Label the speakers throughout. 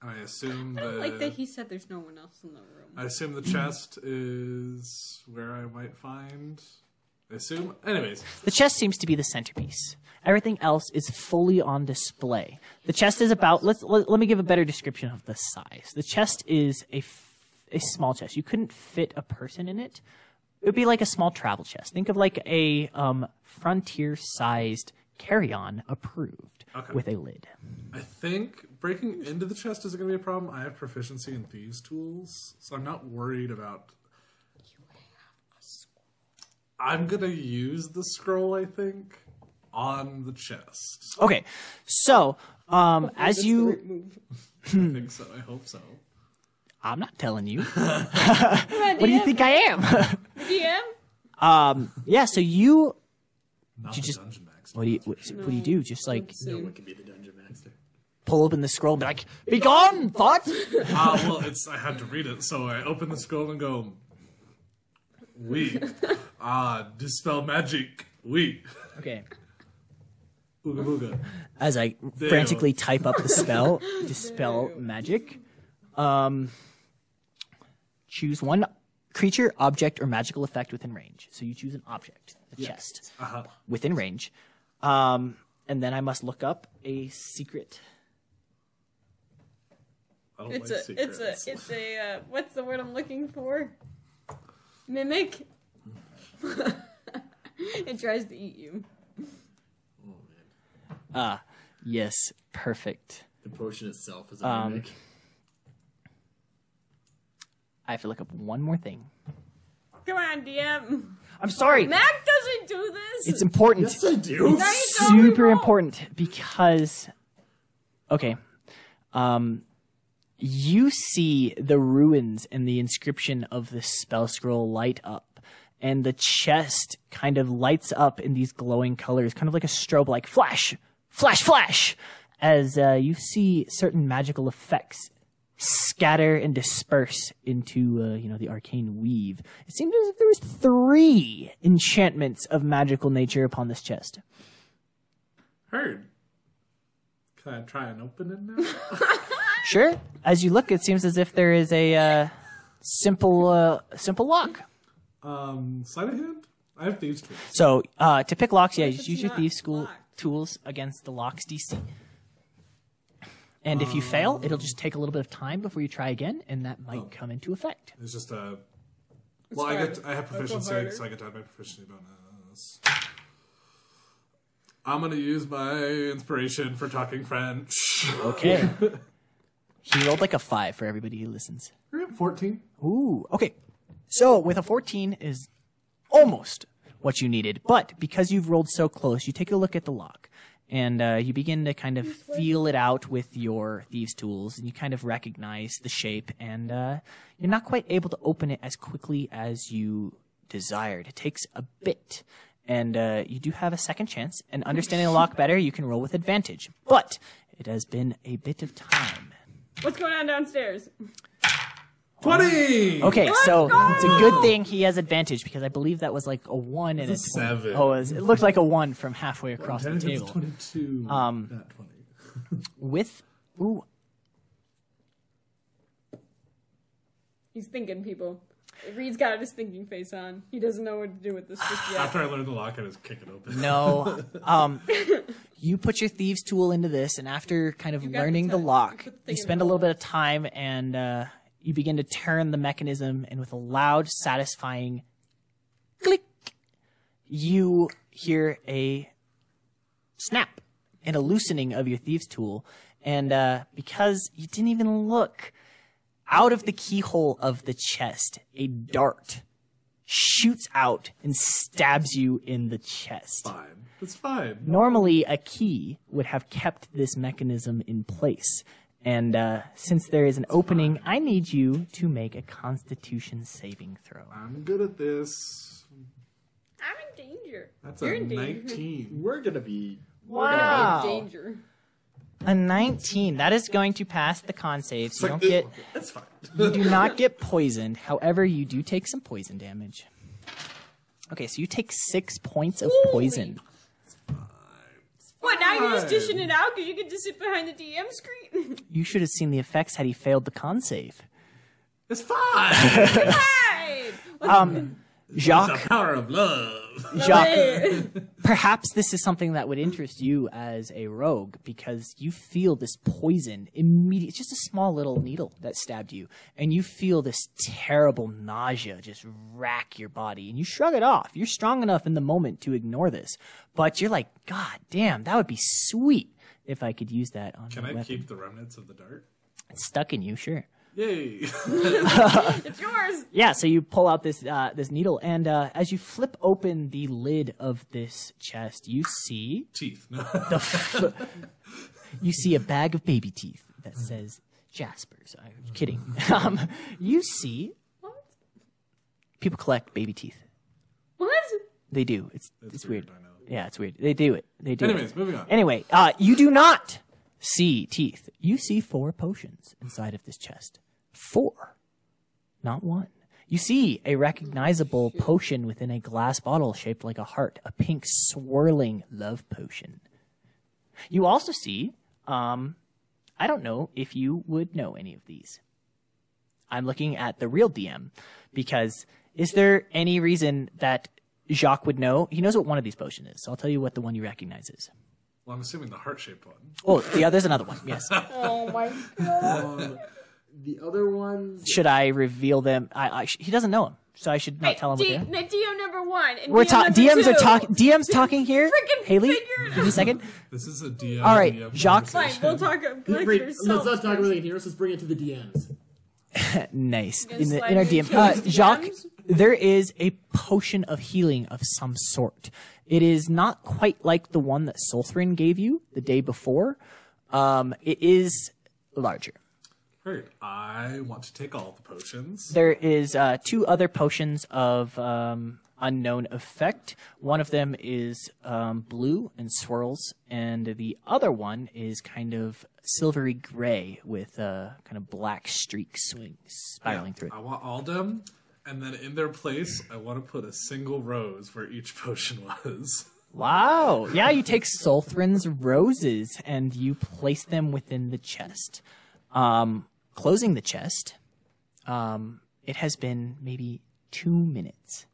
Speaker 1: And I assume
Speaker 2: I
Speaker 1: the
Speaker 2: like that he said there's no one else in the room.
Speaker 1: I assume the chest is where I might find. I assume. Anyways,
Speaker 3: The chest seems to be the centerpiece. Everything else is fully on display. The chest is about let's let, let me give a better description of the size. The chest is a f- a small chest. You couldn't fit a person in it. It would be like a small travel chest. Think of like a um, frontier-sized carry-on approved with a lid.
Speaker 1: I think breaking into the chest isn't going to be a problem. I have proficiency in thieves' tools, so I'm not worried about. I'm gonna use the scroll, I think, on the chest.
Speaker 3: Okay, so um, as
Speaker 2: That's
Speaker 3: you
Speaker 2: the right move.
Speaker 3: Hmm.
Speaker 1: I think so. I hope so.
Speaker 3: I'm not telling you.
Speaker 2: Come on,
Speaker 3: What do you
Speaker 2: DM,
Speaker 3: think I am?
Speaker 2: DM?
Speaker 3: yeah. So you,
Speaker 1: Not
Speaker 3: you
Speaker 1: the
Speaker 3: just-
Speaker 1: dungeon master.
Speaker 3: what do you, what, what do you do? Just like
Speaker 4: No one
Speaker 2: Soon.
Speaker 4: can be the dungeon master.
Speaker 3: pull open the scroll and be like, "Be gone, thought."
Speaker 1: Ah, well, it's I had to read it, so I open the scroll and go. We ah dispel magic. We
Speaker 3: Okay.
Speaker 1: ooga booga.
Speaker 3: As I frantically type up the spell, dispel magic. Um, choose one creature, object, or magical effect within range. So you choose an object, the chest, within range, um, and then I must look up a secret.
Speaker 1: I don't
Speaker 2: It's
Speaker 1: like
Speaker 2: a,
Speaker 1: secrets.
Speaker 2: it's a, it's a, uh, what's the word I'm looking for? Mimic? it tries to eat you.
Speaker 3: Yes, perfect.
Speaker 4: The potion itself is a mimic.
Speaker 3: I have to look up one more thing.
Speaker 2: Come on, DM.
Speaker 3: I'm sorry.
Speaker 2: Mac doesn't do this.
Speaker 3: It's important.
Speaker 4: Yes, I do.
Speaker 2: Now you don't
Speaker 3: super
Speaker 2: reroll.
Speaker 3: important because okay um you see the ruins and the inscription of the spell scroll light up and the chest kind of lights up in these glowing colors kind of like a strobe like flash flash flash as uh, you see certain magical effects scatter and disperse into uh, you know the arcane weave it seemed as if there was three enchantments of magical nature upon this chest
Speaker 1: heard. Can I try and open it now?
Speaker 3: Sure. As you look, it seems as if there is a uh, simple, uh, simple lock.
Speaker 1: Um, sleight of hand. I have thieves tools.
Speaker 3: So uh, to pick locks, yeah, you
Speaker 2: it's
Speaker 3: use your
Speaker 2: not
Speaker 3: thieves' school
Speaker 2: locked?
Speaker 3: tools against the locks DC. And if you fail, it'll just take a little bit of time before you try again, and that might come into effect.
Speaker 1: It's just a. Well, I
Speaker 2: hard.
Speaker 1: get I have proficiency,
Speaker 2: harder.
Speaker 1: so I get to add my proficiency bonus. I'm gonna use my inspiration for talking French.
Speaker 3: Okay. he rolled like a five for everybody who listens.
Speaker 1: Fourteen.
Speaker 3: Ooh, okay. So with a 14 is almost what you needed, but because you've rolled so close, you take a look at the lock and uh, you begin to kind of feel it out with your thieves' tools, and you kind of recognize the shape, and uh, you're not quite able to open it as quickly as you desired. It takes a bit. And uh, you do have a second chance, and understanding the lock better, you can roll with advantage. But it has been a bit of time.
Speaker 2: What's going on downstairs?
Speaker 1: Twenty.
Speaker 3: Okay, so it's a good thing he has advantage because I believe that was like a one and a,
Speaker 1: It's a
Speaker 3: twen-
Speaker 1: seven.
Speaker 3: Oh, it, was- it looked like a one from halfway across the
Speaker 1: Ten times
Speaker 3: table.
Speaker 1: twenty-two. Um, not twenty.
Speaker 3: With ooh,
Speaker 2: He's thinking, people. Reed's got his thinking face on. He doesn't know what to do with this just yet.
Speaker 1: After I learned the lock, I just kick it open.
Speaker 3: no, um, you put your thieves tool into this, and after kind of
Speaker 2: got the
Speaker 3: learning the,
Speaker 2: time.
Speaker 3: lock,
Speaker 2: You put the
Speaker 3: you
Speaker 2: thing in
Speaker 3: spend
Speaker 2: the
Speaker 3: a little bit of time and uh, you begin to turn the mechanism, and with a loud, satisfying click, you hear a snap and a loosening of your thieves tool and uh, because you didn't even look out of the keyhole of the chest a dart shoots out and stabs you in the chest
Speaker 1: Fine. It's fine.
Speaker 3: normally a key would have kept this mechanism in place and uh, since there is an opening i need you to make a constitution saving throw
Speaker 1: I'm good at this.
Speaker 2: I'm in danger.
Speaker 1: That's
Speaker 2: You're
Speaker 1: a
Speaker 2: in danger.
Speaker 1: nineteen.
Speaker 4: We're gonna be.
Speaker 2: I'm in danger.
Speaker 3: a 19 that is going to pass the con save so you don't get
Speaker 1: It's fine.
Speaker 3: do not get poisoned. However, you do take some poison damage. Okay, so you take six points of poison.
Speaker 2: What, now you're just
Speaker 1: Fine.
Speaker 2: dishing it out because you get to sit behind the DM screen?
Speaker 3: You should have seen the effects had he failed the con save.
Speaker 1: It's fine.
Speaker 2: Fine.
Speaker 1: the
Speaker 3: Jacques,
Speaker 1: power of love.
Speaker 3: Jacques,
Speaker 2: Hey.
Speaker 3: perhaps this is something that would interest you as a rogue because you feel this poison immediate it's just a small little needle that stabbed you and you feel this terrible nausea just rack your body and you shrug it off you're strong enough in the moment to ignore this but you're like god damn that would be sweet if i could use that on
Speaker 1: Can
Speaker 3: my
Speaker 1: I
Speaker 3: weapon
Speaker 1: keep the remnants of the dart?
Speaker 3: it's stuck in you sure
Speaker 1: Yay.
Speaker 2: it's yours.
Speaker 3: yeah, so you pull out this uh, this needle, and uh, as you flip open the lid of this chest, you see
Speaker 1: Teeth. No.
Speaker 3: you see a bag of baby teeth that says Jasper's. I'm kidding. Um, you see
Speaker 2: What?
Speaker 3: people collect baby teeth.
Speaker 2: What?
Speaker 3: They do. It's it's, weird.
Speaker 1: I know.
Speaker 3: Yeah, it's weird. They do it. They do.
Speaker 1: Anyways,
Speaker 3: it.
Speaker 1: moving on.
Speaker 3: Anyway, uh, you do not see teeth. You see four potions inside of this chest. Four, not one. You see a recognizable potion within a glass bottle shaped like a heart, a pink swirling love potion. You also see, um, I don't know if you would know any of these. I'm looking at the real DM because is there any reason that Jacques would know? He knows what one of these potions is, so I'll tell you what the one you recognize is.
Speaker 1: Well, I'm assuming the heart shaped one.
Speaker 3: Oh, yeah, there's another one. Yes.
Speaker 2: Oh my god.
Speaker 4: Um, The other ones.
Speaker 3: Should I reveal them? I, I sh- he doesn't know him, so I should not
Speaker 2: Hey,
Speaker 3: tell him. what
Speaker 2: D-
Speaker 3: they are.
Speaker 2: no, DM number one. And
Speaker 3: We're
Speaker 2: DM
Speaker 3: talking.
Speaker 2: number
Speaker 3: DMs are
Speaker 2: two.
Speaker 3: talking. DMs talking here.
Speaker 2: Freaking
Speaker 3: Haley,
Speaker 2: figure it
Speaker 3: give me a second.
Speaker 1: This is a DM.
Speaker 3: All right,
Speaker 1: DM
Speaker 3: Jacques-
Speaker 2: Fine,
Speaker 1: conversation.
Speaker 2: we'll talk about
Speaker 4: Let's
Speaker 2: like
Speaker 4: bring- let's
Speaker 2: yourself.
Speaker 4: not talk about it here. Let's just bring it to the DMs.
Speaker 3: Nice.
Speaker 2: gonna
Speaker 3: In, the,
Speaker 2: slide
Speaker 3: in our
Speaker 2: me
Speaker 3: DM.
Speaker 2: into
Speaker 3: Uh,
Speaker 2: his
Speaker 3: Jacques,
Speaker 2: DMs?
Speaker 3: there is a potion of healing of some sort. It is not quite like the one that Solthrin gave you the day before. Um, it is larger.
Speaker 1: Great. I want to take all the potions.
Speaker 3: There is uh, two other potions of um, unknown effect. One of them is um, blue and swirls, and the other one is kind of silvery gray with uh, kind of black streaks swing spiraling through it.
Speaker 1: I want all them, and then in their place, I want to put a single rose where each potion was.
Speaker 3: Wow! Yeah, you take Solthrin's roses and you place them within the chest. Um, closing the chest. Um, it has been maybe two minutes,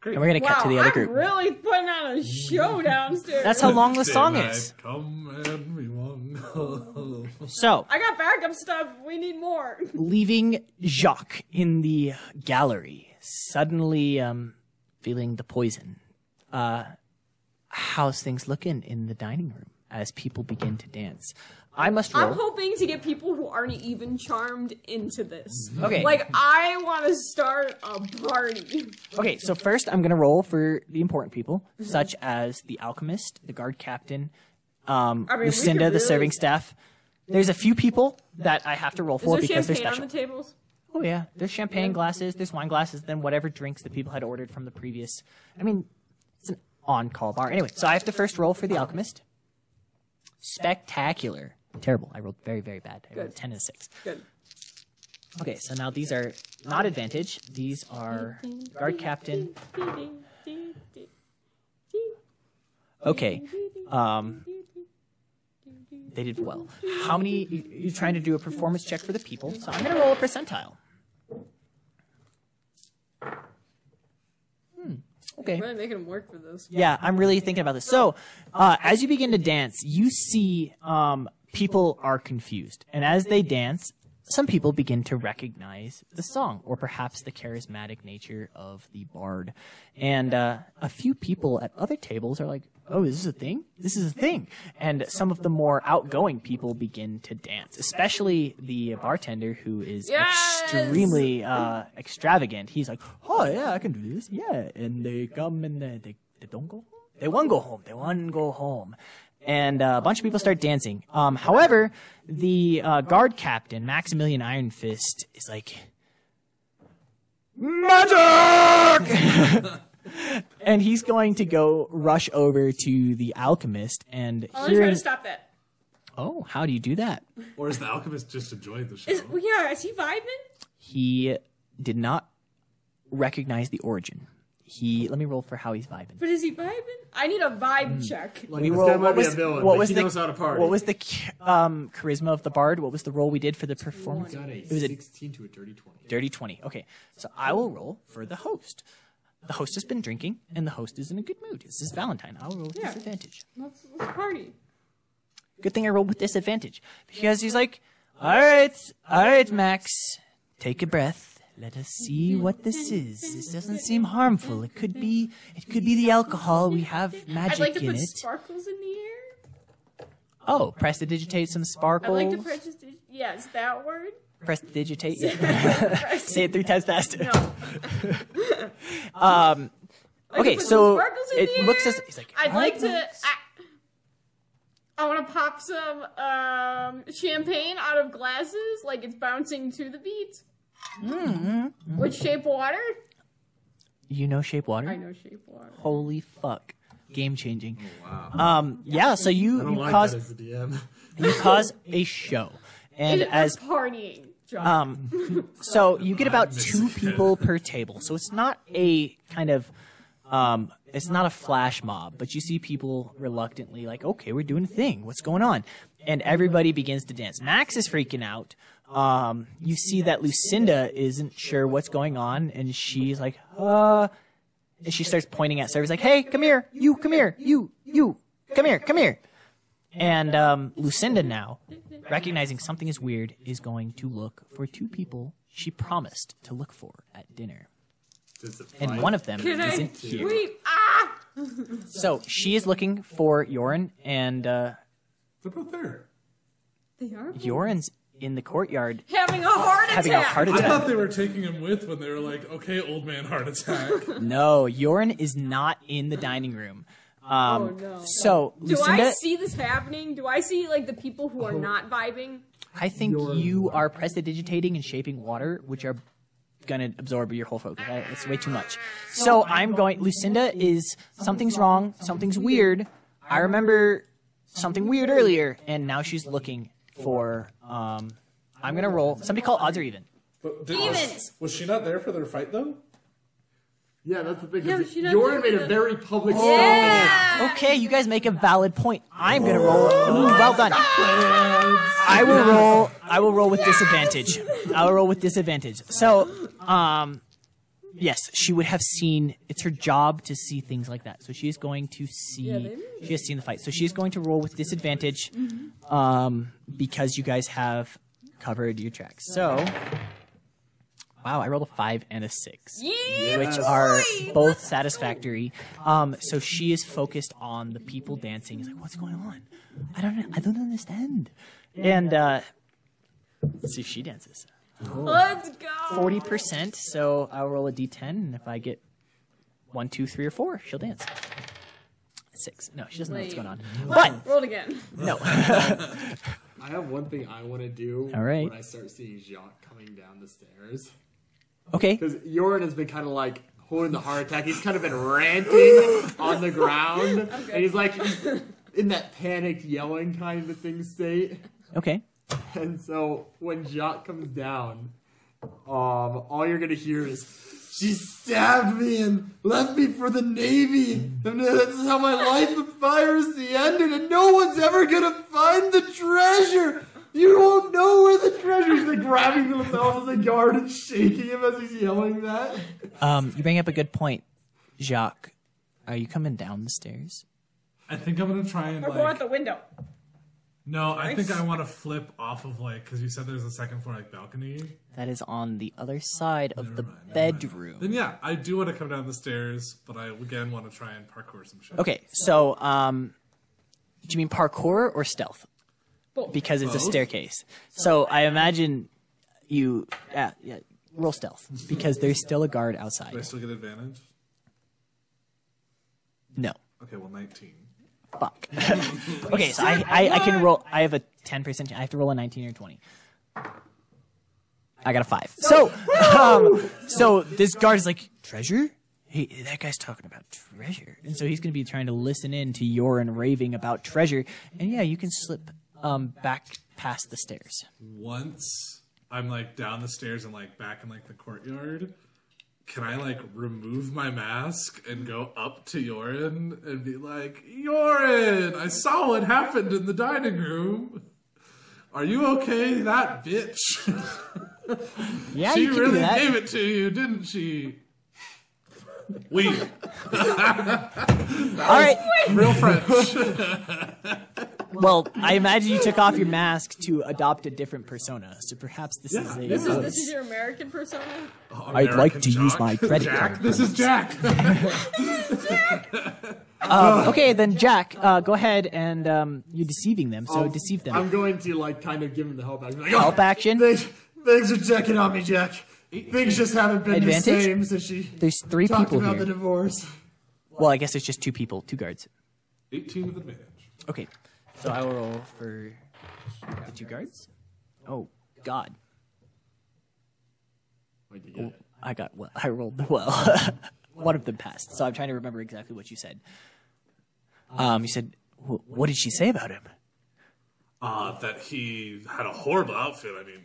Speaker 1: Great.
Speaker 3: and we're gonna
Speaker 2: Wow,
Speaker 3: cut to the other
Speaker 2: I'm
Speaker 3: group.
Speaker 2: really putting on a show downstairs.
Speaker 3: That's how long the
Speaker 1: Day
Speaker 3: song
Speaker 1: night,
Speaker 3: is.
Speaker 1: Come and we won't know.
Speaker 3: So,
Speaker 2: I got backup stuff. We need more.
Speaker 3: leaving Jacques in the gallery, suddenly um, feeling the poison. Uh, how's things looking in the dining room as people begin to dance? I must
Speaker 2: I'm
Speaker 3: roll.
Speaker 2: hoping to get people who aren't even charmed into this.
Speaker 3: Okay.
Speaker 2: Like I want to start a party.
Speaker 3: Okay, so first I'm going to roll for the important people, such as the alchemist, the guard captain, um,
Speaker 2: I mean, we
Speaker 3: Lucinda,
Speaker 2: could
Speaker 3: the
Speaker 2: really-
Speaker 3: serving staff. There's a few people that I have to roll
Speaker 2: Is
Speaker 3: for
Speaker 2: there
Speaker 3: because they're
Speaker 2: champagne on
Speaker 3: special.
Speaker 2: the tables?
Speaker 3: Oh yeah, there's champagne glasses, there's wine glasses, then whatever drinks the people had ordered from the previous. I mean, it's an on-call bar. Anyway, so I have to first roll for the alchemist. Spectacular. Terrible. I rolled very, very bad. I rolled
Speaker 2: Good.
Speaker 3: ten and a six.
Speaker 2: Good.
Speaker 3: Okay, so now these are not advantage. These are guard captain. Okay, um, they did well. How many? you- You're trying to do a performance check for the people, so I'm gonna roll a percentile. Hmm. Okay.
Speaker 2: I'm really making them work for this.
Speaker 3: Yeah, I'm really thinking about this. So, uh, as you begin to dance, you see um, people are confused. And as they dance, some people begin to recognize the song or perhaps the charismatic nature of the bard. And uh, a few people at other tables are like, oh, is this a thing? This is a thing. And some of the more outgoing people begin to dance, especially the bartender who is
Speaker 2: Yes!
Speaker 3: extremely really, uh, extravagant. He's like, oh yeah, I can do this. Yeah, and they come and they they, they don't go. Home. They won't go home. They won't go home. And uh, a bunch of people start dancing. Um, however, the uh, guard captain Maximilian Ironfist is like, magic. and he's going to go rush over to the alchemist and
Speaker 2: I'm gonna try
Speaker 3: hearing,
Speaker 2: to stop that.
Speaker 3: oh, how do you do that?
Speaker 1: or is the alchemist just enjoying the show?
Speaker 2: Is, well, yeah, is he vibing?
Speaker 3: he did not recognize the origin. he. Let me roll for how he's vibing.
Speaker 2: But is he vibing? I need a vibe
Speaker 3: Mm.
Speaker 2: check.
Speaker 4: Like,
Speaker 3: We
Speaker 4: this
Speaker 3: roll.
Speaker 4: guy might
Speaker 3: What
Speaker 4: be
Speaker 3: was,
Speaker 4: a villain,
Speaker 3: what
Speaker 4: but
Speaker 3: was
Speaker 4: he
Speaker 3: the
Speaker 4: knows how to party.
Speaker 3: what was the ch- um, charisma of the bard? What was the roll we did for the performance?
Speaker 4: Got a
Speaker 3: It was a
Speaker 4: 16 to a dirty 20.
Speaker 3: dirty twenty. Okay, so I will roll for the host. The host has been drinking, and the host is in a good mood. This is Valentine. I'll roll with
Speaker 2: Yeah.
Speaker 3: disadvantage.
Speaker 2: Let's, let's party.
Speaker 3: Good thing I rolled with disadvantage because he's like, all right, all right, Max, take a breath. Let us see what this is. This doesn't seem harmful. It could be, it could be the alcohol. We have
Speaker 2: I'd like
Speaker 3: magic
Speaker 2: to
Speaker 3: in
Speaker 2: put
Speaker 3: it.
Speaker 2: sparkles in the air.
Speaker 3: Oh, prestidigitate some
Speaker 2: I'd like to
Speaker 3: sparkles.
Speaker 2: purchase. Yes, that word.
Speaker 3: Prestidigitate. yeah. Say it three times faster.
Speaker 2: No.
Speaker 3: Um,
Speaker 2: I could
Speaker 3: okay,
Speaker 2: put some
Speaker 3: so
Speaker 2: sparkles in
Speaker 3: it
Speaker 2: the
Speaker 3: looks
Speaker 2: air.
Speaker 3: as he's like.
Speaker 2: I'd
Speaker 3: "All
Speaker 2: like
Speaker 3: right,
Speaker 2: to.
Speaker 3: Max."
Speaker 2: I, I want to pop some um, champagne out of glasses, like it's bouncing to the beat.
Speaker 3: Mm-hmm.
Speaker 2: With shape water?
Speaker 3: You know shape water.
Speaker 2: I know shape water.
Speaker 3: Holy fuck! Game changing.
Speaker 4: Oh, Wow.
Speaker 3: Um, yeah. So you
Speaker 4: I don't
Speaker 3: you
Speaker 4: like
Speaker 3: cause
Speaker 4: that as the DM.
Speaker 3: you cause a show, and
Speaker 2: It-
Speaker 3: as
Speaker 2: we're partying, John.
Speaker 3: Um, so you get about two people per table. So it's not a kind of, um, it's not a flash mob, but you see people reluctantly like, okay, we're doing a thing. What's going on? And everybody begins to dance. Max is freaking out. Um, you see that Lucinda isn't sure what's going on, and she's like, uh, and she starts pointing at Sarah's like, hey, come here, you, come here, you, you, come here, come here. And um, Lucinda now, recognizing something is weird, is going to look for two people she promised to look for at dinner.
Speaker 4: It's a
Speaker 3: And
Speaker 4: fight.
Speaker 3: one of them
Speaker 2: Can I
Speaker 3: isn't here.
Speaker 2: Wait, ah!
Speaker 3: So she is looking for Yoren, and uh,
Speaker 1: They're both there.
Speaker 2: They are
Speaker 3: Yoren's in the courtyard
Speaker 2: having a heart attack.
Speaker 3: having a heart
Speaker 1: I
Speaker 3: attack.
Speaker 1: thought they were taking him with when they were like, okay, old man heart attack.
Speaker 3: No, Yoren is not in the dining room. Um,
Speaker 2: Oh, no.
Speaker 3: So,
Speaker 2: Do
Speaker 3: Lucinda,
Speaker 2: I see this happening? Do I see like the people who are
Speaker 4: Oh.
Speaker 2: not vibing?
Speaker 3: I think
Speaker 4: Yoren.
Speaker 3: you are prestidigitating and shaping water, which are gonna absorb your whole focus. I, it's way too much. So I'm going. Lucinda is something's wrong. Something's weird. I remember something weird earlier, and now she's looking for. Um, I'm gonna roll. Somebody call odds or even.
Speaker 1: But did,
Speaker 2: Demons!
Speaker 1: was, was she not there for their fight though?
Speaker 4: Yeah, that's the thing.
Speaker 2: Yeah,
Speaker 4: Yeah,
Speaker 2: but she doesn't
Speaker 4: Yorin
Speaker 2: do
Speaker 4: made a
Speaker 2: the-
Speaker 4: very public
Speaker 3: Okay, you guys make a valid point. I'm gonna roll. Ooh, well done. I will roll. I will roll with disadvantage. I will roll with disadvantage. So, um, yes, she would have seen. It's her job to see things like that. So she is going to see.
Speaker 2: they
Speaker 3: she has seen the fight. So she is going to roll with disadvantage, um, because you guys have covered your tracks. So, wow, I rolled a five and a six
Speaker 2: Yeah,
Speaker 3: which are both satisfactory. Um, so she is focused on the people dancing. It's like, what's going on? I don't, I don't understand. And uh, let's see if she dances.
Speaker 2: let's go.
Speaker 3: Forty percent. So I'll roll a d10, and if I get one, two, three, or four, she'll dance. Six. No, she doesn't know what's going on. But
Speaker 2: Rolled again.
Speaker 3: no.
Speaker 4: I have one thing I want to do
Speaker 3: All right.
Speaker 4: when I start seeing Jacques coming down the stairs.
Speaker 3: Okay.
Speaker 4: Because Yorin has been kind of like holding the heart attack. He's kind of been ranting on the ground. And he's like he's in that panicked yelling kind of thing state.
Speaker 3: Okay.
Speaker 4: And so when Jacques comes down, um, all you're gonna hear is, "She stabbed me and left me for the navy. And this is how my life of piracy ended, and no one's ever gonna find the treasure. You won't know where the treasure is." Like grabbing themselves in the yard and shaking him as he's yelling that.
Speaker 3: Um, you bring up a good point, Jacques. Are you coming down the stairs?
Speaker 1: I think I'm gonna try and
Speaker 2: Or go out
Speaker 1: like.
Speaker 2: the window.
Speaker 1: No, I think
Speaker 2: Nice.
Speaker 1: I want to flip off of like because you said there's a second floor like balcony.
Speaker 3: That is on the other side of the
Speaker 1: mind, never mind.
Speaker 3: bedroom.
Speaker 1: Then yeah, I do want to come down the stairs, but I again want to try and parkour some shit.
Speaker 3: Okay, so um, do you mean parkour or stealth?
Speaker 2: Both.
Speaker 3: Because it's a
Speaker 1: Both.
Speaker 3: staircase. So I imagine you yeah, yeah, roll stealth because there's still a guard
Speaker 1: Do I
Speaker 3: outside.
Speaker 1: still get advantage?
Speaker 3: No,
Speaker 1: Okay, well, 19.
Speaker 3: fuck. okay, so I, I, I can roll. I have a ten percent. I have to roll a nineteen or twenty. I got a five. So um, so this guard is like treasure. Hey, that guy's talking about treasure, and so he's going to be trying to listen in to Yorin raving about treasure. And yeah, you can slip um, back past the stairs.
Speaker 1: once I'm like down the stairs and like back in like the courtyard, can I like remove my mask and go up to Yorin and be like, Yorin, I saw what happened in the dining room. Are you okay, that bitch?
Speaker 3: Yeah,
Speaker 1: she
Speaker 3: you can do
Speaker 1: really
Speaker 3: that.
Speaker 1: gave it to you, didn't she? We
Speaker 3: All right.
Speaker 1: real French.
Speaker 3: Well, I imagine you took off your mask to adopt a different persona. So perhaps this is
Speaker 1: Yeah,
Speaker 3: a.
Speaker 1: this
Speaker 2: Is this is your American persona?
Speaker 1: I'd
Speaker 3: like to use my credit
Speaker 1: Jack,
Speaker 3: card.
Speaker 1: this is Jack.
Speaker 3: Um, okay, then Jack, uh, go ahead and um, you're deceiving them. So
Speaker 4: Um,
Speaker 3: deceive them.
Speaker 4: I'm going to like kind of give him the help action. Like, oh,
Speaker 3: Help action?
Speaker 4: Things, things are checking on me, Jack. Things just haven't been the
Speaker 3: Advantage?
Speaker 4: same since she
Speaker 3: There's three
Speaker 4: talked
Speaker 3: people
Speaker 4: about
Speaker 3: here.
Speaker 4: the divorce.
Speaker 3: Well, I guess it's just two people, two guards.
Speaker 1: 18 with advantage.
Speaker 3: Okay, so I will roll for the two guards. Oh God, Oh, I got well. I rolled the well. One of them passed, so I'm trying to remember exactly what you said. Um, you said, "Wh- "What did she say about him?"
Speaker 1: Uh, that he had a horrible outfit. I mean,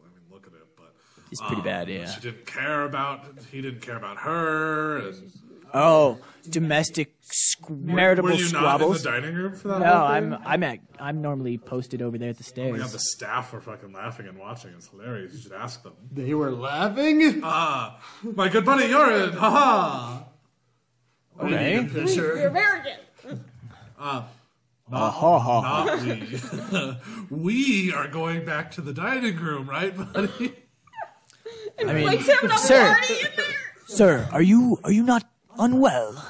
Speaker 1: I mean, look at it, but
Speaker 3: It's pretty bad, yeah.
Speaker 1: Um, She didn't care about. He didn't care about her. And
Speaker 3: Oh, domestic squ-
Speaker 1: were
Speaker 3: marital
Speaker 1: you not in
Speaker 3: squabbles.
Speaker 1: the dining room Oh for that?
Speaker 3: No,
Speaker 1: whole thing?
Speaker 3: I'm I'm at I'm normally posted over there at the
Speaker 1: Yeah,
Speaker 3: stairs.
Speaker 1: the staff were fucking laughing and watching. It's hilarious. You should ask them.
Speaker 4: They were laughing.
Speaker 1: Ah, my good buddy Yorin. Ha ha.
Speaker 3: okay.
Speaker 2: You're American.
Speaker 3: Uh, ha, ha.
Speaker 1: Not Ah, we. we are going back to the dining room, right, buddy?
Speaker 3: I
Speaker 2: Like
Speaker 3: mean,
Speaker 2: having a
Speaker 3: Sir.
Speaker 2: party in there.
Speaker 3: sir, are you are you not unwell?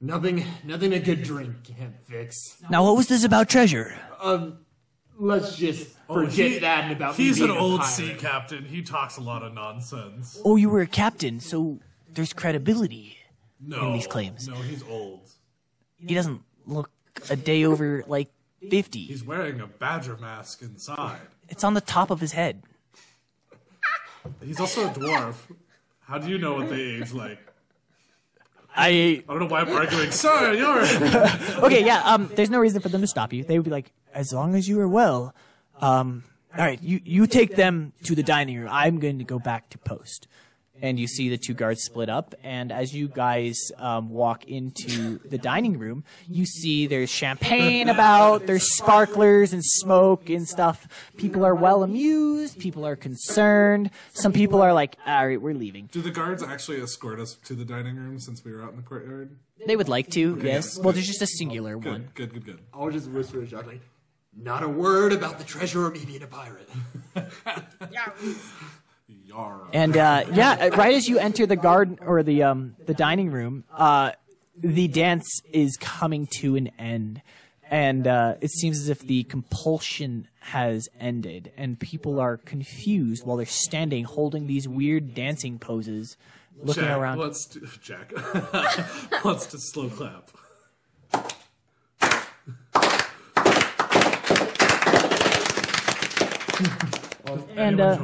Speaker 4: Nothing, nothing a good drink can't fix.
Speaker 3: Now, what was this about treasure?
Speaker 4: Um, let's just forget
Speaker 1: Oh, he-
Speaker 4: that and about me
Speaker 1: He's an
Speaker 4: being a
Speaker 1: old
Speaker 4: pirate.
Speaker 1: sea captain. He talks a lot of nonsense.
Speaker 3: Oh, you were a captain, so there's credibility.
Speaker 1: No,
Speaker 3: these claims.
Speaker 1: No, he's old.
Speaker 3: He doesn't look a day over like 50.
Speaker 1: He's wearing a badger mask inside.
Speaker 3: It's on the top of his head.
Speaker 1: He's also a dwarf. How do you know what they age like?
Speaker 3: I
Speaker 1: I don't know why I'm arguing. Sorry, you're.
Speaker 3: Okay, yeah, um there's no reason for them to stop you. They would be like as long as you are well. Um all right, you you take them to the dining room. I'm going to go back to post. And you see the two guards split up, and as you guys um, walk into the dining room, you see there's champagne about, there's sparklers and smoke and stuff. People are well amused, people are concerned. Some people are like, all right, we're leaving.
Speaker 1: Do the guards actually escort us to the dining room since we were out in the courtyard?
Speaker 3: They would like to, yes.
Speaker 1: yeah.
Speaker 3: Well, there's just a singular one.
Speaker 1: Good, good, good, good.
Speaker 4: I'll just whisper to Jack, like, not a word about the treasure or me being a pirate.
Speaker 2: Yeah.
Speaker 1: Yar.
Speaker 3: And uh, yeah, uh, right as you enter the garden or the um, the dining room, uh, the dance is coming to an end, and uh, it seems as if the compulsion has ended, and people are confused while they're standing holding these weird dancing poses, looking
Speaker 1: Jack,
Speaker 3: around.
Speaker 1: let's do, Jack. let's just slow clap.
Speaker 3: and uh,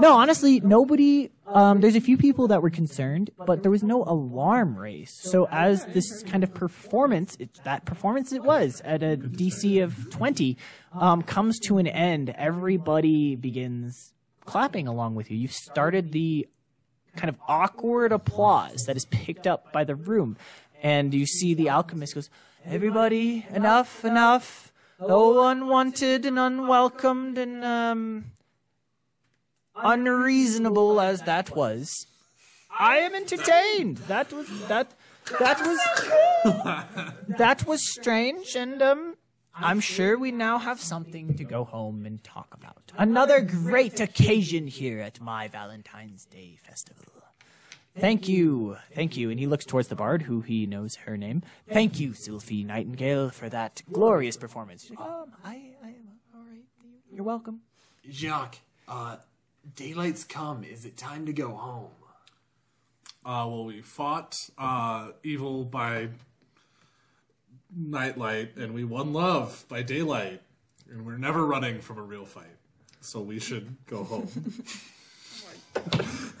Speaker 3: no, honestly, nobody. Um, there's a few people that were concerned, but there was no alarm raised. So as this kind of performance, it, that performance it was at a DC of 20, um, comes to an end, everybody begins clapping along with you. You've started the kind of awkward applause that is picked up by the room. And you see the alchemist goes, Everybody, enough, enough. Oh, unwanted and unwelcomed and um, unreasonable as that was. I am entertained. That was that. That was that was strange, and um, I'm sure we now have something to go home and talk about. Another great occasion here at my Valentine's Day festival. Thank you, thank you. And he looks towards the bard, who he knows her name. Thank you, Sylphie Nightingale, for that glorious performance. Um, I, I am all right. You're welcome.
Speaker 4: Jacques, uh, daylight's come. Is it time to go home?
Speaker 1: Uh, well, we fought uh, evil by nightlight, and we won love by daylight, and we're never running from a real fight. So we should go home.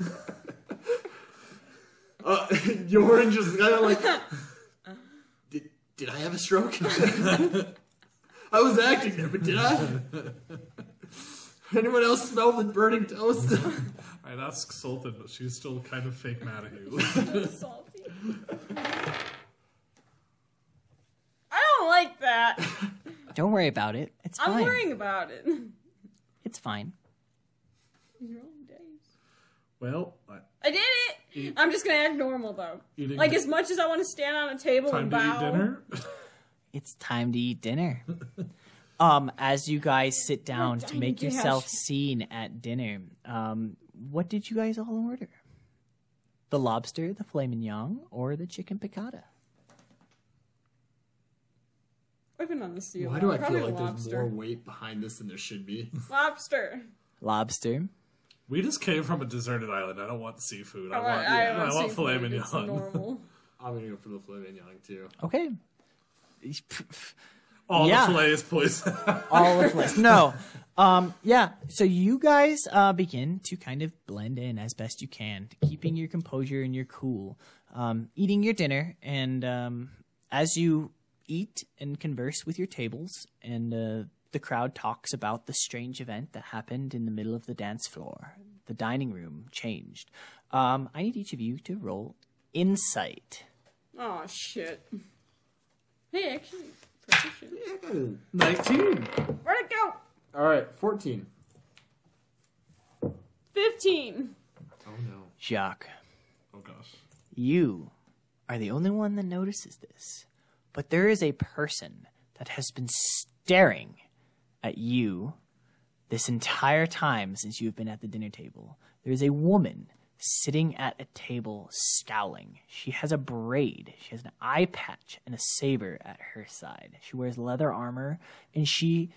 Speaker 4: Uh, Yorin just kind of like, did, did I have a stroke? I was acting there, but did I? Anyone else smell the burning toast?
Speaker 1: I'd ask Sultan, but she's still kind of fake mad at you.
Speaker 2: Salty. I don't like that.
Speaker 3: Don't worry about it. It's
Speaker 2: I'm
Speaker 3: fine.
Speaker 2: worrying about it.
Speaker 3: It's fine.
Speaker 2: You're all days.
Speaker 1: well, uh, I,
Speaker 2: I did it. I'm just gonna act normal though.
Speaker 1: Eating-
Speaker 2: Like as much as I want to stand on a table
Speaker 1: time
Speaker 2: and
Speaker 1: to
Speaker 2: bow.
Speaker 1: eat dinner.
Speaker 3: It's time to eat dinner. um, as you guys sit down to
Speaker 2: dining
Speaker 3: make
Speaker 2: dash.
Speaker 3: yourself seen at dinner, um, what did you guys all order? The lobster, the filet mignon, or the chicken piccata?
Speaker 2: I've been on this deal.
Speaker 4: Why do I
Speaker 2: Probably
Speaker 4: feel like
Speaker 2: lobster.
Speaker 4: there's more weight behind this than there should be?
Speaker 2: Lobster.
Speaker 3: Lobster.
Speaker 1: We just came from a deserted island. I don't want seafood. I
Speaker 2: I
Speaker 1: want,
Speaker 2: want,
Speaker 1: I,
Speaker 2: I want,
Speaker 1: want
Speaker 2: seafood.
Speaker 1: filet
Speaker 2: It's
Speaker 1: mignon.
Speaker 2: normal.
Speaker 4: I'm gonna go for the filet mignon too.
Speaker 3: Okay.
Speaker 1: All the
Speaker 3: Yeah.
Speaker 1: filet is poison.
Speaker 3: all of this. No. Um, yeah. So you guys uh, begin to kind of blend in as best you can, keeping your composure and your cool, um, eating your dinner, and um, as you eat and converse with your tables, and uh, the crowd talks about the strange event that happened in the middle of the dance floor. The dining room changed. Um, I need each of you to roll insight.
Speaker 2: Oh shit. Hey, actually, proficient.
Speaker 4: Yeah, 19.
Speaker 2: Where'd it go?
Speaker 4: All right, 14.
Speaker 2: Fifteen.
Speaker 4: Oh no.
Speaker 3: Jacques.
Speaker 1: oh gosh.
Speaker 3: You are the only one that notices this, but there is a person that has been staring at you this entire time since you've been at the dinner table. There is a woman sitting at a table scowling. She has a braid, she has an eye patch, and a saber at her side. She wears leather armor, and she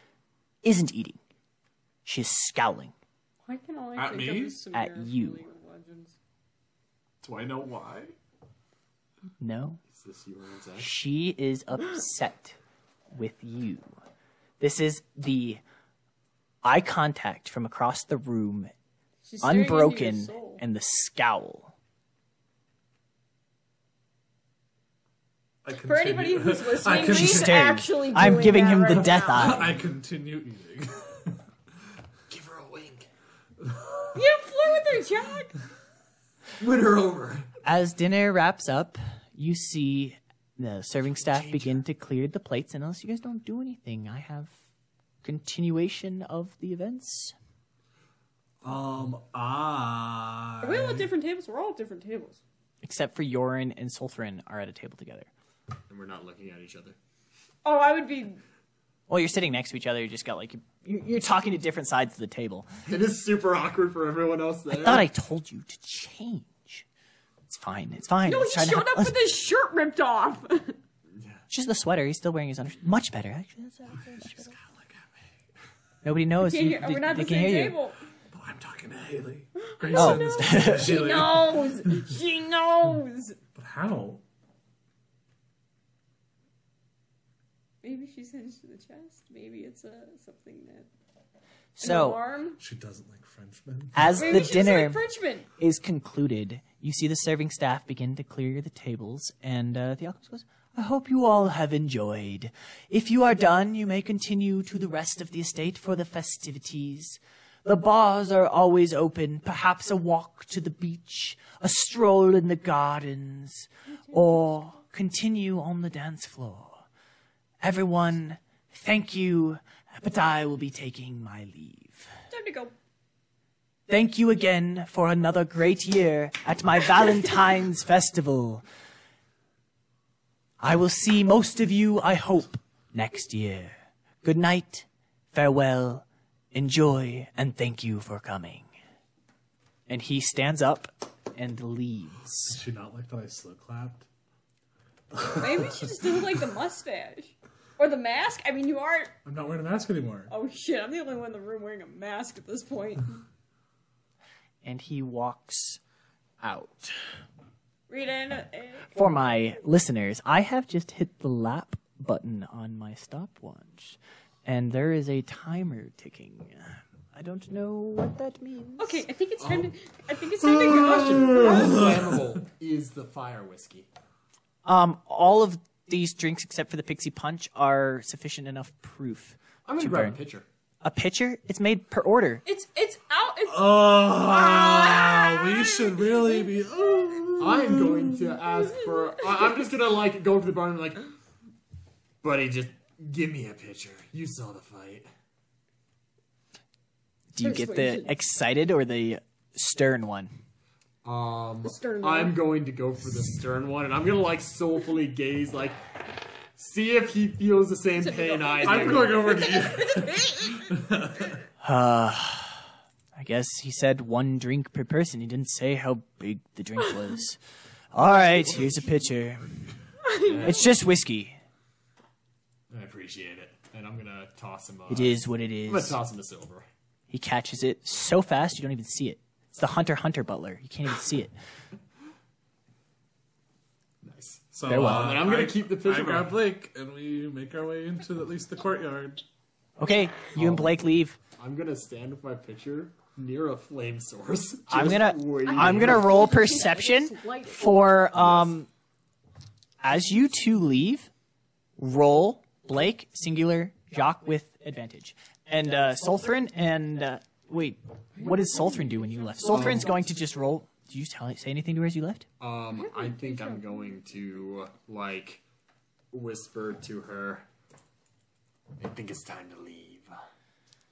Speaker 3: isn't eating. She is scowling.
Speaker 2: Why can all I
Speaker 1: At
Speaker 2: think
Speaker 1: me?
Speaker 2: of is some
Speaker 3: At
Speaker 2: hero from
Speaker 3: you.
Speaker 2: League of Legends?
Speaker 1: Do I know why?
Speaker 3: No,
Speaker 4: Is this your exact?
Speaker 3: She is upset with you. This is the eye contact from across the room,
Speaker 2: She's staring into your
Speaker 3: unbroken,
Speaker 2: soul.
Speaker 3: and the scowl.
Speaker 1: I
Speaker 2: For anybody
Speaker 1: continue-
Speaker 2: who's
Speaker 1: I
Speaker 2: listening,
Speaker 1: continue-
Speaker 2: he's
Speaker 3: staring.
Speaker 2: actually
Speaker 3: I'm
Speaker 2: doing
Speaker 3: giving
Speaker 2: that
Speaker 3: him the
Speaker 2: right
Speaker 3: death
Speaker 2: now.
Speaker 3: eye.
Speaker 1: I continue eating.
Speaker 4: Give her a wink.
Speaker 2: You flew with her, Jack.
Speaker 4: Win her over.
Speaker 3: As dinner wraps up, you see the serving staff begin to clear the plates. And unless you guys don't do anything, I have continuation of the events.
Speaker 1: um, I.
Speaker 2: We're all at different tables. We're all at different tables.
Speaker 3: Except for Yorin and Sulthrin are at a table together.
Speaker 4: And we're not looking at each other.
Speaker 2: Oh, I would be.
Speaker 3: Well, you're sitting next to each other. You just got like you- you're talking to different sides of the table.
Speaker 4: It is super awkward for everyone else there.
Speaker 3: thought I told you to change. It's fine. It's fine.
Speaker 2: No,
Speaker 3: It's
Speaker 2: Oh, he
Speaker 3: trying to
Speaker 2: showed up
Speaker 3: help us.
Speaker 2: with his shirt ripped off.
Speaker 3: Just the sweater. He's still wearing his under. Much better, actually. That's much better. Nobody knows.
Speaker 2: Can't
Speaker 3: You-
Speaker 2: hear-
Speaker 3: they-
Speaker 2: We're not
Speaker 3: they
Speaker 2: at the
Speaker 3: can
Speaker 2: same
Speaker 3: hear you.
Speaker 2: table.
Speaker 1: Oh, I'm talking to Haley. Grayson
Speaker 3: Oh.
Speaker 1: is talking to
Speaker 2: She
Speaker 1: Haley.
Speaker 2: knows. She knows.
Speaker 1: But how?
Speaker 2: Maybe she's into the chest. Maybe it's a something that. an
Speaker 3: So,
Speaker 2: alarm.
Speaker 1: She doesn't like Frenchmen.
Speaker 3: as
Speaker 2: Maybe
Speaker 3: the
Speaker 2: she's
Speaker 3: dinner
Speaker 2: Like Frenchman.
Speaker 3: is concluded, you see the serving staff begin to clear the tables, and uh, the alchemist goes, I hope you all have enjoyed. If you are done, you may continue to the rest of the estate for the festivities. The bars are always open, perhaps a walk to the beach, a stroll in the gardens, or continue on the dance floor. Everyone, thank you, but I will be taking my leave.
Speaker 2: Time to go.
Speaker 3: Thank you again for another great year at my Valentine's Festival. I will see most of you, I hope, next year. Good night, farewell, enjoy, and thank you for coming. And he stands up and leaves.
Speaker 1: Does she not like that I slow clapped?
Speaker 2: Maybe she just didn't like the mustache or the mask. I mean, you are.
Speaker 1: I'm not wearing a mask anymore.
Speaker 2: Oh shit! I'm the only one in the room wearing a mask at this point.
Speaker 3: And he walks out.
Speaker 2: Rita and uh,
Speaker 3: For my listeners, I have just hit the lap button on my stopwatch, and there is a timer ticking. I don't know what that means.
Speaker 2: okay, I think it's time to. I think it's time to go.
Speaker 4: How flammable is the fire whiskey?
Speaker 3: Um, all of these drinks except for the pixie punch are sufficient enough proof.
Speaker 4: I'm gonna
Speaker 3: to
Speaker 4: grab a
Speaker 3: burn.
Speaker 4: pitcher.
Speaker 3: A pitcher? It's made per order.
Speaker 2: It's it's out. It's
Speaker 1: Oh, we should really be. Oh.
Speaker 4: I'm going to ask for. I, I'm just gonna like go to the bar and like, buddy, just give me a picture. You saw the fight.
Speaker 3: Do you get the
Speaker 2: Persuasion.
Speaker 3: excited or the stern one?
Speaker 4: Um,
Speaker 2: stern one.
Speaker 4: I'm going to go for the stern one, and I'm gonna like soulfully gaze, like, see if he feels the same pain I do.
Speaker 1: I'm going over to you.
Speaker 3: I guess he said one drink per person. He didn't say how big the drink was. All right, here's a pitcher. It's just whiskey.
Speaker 4: I appreciate it, and I'm gonna toss him. Uh,
Speaker 3: It is what it
Speaker 4: I'm gonna
Speaker 3: is.
Speaker 4: toss him a silver.
Speaker 3: He catches it so fast you don't even see it. It's the Hunter Hunter Butler. You can't even see it.
Speaker 4: Nice.
Speaker 1: So
Speaker 3: Very well.
Speaker 1: uh,
Speaker 4: And I'm gonna
Speaker 1: I-
Speaker 4: keep the pitcher
Speaker 1: I grab
Speaker 4: on.
Speaker 1: Blake and we make our way into at least the courtyard.
Speaker 3: Okay, you and Blake leave.
Speaker 4: I'm gonna stand with my picture near a flame source. Just
Speaker 3: I'm gonna
Speaker 4: waiting.
Speaker 3: I'm gonna roll perception for um as you two leave, roll Blake singular Jacques with advantage. And uh Sulthrin and uh, wait, what did Sulthrin do when you left? Sulthrin's going to just roll do you tell, say anything to her as you left?
Speaker 4: Um, I think I'm going to like whisper to her. I think it's time to leave,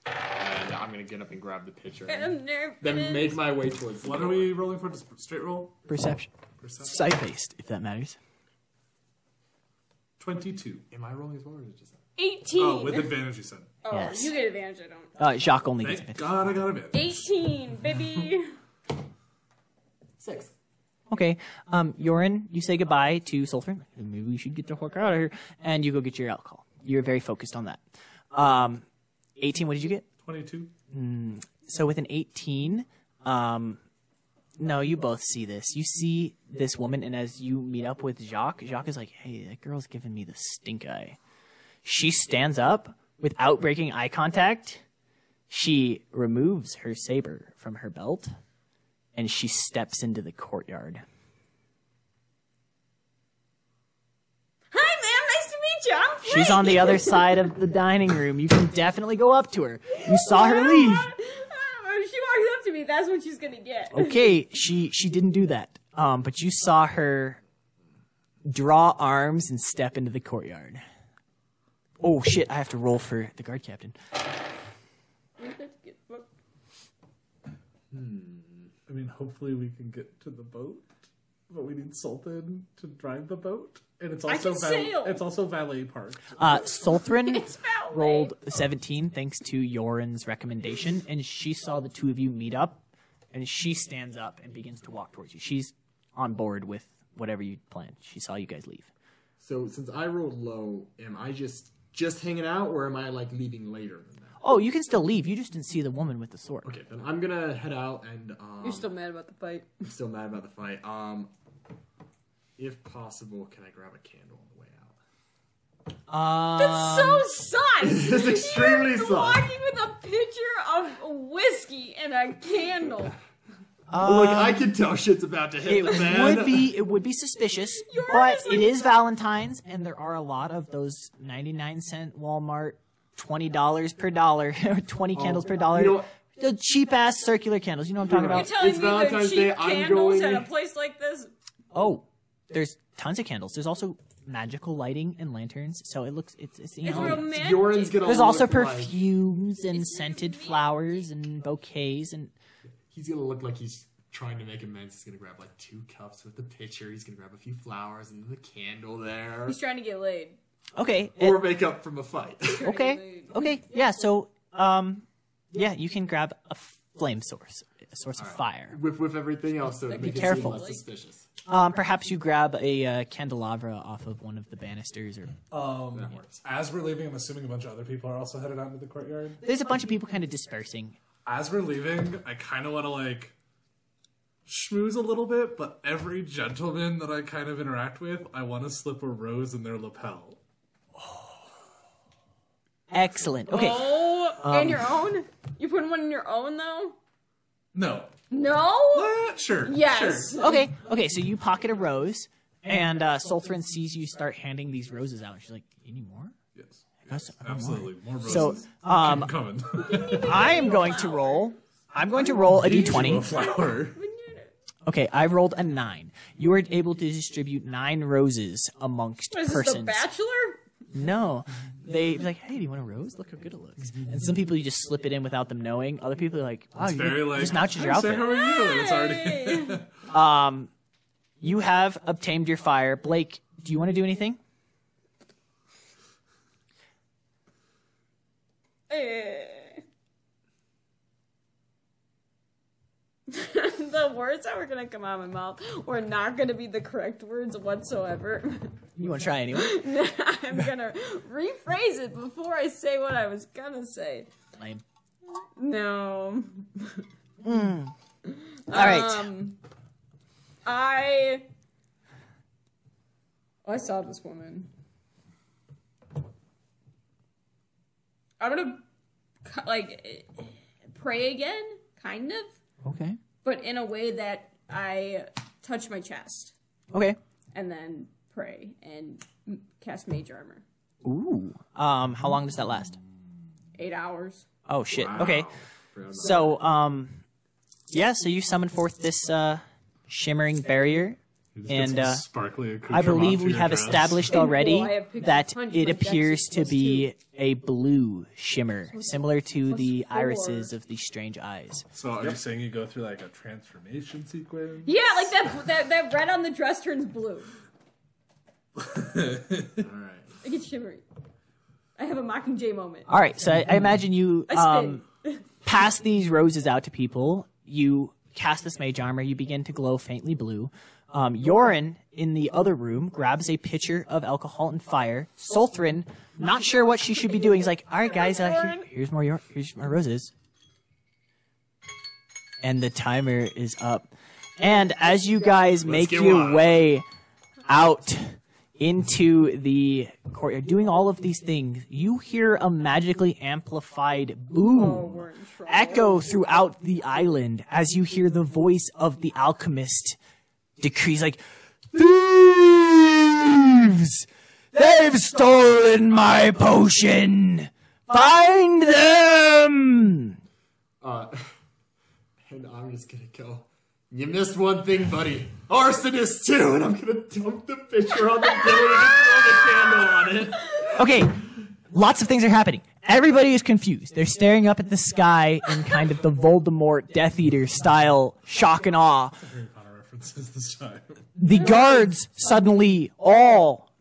Speaker 4: and I'm gonna get up and grab the pitcher. and
Speaker 2: I'm nervous.
Speaker 4: Then make my way towards. The
Speaker 1: What are
Speaker 4: door.
Speaker 1: we rolling for? Just straight roll?
Speaker 3: Perception.
Speaker 1: Perception.
Speaker 3: Sight based, if that matters.
Speaker 1: 22.
Speaker 4: Am I rolling as well, or is it just?
Speaker 2: Eighteen.
Speaker 1: Oh, with advantage, you said.
Speaker 2: Oh,
Speaker 3: Yes.
Speaker 2: you get advantage. I don't.
Speaker 3: Uh Jacques only gets
Speaker 1: Thank
Speaker 3: advantage.
Speaker 1: God I got advantage.
Speaker 2: Eighteen, baby.
Speaker 4: Six.
Speaker 3: Okay. Um, Yorin, you say goodbye to Sulfur. Maybe we should get the hork out of here. And you go get your alcohol. You're very focused on that. Um, 18, what did you get?
Speaker 1: 22.
Speaker 3: So with an 18, um, no, you both see this. You see this woman, and as you meet up with Jacques, Jacques is like, hey, that girl's giving me the stink eye. She stands up without breaking eye contact. She removes her saber from her belt, and she steps into the courtyard.
Speaker 2: Hi, ma'am. Nice to meet you. I'm
Speaker 3: She's on the other side of the dining room. You can definitely go up to her. You saw her leave.
Speaker 2: If Oh, she walks up to me, that's what she's gonna get.
Speaker 4: Oh.
Speaker 3: Okay, she she didn't do that. Um, but you saw her draw arms and step into the courtyard. Oh shit! I have to roll for the guard captain.
Speaker 1: I mean, hopefully we can get to the boat, but we need Sultan to drive the boat. And it's also
Speaker 2: can
Speaker 1: val-
Speaker 2: sail.
Speaker 1: it's also valet parked.
Speaker 3: Uh, Sulthrin
Speaker 2: It's about
Speaker 3: rolled a 17 thanks to Yoren's recommendation, and she saw the two of you meet up, and she stands up and begins to walk towards you. She's on board with whatever you planned. She saw you guys leave.
Speaker 4: So since I rolled low, am I just just hanging out, or am I like leaving later than that?
Speaker 3: Oh, you can still leave. You just didn't see the woman with the sword.
Speaker 4: Okay, then I'm gonna head out and. Um,
Speaker 2: You're still mad about the fight.
Speaker 4: I'm still mad about the fight. Um, if possible, can I grab a candle on the way out?
Speaker 3: Uh,
Speaker 2: That's so sus.
Speaker 4: Um, This is extremely
Speaker 2: You're
Speaker 4: sus.
Speaker 2: Walking with a pitcher of whiskey and a candle.
Speaker 4: Look, I can tell shit's about to
Speaker 3: it
Speaker 4: hit the fan.
Speaker 3: would be it would be suspicious,
Speaker 2: You're
Speaker 3: but
Speaker 2: just
Speaker 3: it is Valentine's, and there are a lot of those ninety-nine cent Walmart twenty dollars per dollar, or twenty candles per dollar,
Speaker 4: Oh. you know what?
Speaker 3: the cheap ass circular candles. You know what I'm talking
Speaker 4: You're
Speaker 3: about?
Speaker 2: You're telling
Speaker 4: It's
Speaker 2: me
Speaker 4: Valentine's
Speaker 2: there's cheap
Speaker 4: Day, I'm
Speaker 2: candles
Speaker 4: going-
Speaker 2: at a place like this?
Speaker 3: Oh, there's tons of candles. There's also magical lighting and lanterns, so it looks it's it's you
Speaker 2: It's
Speaker 3: know.
Speaker 2: romantic.
Speaker 4: Yoren's gonna
Speaker 3: There's also
Speaker 4: look like-
Speaker 3: perfumes and scented flowers and bouquets and
Speaker 4: he's gonna look like he's trying to make amends. He's gonna grab like two cups with the pitcher. He's gonna grab a few flowers and the candle there,
Speaker 2: He's trying to get laid.
Speaker 3: okay.
Speaker 4: or make up from a fight.
Speaker 3: Okay. Okay. Yeah. So, um, yeah, you can grab a flame source, a source of fire.
Speaker 4: with with everything else, so to make it
Speaker 3: careful.
Speaker 4: seem less suspicious.
Speaker 3: Um, perhaps you grab a uh, candelabra off of one of the banisters, or
Speaker 1: Um, as we're leaving, I'm assuming a bunch of other people are also headed out into the courtyard.
Speaker 3: there's a bunch of people kind of dispersing.
Speaker 1: As we're leaving, I kind of want to like schmooze a little bit, but every gentleman that I kind of interact with, I want to slip a rose in their lapel.
Speaker 3: Excellent. Okay.
Speaker 2: Oh, and your own? You putting one in your own though?
Speaker 1: No,
Speaker 2: No.
Speaker 1: Eh, sure,
Speaker 2: Yes.
Speaker 1: sure.
Speaker 3: Okay. Okay. So you pocket a rose, and uh, Sultran sees you start handing these roses out, and she's like, "Any more?"
Speaker 1: Yes.
Speaker 3: Gus. I don't want it.
Speaker 1: Absolutely. More roses.
Speaker 3: So,
Speaker 1: Keep
Speaker 3: um,
Speaker 1: 'em coming.
Speaker 3: I am going to roll. I'm going to roll a
Speaker 1: You a
Speaker 3: d20.
Speaker 1: flower.
Speaker 3: Okay, I rolled a nine. You were able to distribute nine roses amongst
Speaker 2: What is this, The
Speaker 3: persons.
Speaker 2: Bachelor?
Speaker 3: No, they be like, hey, do you want a rose? Look how good it looks. And some people you just slip it in without them knowing. Other people are like, wow, you
Speaker 1: Very like.
Speaker 3: just notches your
Speaker 1: "Hey, Sarah,
Speaker 3: outfit.
Speaker 1: How are you? And It's already.
Speaker 2: Hey.
Speaker 3: You have obtained your fire, Blake. Do you want to do anything?
Speaker 2: Eh. the words that were gonna come out of my mouth were not gonna be the correct words whatsoever.
Speaker 3: You want to try anyway?
Speaker 2: I'm gonna rephrase it before I say what I was gonna say.
Speaker 3: Lame.
Speaker 2: No.
Speaker 3: All right.
Speaker 2: Um, I. I saw this woman. I'm gonna, cu- like, eh, pray again, kind of,
Speaker 3: okay.
Speaker 2: but in a way that I touch my chest
Speaker 3: Okay.
Speaker 2: and then pray and m- cast mage armor.
Speaker 3: Ooh. Um, how long does that last?
Speaker 2: Eight hours.
Speaker 3: Oh shit. Okay.
Speaker 1: Brown
Speaker 3: So, um, yeah. So you summon forth this uh, shimmering barrier,
Speaker 1: Just get
Speaker 3: and
Speaker 1: some
Speaker 3: uh,
Speaker 1: sparkly
Speaker 3: I
Speaker 1: accoutrement
Speaker 3: believe
Speaker 1: to
Speaker 3: we
Speaker 1: your
Speaker 3: have
Speaker 1: dress.
Speaker 3: established
Speaker 2: Oh,
Speaker 3: already
Speaker 2: I have picked
Speaker 3: that
Speaker 2: a punch
Speaker 3: it
Speaker 2: like that's
Speaker 3: appears to
Speaker 2: plus
Speaker 3: be a blue shimmer, similar to the
Speaker 2: four.
Speaker 3: irises of the strange eyes.
Speaker 1: So are you saying you go through like a transformation sequence?
Speaker 2: Yeah, like that, that, that red on the dress turns blue.
Speaker 1: All right.
Speaker 2: I get shimmery. I have a Mockingjay moment.
Speaker 3: All right. So I, I imagine you
Speaker 2: I
Speaker 3: um,
Speaker 2: spin.
Speaker 3: pass these roses out to people. You cast this mage armor. You begin to glow faintly blue. Um, Yorin in the other room grabs a pitcher of alcohol and fire. Solthrin, not sure what she should be doing, is like, "All right, guys, uh, here-
Speaker 2: Yoren.
Speaker 3: here's more. Yor- here's more roses." And the timer is up. And as you guys make
Speaker 1: get
Speaker 3: your
Speaker 1: wild.
Speaker 3: way out into the courtyard, doing all of these things, you hear a magically amplified boom
Speaker 2: Oh, we're in trouble.
Speaker 3: echo throughout the island as you hear the voice of the alchemist decrees like thieves they've stolen my potion find them
Speaker 4: Uh, and I'm just gonna go. You missed one thing, buddy. Arsonist too, and I'm gonna dump the pitcher on the building and throw the candle on it.
Speaker 3: okay lots of things are happening everybody is confused they're staring up at the sky in kind of the voldemort death eater style shock and awe
Speaker 1: Harry Potter references this time.
Speaker 3: the guards suddenly all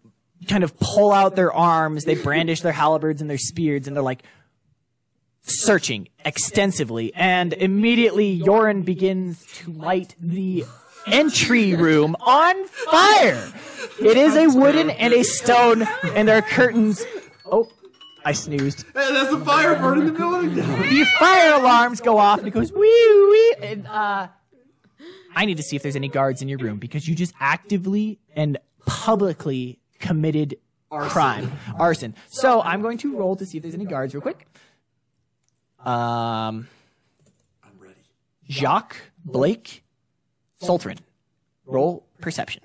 Speaker 3: kind of pull out their arms, they brandish their halberds and their spears, and they're like searching extensively. And immediately, Yoren begins to light the entry room on fire. It is a wooden and a stone, and there are curtains. Oh, I snoozed
Speaker 4: And there's a fire burning the building down.
Speaker 3: the fire alarms go off and it goes wee wee and uh I need to see if there's any guards in your room because you just actively and publicly committed crime. Arson. So I'm going to roll to see if there's any guards real quick. Um
Speaker 4: I'm ready.
Speaker 3: Jacques, Blake, Soltrin. Roll perception.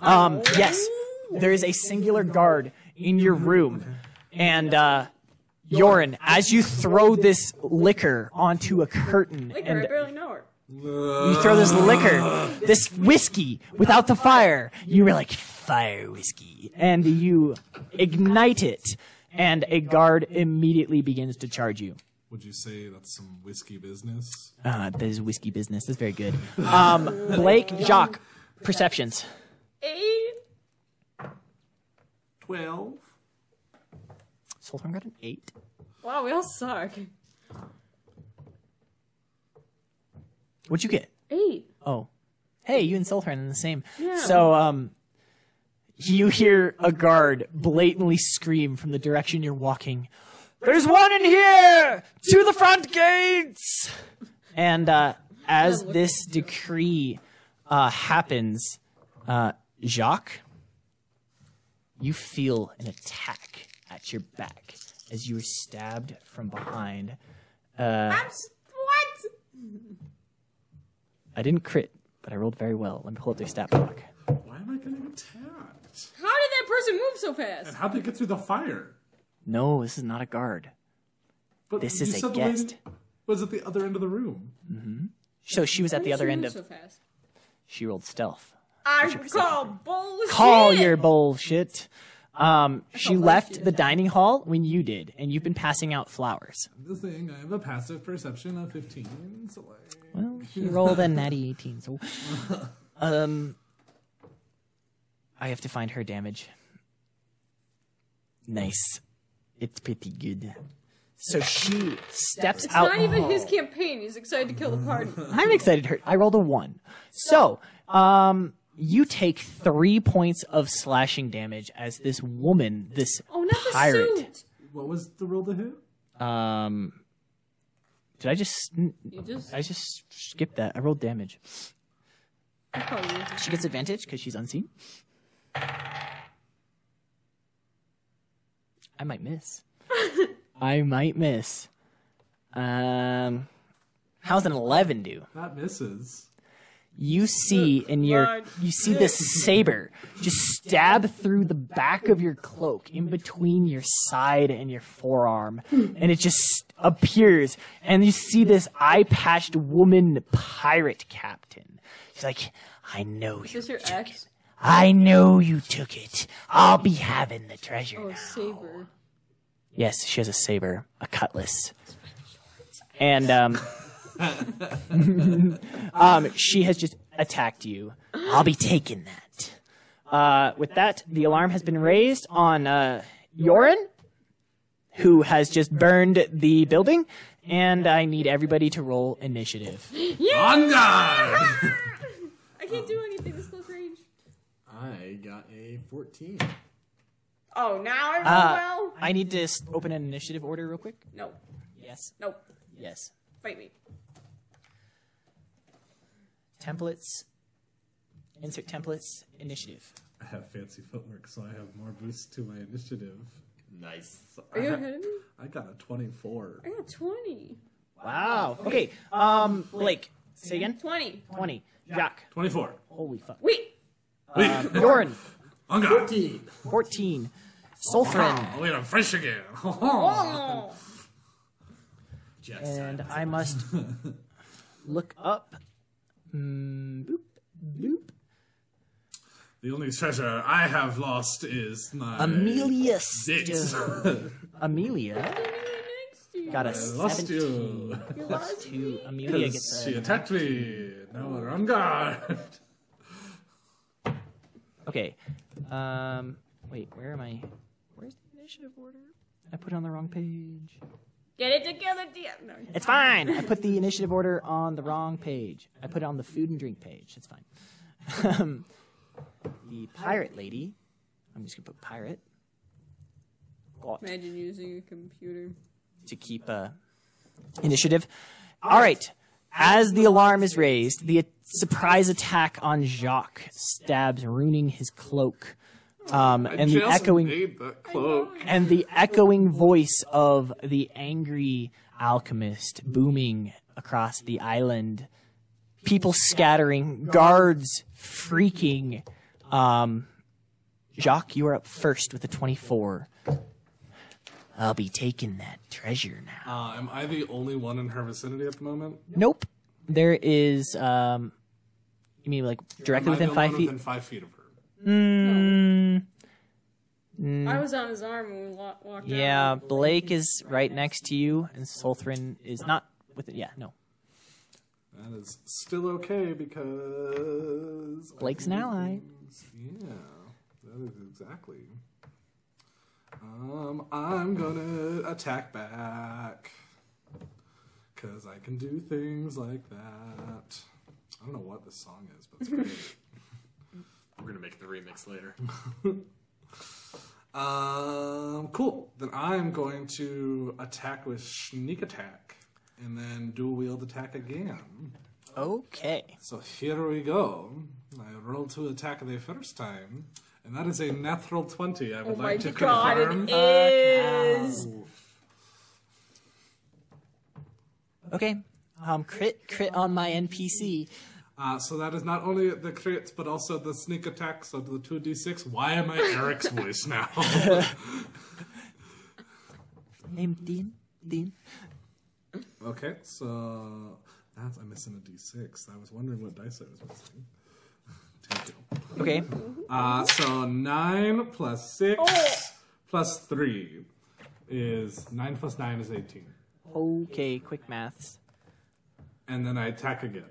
Speaker 3: Um, yes, there is a singular guard in your room, and uh, Yorin, as you throw this liquor onto a curtain
Speaker 2: Like her, I
Speaker 3: and
Speaker 2: barely know her.
Speaker 3: you throw this liquor, this whiskey without the fire, you were like fire whiskey, and you ignite it, and a guard immediately begins to charge you.
Speaker 1: Would you say that's some whiskey business?
Speaker 3: Uh, that is whiskey business. That's very good. Um, Blake, Jacques, perceptions.
Speaker 2: Eight.
Speaker 4: Twelve.
Speaker 3: Solheim got an eight.
Speaker 2: Wow, we all suck.
Speaker 3: What'd you get?
Speaker 2: Eight.
Speaker 3: Oh, hey, you and Solheim are in the same.
Speaker 2: Yeah.
Speaker 3: So, um, you hear a guard blatantly scream from the direction you're walking. There's one in here to the front gates. And uh, as this decree uh, happens, uh, Jacques, you feel an attack at your back as you are stabbed from behind.
Speaker 2: I'm s- what?
Speaker 3: I didn't crit, but I rolled very well. Let me pull up their stat block.
Speaker 1: Why am I getting attacked? fast?
Speaker 2: How did that person move so fast?
Speaker 1: And how'd they get through the fire?
Speaker 3: No, this is not a guard.
Speaker 1: But
Speaker 3: This
Speaker 1: you
Speaker 3: is a
Speaker 1: said the lady
Speaker 3: guest.
Speaker 1: Was at the other end of the room.
Speaker 3: So she was at the
Speaker 2: She
Speaker 3: other end
Speaker 2: moved
Speaker 3: of.
Speaker 2: so fast.
Speaker 3: She rolled stealth.
Speaker 2: I call bullshit.
Speaker 3: Call your bullshit. Um, she left the dining hall when you did, and you've been passing out flowers.
Speaker 1: The thing, I have a passive perception of 15, so like.
Speaker 3: Well, she rolled a natty 18, so. Um, I have to find her damage. Nice. It's pretty good. So she steps
Speaker 2: It's
Speaker 3: out.
Speaker 2: not even his campaign. He's excited to kill the party.
Speaker 3: I'm excited. Her. I rolled a one. So, um, you take three points of slashing damage as this woman, this
Speaker 2: Oh, not the
Speaker 3: pirate.
Speaker 2: suit.
Speaker 1: What was the roll to hit?
Speaker 3: Um, did I just?
Speaker 2: You just
Speaker 3: I just skipped that. I rolled damage.
Speaker 2: call you.
Speaker 3: She gets advantage because she's unseen. I might miss. I might miss. Um, how's an eleven do?
Speaker 1: That misses.
Speaker 3: you see in your
Speaker 2: Lord.
Speaker 3: you see this saber just stab through the back of your cloak in between your side and your forearm and it just appears and you see this eye-patched woman pirate captain she's like i know you
Speaker 2: Is this your
Speaker 3: took it.
Speaker 2: ex?
Speaker 3: i know you took it i'll be having the treasure
Speaker 2: Oh,
Speaker 3: now."
Speaker 2: saber.
Speaker 3: Yes, she has a saber, a cutlass. And um, um, she has just attacked you. I'll be taking that. Uh, with that, the alarm has been raised on uh, Yoren, who has just burned the building, and I need everybody to roll initiative.
Speaker 1: On guard!
Speaker 2: I can't do anything this close range.
Speaker 4: I got a 14.
Speaker 2: Oh, now I
Speaker 3: Uh,
Speaker 2: roll well.
Speaker 3: I need to s- open an initiative order real quick.
Speaker 2: No,
Speaker 3: Yes.
Speaker 2: no,
Speaker 3: Yes.
Speaker 2: fight me.
Speaker 3: Templates. Insert templates. Initiative.
Speaker 1: I have fancy footwork, so I have more boosts to my initiative.
Speaker 4: Nice.
Speaker 1: So
Speaker 2: Are
Speaker 1: I,
Speaker 2: you
Speaker 1: ha-
Speaker 2: ahead of me?
Speaker 1: I got a 24.
Speaker 2: I got twenty.
Speaker 3: Wow. Okay. Um, Blake, say again.
Speaker 2: Twenty.
Speaker 3: Twenty. Jacques.
Speaker 1: 24.
Speaker 3: Holy fuck.
Speaker 2: Wait.
Speaker 1: Wait,
Speaker 3: Yorin.
Speaker 1: on guard.
Speaker 4: 14.
Speaker 3: Fourteen. Sulfrin.
Speaker 1: Oh, wait, I'm fresh again.
Speaker 2: Oh.
Speaker 4: Jack
Speaker 3: And
Speaker 4: Simon.
Speaker 3: I must look up. Mm, boop. Boop.
Speaker 1: The only treasure I have lost is my
Speaker 3: Amelia.
Speaker 1: Uh, Six.
Speaker 3: Sto- Amelia got a
Speaker 1: Lost
Speaker 3: seventeen
Speaker 1: you.
Speaker 3: plus two. Amelia gets
Speaker 1: she
Speaker 3: a.
Speaker 1: attacked me. Now we're on guard.
Speaker 3: Okay. Um. Wait. Where am I? Where's the initiative order? I put it on the wrong page.
Speaker 2: Get it together, dear. No.
Speaker 3: It's fine. I put the initiative order on the wrong page. I put it on the food and drink page. It's fine. um, the pirate lady. I'm just gonna put pirate. Got
Speaker 2: Imagine using a computer.
Speaker 3: to keep uh, initiative. All right. As the alarm is raised, the surprise attack on Jacques stabs, ruining his cloak. Um, and the echoing
Speaker 1: made that cloak.
Speaker 3: and the echoing voice of the angry alchemist booming across the island. People scattering, guards freaking. Um, Jacques, you are up first with a 24. I'll be taking that treasure now.
Speaker 1: Uh, am I the only one in her vicinity at the moment?
Speaker 3: Nope. There is, um, you mean like directly
Speaker 1: Am I the
Speaker 3: within
Speaker 1: only
Speaker 3: five
Speaker 1: one
Speaker 3: feet?
Speaker 1: Within five feet of her.
Speaker 2: I was on his arm when we lo- walked out.
Speaker 3: Mm. Yeah, Blake is right next to you, and Solthrin is not with it. Yeah, no.
Speaker 1: That is still okay because
Speaker 3: Blake's an ally.
Speaker 1: Yeah, that is exactly. Um, I'm gonna attack back because I can do things like that. I don't know what this song is, but it's great.
Speaker 4: We're going to make the remix later.
Speaker 1: um, cool. Then I'm going to attack with sneak attack and then dual wield attack again.
Speaker 3: Okay.
Speaker 1: So here we go. I rolled to attack the first time, and that is a natural 20. I would
Speaker 2: Oh my
Speaker 1: like to
Speaker 2: god,
Speaker 1: confirm.
Speaker 2: it is.
Speaker 3: Okay. Um, crit, crit on my NPC.
Speaker 1: Uh, so that is not only the crit, but also the sneak attack, so the 2d6. Why am I Eric's voice now?
Speaker 3: Name Dean. Dean.
Speaker 1: okay, so that's, I'm missing a d6. I was wondering what dice I was missing. Thank you.
Speaker 3: Okay.
Speaker 1: Uh, so 9 plus 6 plus 3 is 9 plus 9 is 18.
Speaker 3: Okay. Quick maths.
Speaker 1: And then I attack again.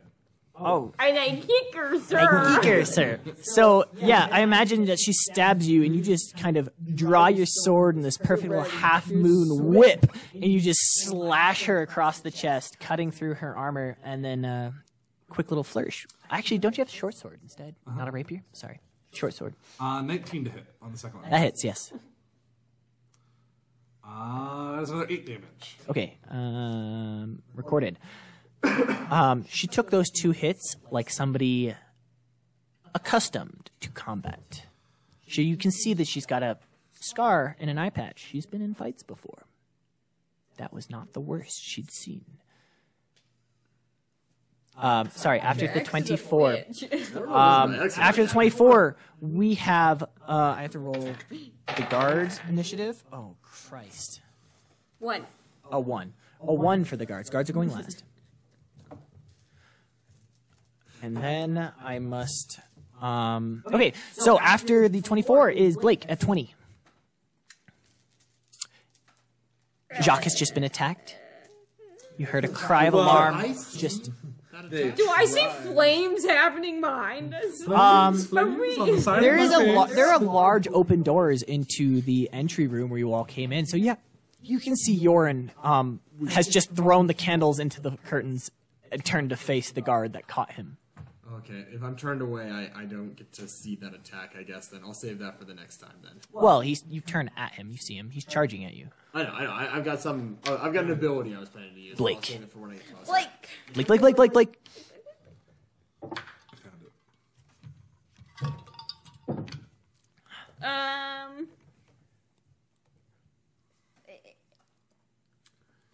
Speaker 3: Oh,
Speaker 2: And I kick her,
Speaker 3: I
Speaker 2: sir.
Speaker 3: geek her, sir. So yeah, I imagine that she stabs you, and you just kind of draw your sword in this perfect little half moon whip, and you just slash her across the chest, cutting through her armor, and then uh, quick little flourish. Actually, don't you have short sword instead? Not a rapier. Sorry, short sword.
Speaker 1: Uh, 19 to hit on the second one.
Speaker 3: That hits. Yes.
Speaker 1: Uh, that's another 8 damage.
Speaker 3: Okay. Um, recorded. Um, she took those two hits like somebody accustomed to combat. She, you can see that she's got a scar and an eye patch. She's been in fights before. That was not the worst she'd seen. Um, sorry, after the 24. Um, after the 24, we have. Uh, I have to roll the guards initiative. Oh, Christ.
Speaker 2: One.
Speaker 3: A one. A one for the guards. Guards are going last. And then I must. Um, okay, so after the 24 is Blake at 20. Jacques has just been attacked. You heard a cry of alarm. Just
Speaker 2: Do I see flames happening behind us?
Speaker 1: Um,
Speaker 3: there is a lo- there are large open doors into the entry room where you all came in. So yeah, you can see Yoren um, has just thrown the candles into the curtains and turned to face the guard that caught him.
Speaker 4: Okay, if I'm turned away, I, I don't get to see that attack, I guess, then I'll save that for the next time then.
Speaker 3: Well, he's you turn at him. You see him. He's charging at you.
Speaker 4: I know, I know. I, I've got some. Uh, I've got an ability I was planning to use. so
Speaker 3: Blake.
Speaker 4: I'll save it for when I get closer.
Speaker 2: Like,
Speaker 3: Like like like like like.
Speaker 2: um,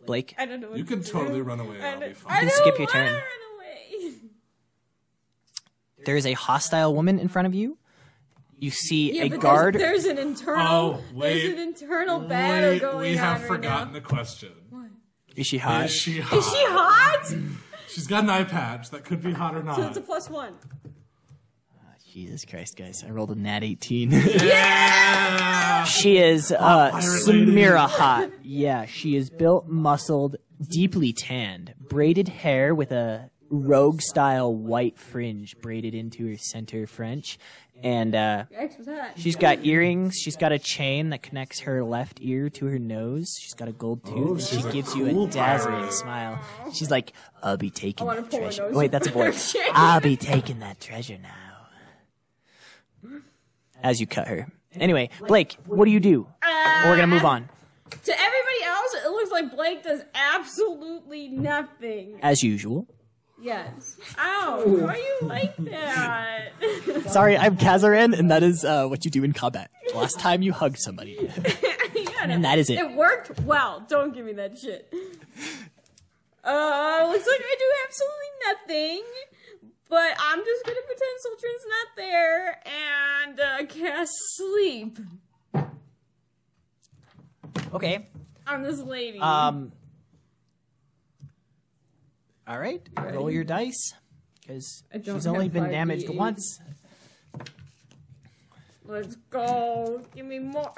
Speaker 3: Blake.
Speaker 2: I don't know. What
Speaker 1: You
Speaker 2: to
Speaker 1: can
Speaker 2: do.
Speaker 1: totally run away.
Speaker 2: I
Speaker 1: I'll
Speaker 2: don't,
Speaker 1: be
Speaker 2: I
Speaker 1: fine.
Speaker 3: You
Speaker 2: don't
Speaker 3: can skip your
Speaker 2: wanna
Speaker 3: turn.
Speaker 2: Run away.
Speaker 3: There is a hostile woman in front of you. You see
Speaker 2: Yeah,
Speaker 3: a
Speaker 2: but
Speaker 3: guard.
Speaker 2: There's, there's an internal.
Speaker 1: Oh, wait.
Speaker 2: There's an internal battle
Speaker 1: Wait,
Speaker 2: going
Speaker 1: we
Speaker 2: on
Speaker 1: have
Speaker 2: right
Speaker 1: forgotten
Speaker 2: now.
Speaker 1: the question.
Speaker 3: Is she hot?
Speaker 1: Is she hot?
Speaker 2: Is she hot?
Speaker 1: She's got an eye patch. That could be hot or not.
Speaker 2: So it's a plus one.
Speaker 3: Jesus Christ, guys! I rolled a nat 18.
Speaker 1: yeah!
Speaker 3: She is uh,
Speaker 1: Pirate lady.
Speaker 3: Samira Hot. Yeah, she is built, muscled, deeply tanned, braided hair with a rogue style white fringe braided into her center French. And uh,
Speaker 2: X was hot.
Speaker 3: she's got earrings. She's got a chain that connects her left ear to her nose. She's got a gold tooth. and she
Speaker 1: she's a
Speaker 3: gives you
Speaker 1: cool
Speaker 3: a dazzling
Speaker 1: pirate.
Speaker 3: smile. She's like, I'll be taking
Speaker 2: wanna
Speaker 3: that
Speaker 2: pull her
Speaker 3: treasure.
Speaker 2: nose
Speaker 3: Wait, that's a
Speaker 2: over her
Speaker 3: boy.
Speaker 2: chin.
Speaker 3: I'll be taking that treasure now. As you cut her. Anyway, Blake, what do you do?
Speaker 2: Ah!
Speaker 3: We're gonna move on
Speaker 2: To everybody else, it looks like Blake does absolutely nothing.
Speaker 3: as usual.
Speaker 2: Yes. Ow, why are you like that?
Speaker 3: Sorry, I'm Kazarin, and that is uh, what you do in combat. Last time you hugged somebody,
Speaker 2: You got
Speaker 3: and
Speaker 2: it.
Speaker 3: that is it.
Speaker 2: It worked well. Don't give me that shit. Uh, looks like I do absolutely nothing, but I'm just gonna pretend Sultran's not there and uh, cast sleep
Speaker 3: Okay.
Speaker 2: on this lady.
Speaker 3: Um. All right, roll your dice because
Speaker 2: I don't
Speaker 3: she's only
Speaker 2: have
Speaker 3: been
Speaker 2: 5d8.
Speaker 3: damaged once.
Speaker 2: Let's go. Give me more.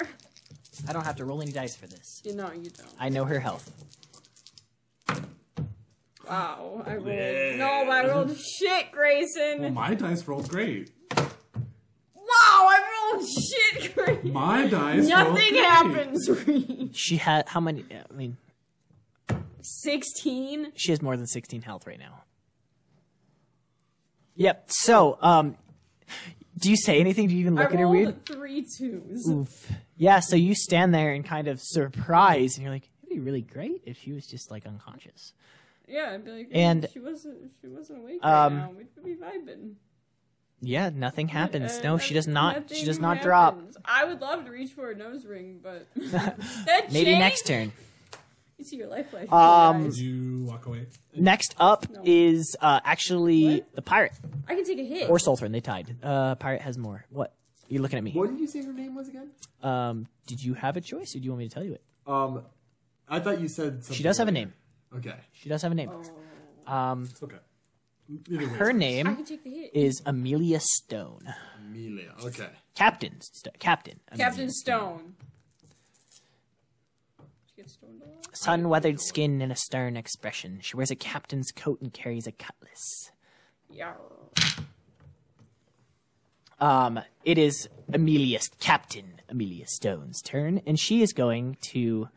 Speaker 3: I don't have to roll any dice for this.
Speaker 2: You know you don't.
Speaker 3: I know her health.
Speaker 2: Wow, I rolled. No, I rolled shit, Grayson.
Speaker 1: Well, Oh, my dice rolled great.
Speaker 2: wow, I rolled shit, Grayson.
Speaker 1: My dice rolled
Speaker 2: Nothing
Speaker 1: great.
Speaker 2: happens.
Speaker 3: She had how many? I mean,
Speaker 2: Sixteen.
Speaker 3: she has more than 16 health right now. Yep. So, um, do you say anything? Do you even look
Speaker 2: I
Speaker 3: at her
Speaker 2: rolled
Speaker 3: weird?
Speaker 2: three twos.
Speaker 3: Oof. Yeah, so you stand there and kind of surprised, and you're like, it'd be really great if she was just like unconscious.
Speaker 2: Yeah, I'd be like,
Speaker 3: And-
Speaker 2: and she wasn't. She wasn't awake
Speaker 3: Um,
Speaker 2: right now. We'd be vibing.
Speaker 3: Yeah, nothing happens.
Speaker 2: Uh,
Speaker 3: No, she does not. She
Speaker 2: nothing
Speaker 3: does not drop.
Speaker 2: happens. I would love to reach for a nose ring, but that
Speaker 3: Maybe
Speaker 2: chain-
Speaker 3: next turn.
Speaker 2: It's your lifeline.
Speaker 3: Um,
Speaker 1: Did you walk away?
Speaker 3: Next up is uh, actually the pirate
Speaker 2: I can take a hit.
Speaker 3: or Sultran. They tied. Uh, pirate has more. What? You're looking at me.
Speaker 4: What did you say her name was again?
Speaker 3: Um, did you have a choice, or do you want me to tell you it?
Speaker 4: Um, I thought you said something.
Speaker 3: She does have a name.
Speaker 4: Okay.
Speaker 3: She does have a name. Um,
Speaker 1: It's okay. Either way,
Speaker 3: her
Speaker 2: I
Speaker 3: name
Speaker 2: can take the hit.
Speaker 3: is Amelia Stone.
Speaker 4: Amelia. Okay.
Speaker 3: Captain. Sto- Captain. Amelia
Speaker 2: Captain Stone. She gets stoned a lot.
Speaker 3: Sun weathered skin and a stern expression. She wears a captain's coat and carries a cutlass.
Speaker 2: Yeah.
Speaker 3: Um, it is Amelia, Captain Amelia Stone's turn, and she is going to.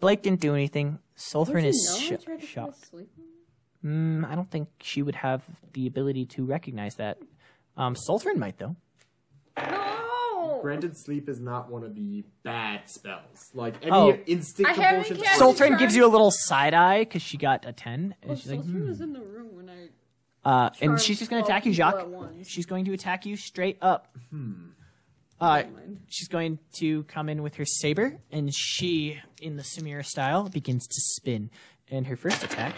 Speaker 3: Blake didn't do anything. Solthrin is
Speaker 2: Did you know I tried
Speaker 3: sho-
Speaker 2: to fall
Speaker 3: shocked.
Speaker 2: asleep?
Speaker 3: Mm, I don't think she would have the ability to recognize that. Um, Solthrin might though.
Speaker 2: No!
Speaker 4: Granted, sleep is not one of the bad spells. Like any
Speaker 3: Oh.
Speaker 4: instant
Speaker 2: I haven't
Speaker 4: compulsion.
Speaker 2: cast- Soul-
Speaker 3: Solthrin gives you a little side eye because she got a ten, and
Speaker 2: Oh,
Speaker 3: she's like,
Speaker 2: Sultan
Speaker 3: "Hmm."
Speaker 2: was in the room when I.
Speaker 3: uh, and
Speaker 2: Charmed
Speaker 3: she's just gonna
Speaker 2: 12
Speaker 3: attack you,
Speaker 2: people
Speaker 3: Jacques.
Speaker 2: at once.
Speaker 3: She's going to attack you straight up. Uh,
Speaker 2: Never mind.
Speaker 3: she's going to come in with her saber, and she, in the Sumira style, begins to spin. And her first attack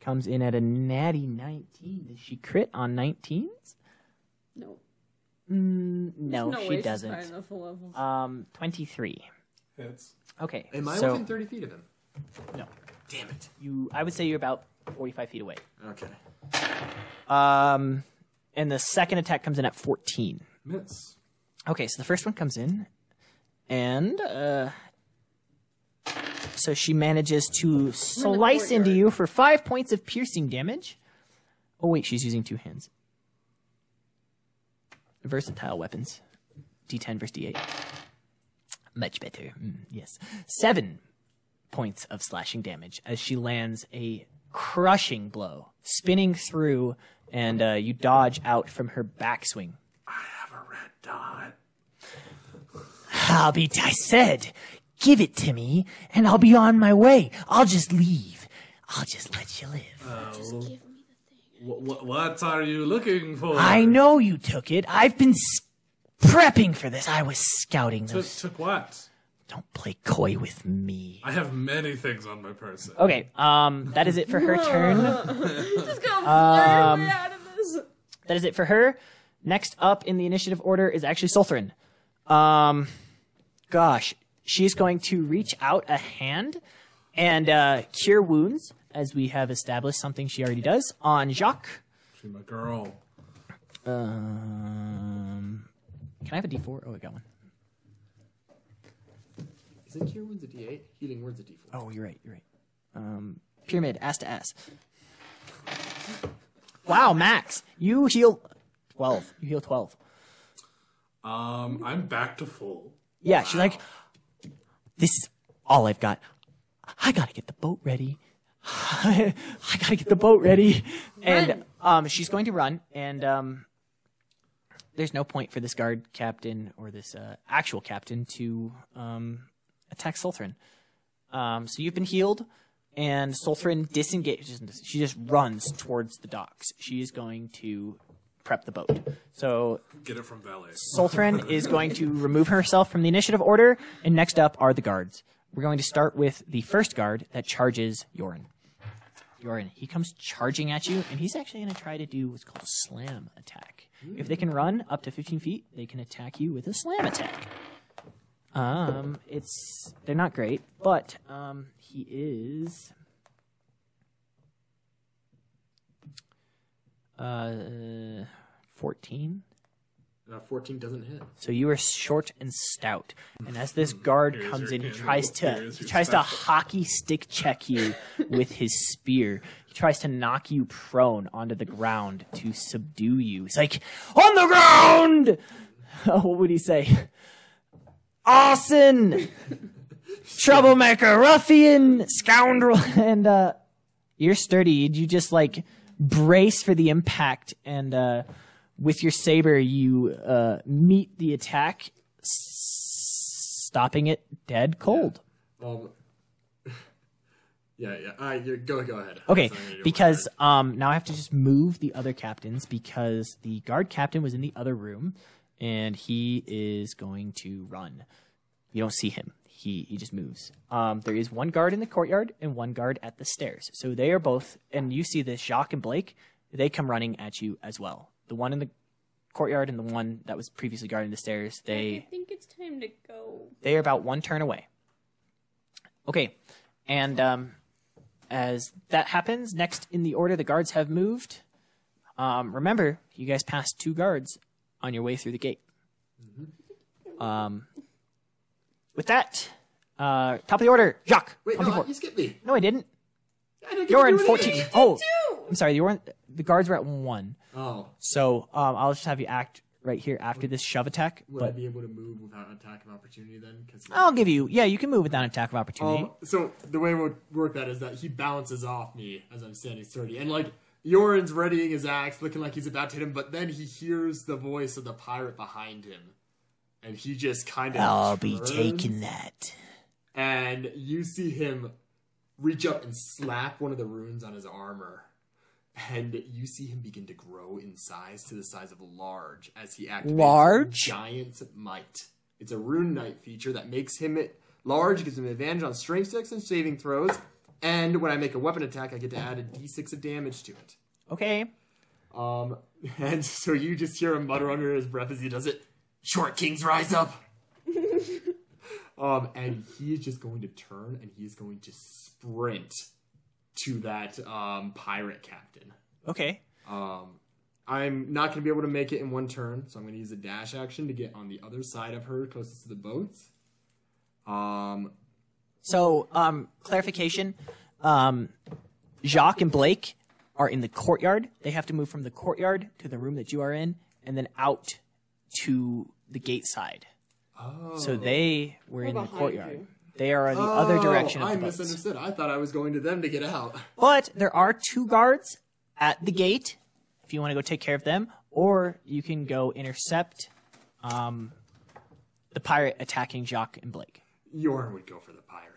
Speaker 3: comes in at a natty 19. Does she crit on 19s?
Speaker 2: No.
Speaker 3: Mm, no,
Speaker 2: There's no way
Speaker 3: she
Speaker 2: she's high
Speaker 3: doesn't.
Speaker 2: enough a level.
Speaker 3: Um, 23.
Speaker 1: hits.
Speaker 3: Okay.
Speaker 4: Am I
Speaker 3: so
Speaker 4: within thirty feet of him?
Speaker 3: No.
Speaker 4: Damn it.
Speaker 3: you, I would say you're about 45 feet away.
Speaker 4: Okay.
Speaker 3: Um, and the second attack comes in at 14.
Speaker 1: Miss.
Speaker 3: Okay, so the first one comes in, and uh, so she manages to slice into
Speaker 2: courtyard.
Speaker 3: you for five points of piercing damage. Oh wait, she's using two hands. Versatile weapons, D10 versus D8. Much better. Mm, yes, seven points of slashing damage as she lands a crushing blow, spinning through, and uh, you dodge out from her backswing.
Speaker 1: Have a red dot.
Speaker 3: I'll be, I said, give it to me and I'll be on my way. I'll just leave. I'll just let you live.
Speaker 1: Wh- wh- what are you looking for?
Speaker 3: I know you took it. I've been s- prepping for this. I was scouting
Speaker 1: Took,
Speaker 3: those.
Speaker 1: took what?
Speaker 3: Don't play coy with me.
Speaker 1: I have many things on my person.
Speaker 2: Oh.
Speaker 3: Okay, um, that is it for her turn.
Speaker 2: Just go um, way out of this.
Speaker 3: That is it for her. Next up in the initiative order is actually Sulthrin. Um, gosh, she's going to reach out a hand and uh, cure wounds, as we have established something she already does on Jacques.
Speaker 1: She my girl.
Speaker 3: Um, can I have a D4? Oh, I got one.
Speaker 4: Isn't cure wounds a D eight? Healing wounds a D four.
Speaker 3: Oh, you're right. You're right. Um, pyramid, ass to ass. Wow, Max, you heal twelve. You heal twelve.
Speaker 1: Um, I'm back to full.
Speaker 3: Yeah, she's like, this is all I've got. I gotta get the boat ready. I gotta get the boat ready. And
Speaker 2: Run.
Speaker 3: um, she's going to run. And um, there's no point for this guard captain or this uh, actual captain to um, attack Sulthrin. Um, so you've been healed, and Sulthrin disengages. She just runs towards the docks. She is going to prep the boat. So
Speaker 1: Get it from valet.
Speaker 3: Sultran is going to remove herself from the initiative order, and next up are the guards. We're going to start with the first guard that charges Yorin. Yorin, he comes charging at you, and he's actually going to try to do what's called a slam attack. If they can run up to 15 feet, they can attack you with a slam attack. Um, it's they're not great, but um, he is uh 14. Oh.
Speaker 4: Uh, Fourteen doesn't hit.
Speaker 3: So you are short and stout. And as this guard
Speaker 1: Hmm. Here's
Speaker 3: comes
Speaker 1: your
Speaker 3: in, he
Speaker 1: candle.
Speaker 3: tries to
Speaker 1: Here's
Speaker 3: he
Speaker 1: your
Speaker 3: tries to
Speaker 1: special.
Speaker 3: hockey stick check you with his spear. He tries to knock you prone onto the ground to subdue you. He's like, "On the ground!" Oh, what would he say? Arson, troublemaker, ruffian, scoundrel, and uh, you're sturdy. You just like brace for the impact, and uh, with your saber, you uh, meet the attack, s- stopping it dead cold.
Speaker 4: Um. Yeah, yeah. All right, you go, go ahead.
Speaker 3: Okay,
Speaker 4: Sorry, you were-
Speaker 3: because um, now I have to just move the other captains because the guard captain was in the other room, and he is going to run. You don't see him. He he just moves. Um, there is one guard in the courtyard and one guard at the stairs. So they are both, and you see this Jacques and Blake. They come running at you as well. The one in the courtyard and the one that was previously guarding the stairs. They
Speaker 2: I think it's time to go.
Speaker 3: they are about one turn away. Okay, and um, as that happens, next in the order, the guards have moved. Um, remember, you guys passed two guards on your way through the gate.
Speaker 4: Mm-hmm.
Speaker 3: Um, with that, uh, top of the order, Jacques.
Speaker 4: Wait, no,
Speaker 3: 24.
Speaker 4: you skipped me.
Speaker 3: no, I didn't.
Speaker 4: I didn't get
Speaker 3: You're
Speaker 4: to
Speaker 3: in
Speaker 4: do
Speaker 3: 14.
Speaker 4: anything.
Speaker 3: Oh,
Speaker 2: Two!
Speaker 3: I'm sorry. You weren't. The guards were at one.
Speaker 4: Oh,
Speaker 3: So um, I'll just have you act right here after this shove attack.
Speaker 4: would I
Speaker 3: But Oh.
Speaker 4: be able to move without an attack of opportunity then? Because
Speaker 3: I'll give you. Yeah, you can move without an attack of opportunity.
Speaker 4: Um, so the way it would work that is that he bounces off me as I'm standing sturdy, and like Yoren's readying his axe, looking like he's about to hit him, but then he hears the voice of the pirate behind him, and he just kind of
Speaker 3: I'll be taking that.
Speaker 4: And you see him reach up and slap one of the runes on his armor, and you see him begin to grow in size to the size of large as he activates
Speaker 3: Large?
Speaker 4: giant's might. It's a rune knight feature that makes him large, gives him an advantage on strength checks and saving throws. And when I make a weapon attack, I get to add a d6 of damage to it.
Speaker 3: Okay.
Speaker 4: Um, and so you just hear him mutter under his breath as he does it. Short kings rise up. um, and he is just going to turn and he is going to sprint to that um, pirate captain.
Speaker 3: Okay.
Speaker 4: Um, I'm not going to be able to make it in one turn, so I'm going to use a dash action to get on the other side of her, closest to the boats. Um,
Speaker 3: So, um, clarification. Um, Jacques and Blake are in the courtyard. They have to move from the courtyard to the room that you are in, and then out to the gate side.
Speaker 4: oh,
Speaker 3: So they were in the
Speaker 2: behind
Speaker 3: courtyard.
Speaker 2: you.
Speaker 3: They are in the other
Speaker 4: Oh,
Speaker 3: direction of
Speaker 4: I
Speaker 3: the boats.
Speaker 4: misunderstood. I thought I was going to them to get out.
Speaker 3: But there are two guards at the gate if you want to go take care of them, or you can go intercept um, the pirate attacking Jacques and Blake.
Speaker 4: Yorn would go for the pirate.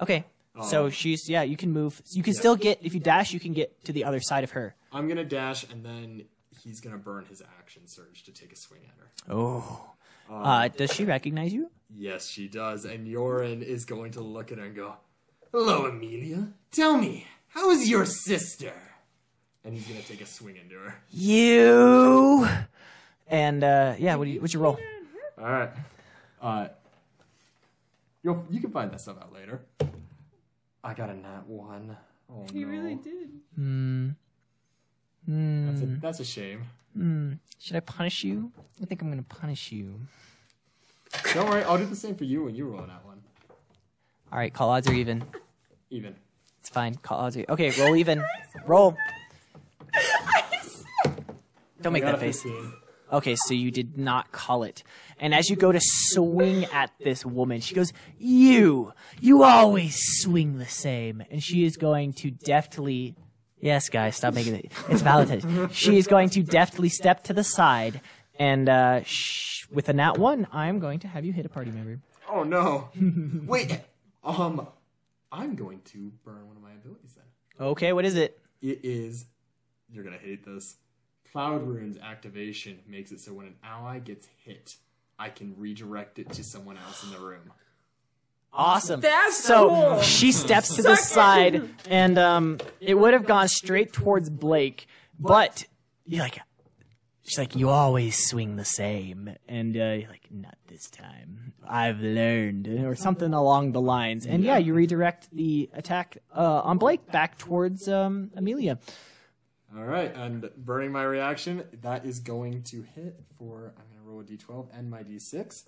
Speaker 3: Okay. So she's yeah, you can move. You can still get if you dash, you can get to the other side of her.
Speaker 4: I'm gonna dash, and then he's gonna burn his action surge to take a swing at her.
Speaker 3: Oh. Uh, does she recognize you?
Speaker 4: Yes, she does, and Yorin is going to look at her and go, "Hello, Amelia. Tell me, how is your sister?" And he's gonna take a swing into her.
Speaker 3: You. And uh, yeah, what do you, what's your roll?
Speaker 4: All right. Uh, you'll you can find that stuff out later. I got a nat one. Oh
Speaker 2: He
Speaker 4: no,
Speaker 2: really did.
Speaker 4: That's, a, that's a shame.
Speaker 3: Should I punish you? I think I'm gonna punish you.
Speaker 4: Don't worry, I'll do the same for you when you roll a nat one.
Speaker 3: All right, call odds are even.
Speaker 4: Even.
Speaker 3: It's fine. Call odds are okay. Roll even. Roll. Don't make
Speaker 4: Got
Speaker 3: that
Speaker 4: a
Speaker 3: face.
Speaker 4: 15.
Speaker 3: Okay, so you did not call it. And as you go to swing at this woman, she goes, You, you always swing the same. And she is going to deftly, yes, guys, stop making it. It's Valentine's. she is going to deftly step to the side. And uh, sh- with a nat one, I'm going to have you hit a party member.
Speaker 4: Oh no. Wait. Um I'm going to burn one of my abilities then.
Speaker 3: Okay, what is it?
Speaker 4: It is you're gonna hate this. Cloud Rune's activation makes it so when an ally gets hit, I can redirect it to someone else in the room.
Speaker 3: Awesome.
Speaker 2: That's
Speaker 3: so
Speaker 2: cool.
Speaker 3: she steps to the side, and um, it would have gone straight towards Blake, but you're like, she's like, you always swing the same, and uh, you're like, not this time. I've learned, or something along the lines. And yeah, you redirect the attack uh, on Blake back towards um, Amelia.
Speaker 4: Alright, and burning my reaction, that is going to hit for I'm gonna roll a D twelve and my D six.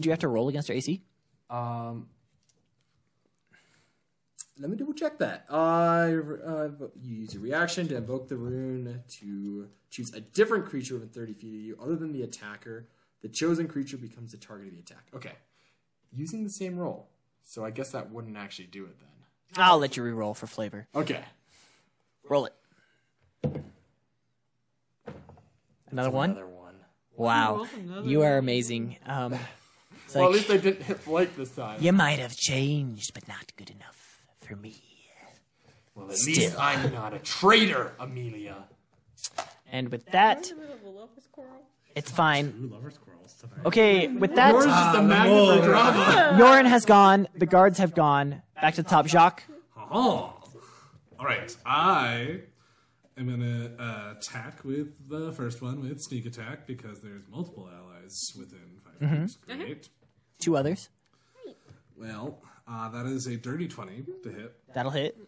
Speaker 3: Do you have to roll against her AC?
Speaker 4: Um let me double check that. I uh, you use your reaction to invoke the rune to choose a different creature within 30 feet of you, other than the attacker. The chosen creature becomes the target of the attack. Okay, using the same roll. So I guess that wouldn't actually do it then.
Speaker 3: I'll let you re-roll for flavor.
Speaker 4: Okay,
Speaker 3: Roll it. Another one.
Speaker 4: another one.
Speaker 3: Wow, you are amazing. Um, it's
Speaker 4: Well, at
Speaker 3: like,
Speaker 4: least I didn't hit Blake this time.
Speaker 3: you might have changed, but not good enough for me.
Speaker 4: Well, at least I'm not a traitor, Amelia.
Speaker 3: And with that,
Speaker 2: Remember the Lopez Coral?
Speaker 3: It's fine.
Speaker 1: True lover squirrels tonight.
Speaker 3: Okay, with that, uh,
Speaker 4: Yours is just a magnet
Speaker 1: whoa.
Speaker 4: for drama.
Speaker 3: Yoren has gone. The guards have gone. Back to the top. Jacques,
Speaker 1: Oh. All right. I am going to uh, attack with the first one with sneak attack because there's multiple allies within 5 feet. Great.
Speaker 3: two others.
Speaker 1: Well, uh, that is a dirty 20 to hit.
Speaker 3: That'll hit.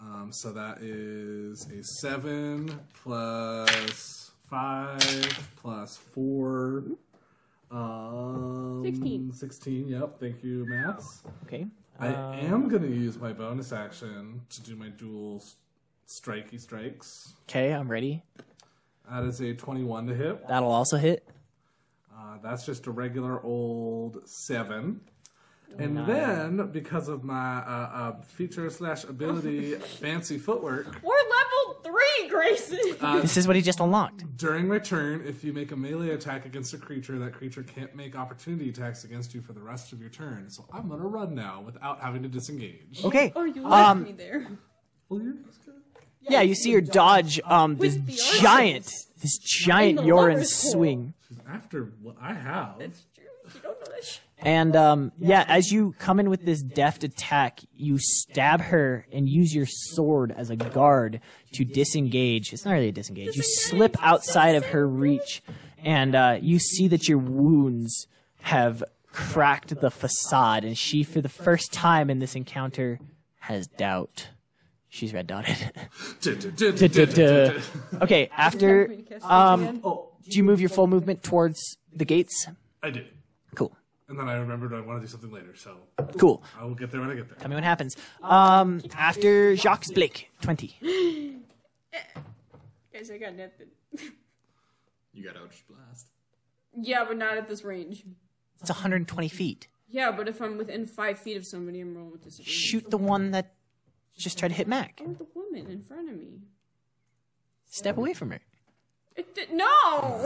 Speaker 1: Um, so that is a 7 plus 5 plus 4. Um,
Speaker 2: 16.
Speaker 1: 16, yep. Thank you, Max.
Speaker 3: Okay.
Speaker 1: I am going to use my bonus action to do my dual s- strikey strikes.
Speaker 3: Okay, I'm ready.
Speaker 1: That is a 21 to hit.
Speaker 3: That'll also hit.
Speaker 1: Uh, that's just a regular old 7. And then, because of my uh, uh, feature slash ability, fancy footwork, uh,
Speaker 2: We're level three, Grayson.
Speaker 3: This is what he just unlocked.
Speaker 1: during my turn, if you make a melee attack against a creature, that creature can't make opportunity attacks against you for the rest of your turn. So I'm going to run now without having to disengage.
Speaker 3: Okay.
Speaker 2: oh, you left
Speaker 3: Um,
Speaker 2: me there.
Speaker 1: Well, you're just gonna-
Speaker 3: Yeah, you see her dodge um this
Speaker 2: With the
Speaker 3: giant
Speaker 2: arms.
Speaker 3: this giant
Speaker 2: the
Speaker 3: Yoren
Speaker 2: lover's hole.
Speaker 3: swing.
Speaker 1: After what I have,
Speaker 2: It's true. You don't know that shit.
Speaker 3: And um yeah, as you come in with this deft attack, you stab her and use your sword as a guard to disengage. It's not really a disengage. You slip outside of her reach and uh you see that your wounds have cracked the facade and she for the first time in this encounter has doubt. She's red dotted. okay, after um
Speaker 1: oh,
Speaker 3: Do you move your full movement towards the gates?
Speaker 1: I did.
Speaker 3: Cool.
Speaker 1: And then I remembered I want to do something later, so
Speaker 3: Cool.
Speaker 1: I will get there when I get there.
Speaker 3: Tell me what happens. Um, after Jacques Blake, 20.
Speaker 2: Guys, I got nothing.
Speaker 4: You got Eldritch Blast.
Speaker 2: Yeah, but not at this range.
Speaker 3: It's 120 feet.
Speaker 2: Yeah, but if I'm within five feet of somebody, I'm rolling with disadvantage.
Speaker 3: Shoot the one that just tried to hit Mac.
Speaker 2: The woman in front of me.
Speaker 3: Step away from her.
Speaker 2: It did- no!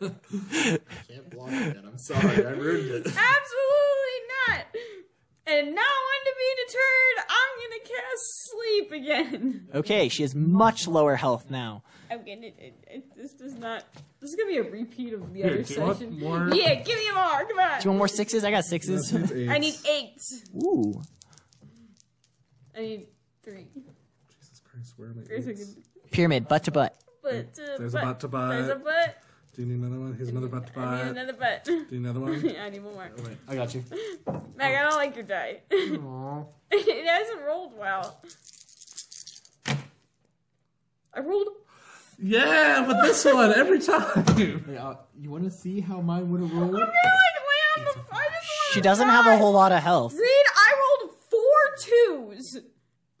Speaker 4: Can't block that. I'm sorry. I ruined it.
Speaker 2: Absolutely not! And not one to be deterred, I'm gonna cast sleep again.
Speaker 3: Okay, she has much lower health now.
Speaker 2: I'm gonna. It, it, this does not. This is gonna be a repeat of the
Speaker 1: Here,
Speaker 2: other
Speaker 1: do you want
Speaker 2: session.
Speaker 1: more?
Speaker 2: Yeah, give me more! Come on!
Speaker 3: Do you want more sixes? I got sixes.
Speaker 2: I need eight.
Speaker 3: Ooh.
Speaker 2: I need three.
Speaker 1: Jesus Christ, where am I?
Speaker 2: There's a
Speaker 1: Eights.
Speaker 2: good-
Speaker 3: Pyramid, butt to butt.
Speaker 2: But, uh,
Speaker 1: There's a
Speaker 2: but,
Speaker 1: butt to butt.
Speaker 2: There's a butt.
Speaker 1: Do you need another one? Here's another butt to
Speaker 2: I need
Speaker 1: butt.
Speaker 2: another butt.
Speaker 1: Do you need another one?
Speaker 2: I need one more.
Speaker 4: Oh, Wait, I got you.
Speaker 2: Meg, I don't like your die. it hasn't rolled well. I rolled.
Speaker 1: Yeah, but this one every time.
Speaker 4: Hey, uh, you want to see how mine would have rolled?
Speaker 2: I like way on the. I just
Speaker 3: She doesn't have a whole lot of health.
Speaker 2: Read, I rolled four twos.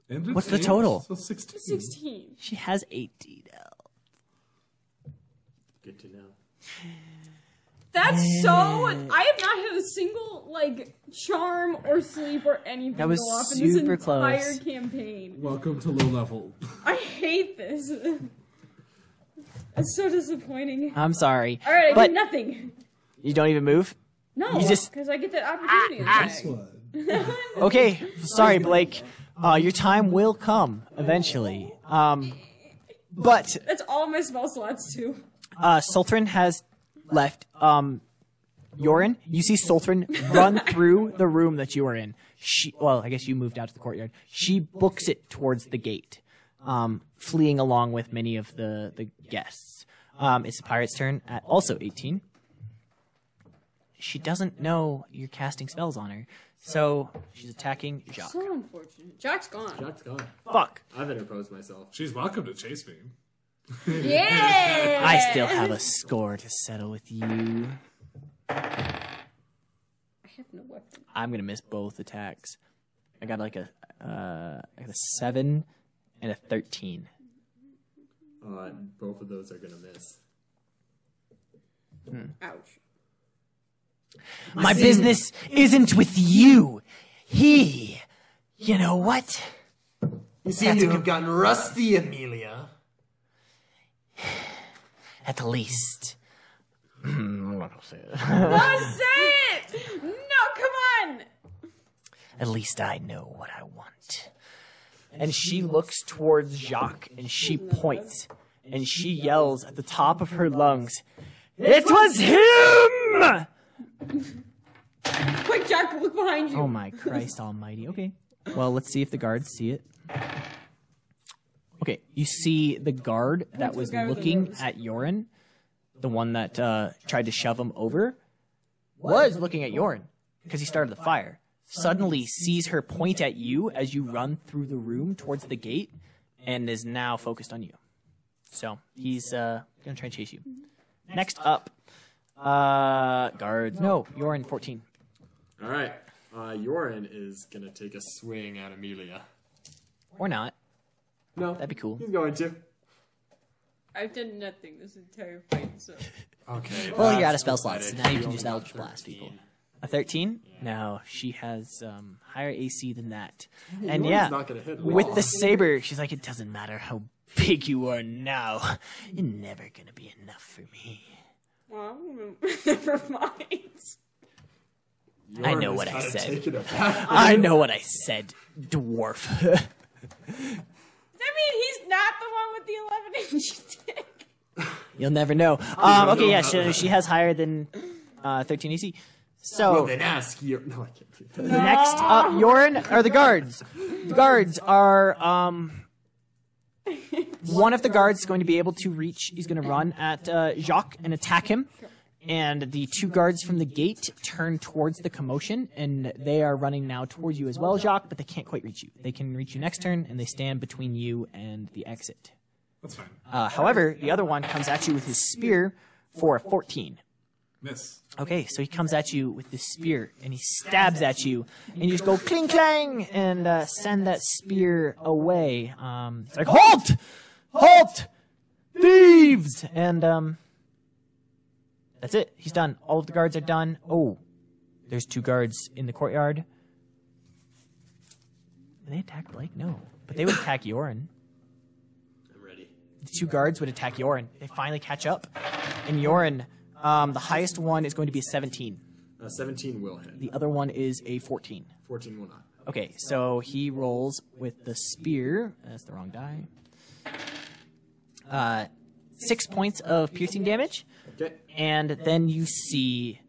Speaker 1: And it's
Speaker 3: What's the
Speaker 1: eight,
Speaker 3: total?
Speaker 1: So 16.
Speaker 2: Sixteen.
Speaker 3: She has 80 now.
Speaker 4: Good to know.
Speaker 2: That's so. I have not had a single like charm or sleep or anything
Speaker 3: That was
Speaker 2: go off in this
Speaker 3: super
Speaker 2: entire
Speaker 3: close.
Speaker 2: campaign.
Speaker 1: Welcome to low level.
Speaker 2: I hate this. That's so disappointing.
Speaker 3: I'm sorry.
Speaker 2: All right, I
Speaker 3: but
Speaker 2: did nothing.
Speaker 3: you don't even move?
Speaker 2: No,
Speaker 3: you just-
Speaker 2: because Oh, I get that opportunity. attack.
Speaker 3: Okay, sorry, Blake. Uh, your time will come eventually. Um, but
Speaker 2: That's all my spell slots too.
Speaker 3: uh, Sultran has left. Um, Yorin, you see Sultran run through the room that you are in. She, well, I guess you moved out to the courtyard. She books it towards the gate, um, fleeing along with many of the the guests. Um, it's the pirate's turn at also 18. She doesn't know you're casting spells on her, so she's attacking Jacques.
Speaker 2: So unfortunate. Jack's gone.
Speaker 4: Jack's gone.
Speaker 3: Fuck.
Speaker 4: I've interposed myself.
Speaker 1: She's welcome to chase me.
Speaker 2: Yeah.
Speaker 3: I still have a score to settle with you.
Speaker 2: I have no weapon.
Speaker 3: I'm gonna miss both attacks. I got like a uh, I got a seven and a thirteen.
Speaker 4: Uh, both of those are gonna miss.
Speaker 2: Ouch.
Speaker 3: My business isn't with you. He, you know what?
Speaker 4: You seem to have gotten rusty, Amelia.
Speaker 3: At least.
Speaker 2: Oh, say it! No, come on!
Speaker 3: At least I know what I want. And she looks towards Jacques and she points. and she yells at the top of her lungs, It was him!
Speaker 2: Quick, Jack, look behind you.
Speaker 3: Oh my Christ almighty. Okay. Well, let's see if the guards see it. Okay, you see the guard that was
Speaker 2: guy with the
Speaker 3: looking
Speaker 2: rose?
Speaker 3: at Yorin, the one that uh, tried to shove him over, was looking at Yorin because he started the fire. Suddenly sees her point at you as you run through the room towards the gate and is now focused on you. So he's uh, going to try and chase you.
Speaker 2: Mm-hmm.
Speaker 3: Next up, uh, guards. No, Yorin, 14.
Speaker 4: All right. Uh, Yorin is gonna take a swing at Amelia.
Speaker 3: Or not.
Speaker 4: No,
Speaker 3: That'd be cool.
Speaker 4: He's going to.
Speaker 2: I've done nothing this entire fight, so.
Speaker 4: Okay.
Speaker 3: Well, you're
Speaker 4: that's
Speaker 3: out of spell slots,
Speaker 4: pathetic.
Speaker 3: so now Oh, you
Speaker 4: She
Speaker 3: can
Speaker 4: only
Speaker 3: just
Speaker 4: got
Speaker 3: Eldritch Blast
Speaker 4: 13.
Speaker 3: people. A 13? No, she has um, higher AC than that. and
Speaker 4: Yorin's
Speaker 3: yeah,
Speaker 4: not gonna hit
Speaker 3: with
Speaker 4: well.
Speaker 3: the saber, she's like, it doesn't matter how big you are now. You're never going to be enough for me.
Speaker 2: Well, never mind.
Speaker 4: Yorin
Speaker 3: I know
Speaker 4: is
Speaker 3: what I
Speaker 4: kinda
Speaker 3: said.
Speaker 4: taken aback.
Speaker 3: I know what I said, dwarf.
Speaker 2: Does that mean he's not the one with the 11 inch dick?
Speaker 3: You'll never know. Um, okay,
Speaker 4: know
Speaker 3: yeah,
Speaker 4: about
Speaker 3: she,
Speaker 4: that.
Speaker 3: she has higher than uh, 13 AC. So.
Speaker 4: Well, Oh. then ask your. No, I can't do that.
Speaker 3: Next up, Yorin are the guards. The guards are um. One of the guards is going to be able to reach. He's going to run at uh, Jacques and attack him. And the two guards from the gate turn towards the commotion, and they are running now towards you as well, Jacques. But they can't quite reach you. They can reach you next turn, and they stand between you and the exit.
Speaker 1: That's fine.
Speaker 3: Uh, however, the other one comes at you with his spear for a fourteen.
Speaker 1: Miss.
Speaker 3: Okay, so he comes at you with this spear and he stabs at you, and you just go cling clang and uh, send that spear away. Um, it's like halt, halt, thieves, and um, that's it. He's done. All of the guards are done. Oh, there's two guards in the courtyard. Did they attack Blake? No, but they would attack Yorin.
Speaker 4: I'm ready.
Speaker 3: The two guards would attack Yorin. They finally catch up, and Yorin, um, the highest one is going to be a 17.
Speaker 4: Uh, 17 will hit.
Speaker 3: The other one is a 14.
Speaker 4: 14 will not.
Speaker 3: Okay, so he rolls with the spear. That's the wrong die. Uh, six points of piercing damage,
Speaker 4: Okay.
Speaker 3: and then you see,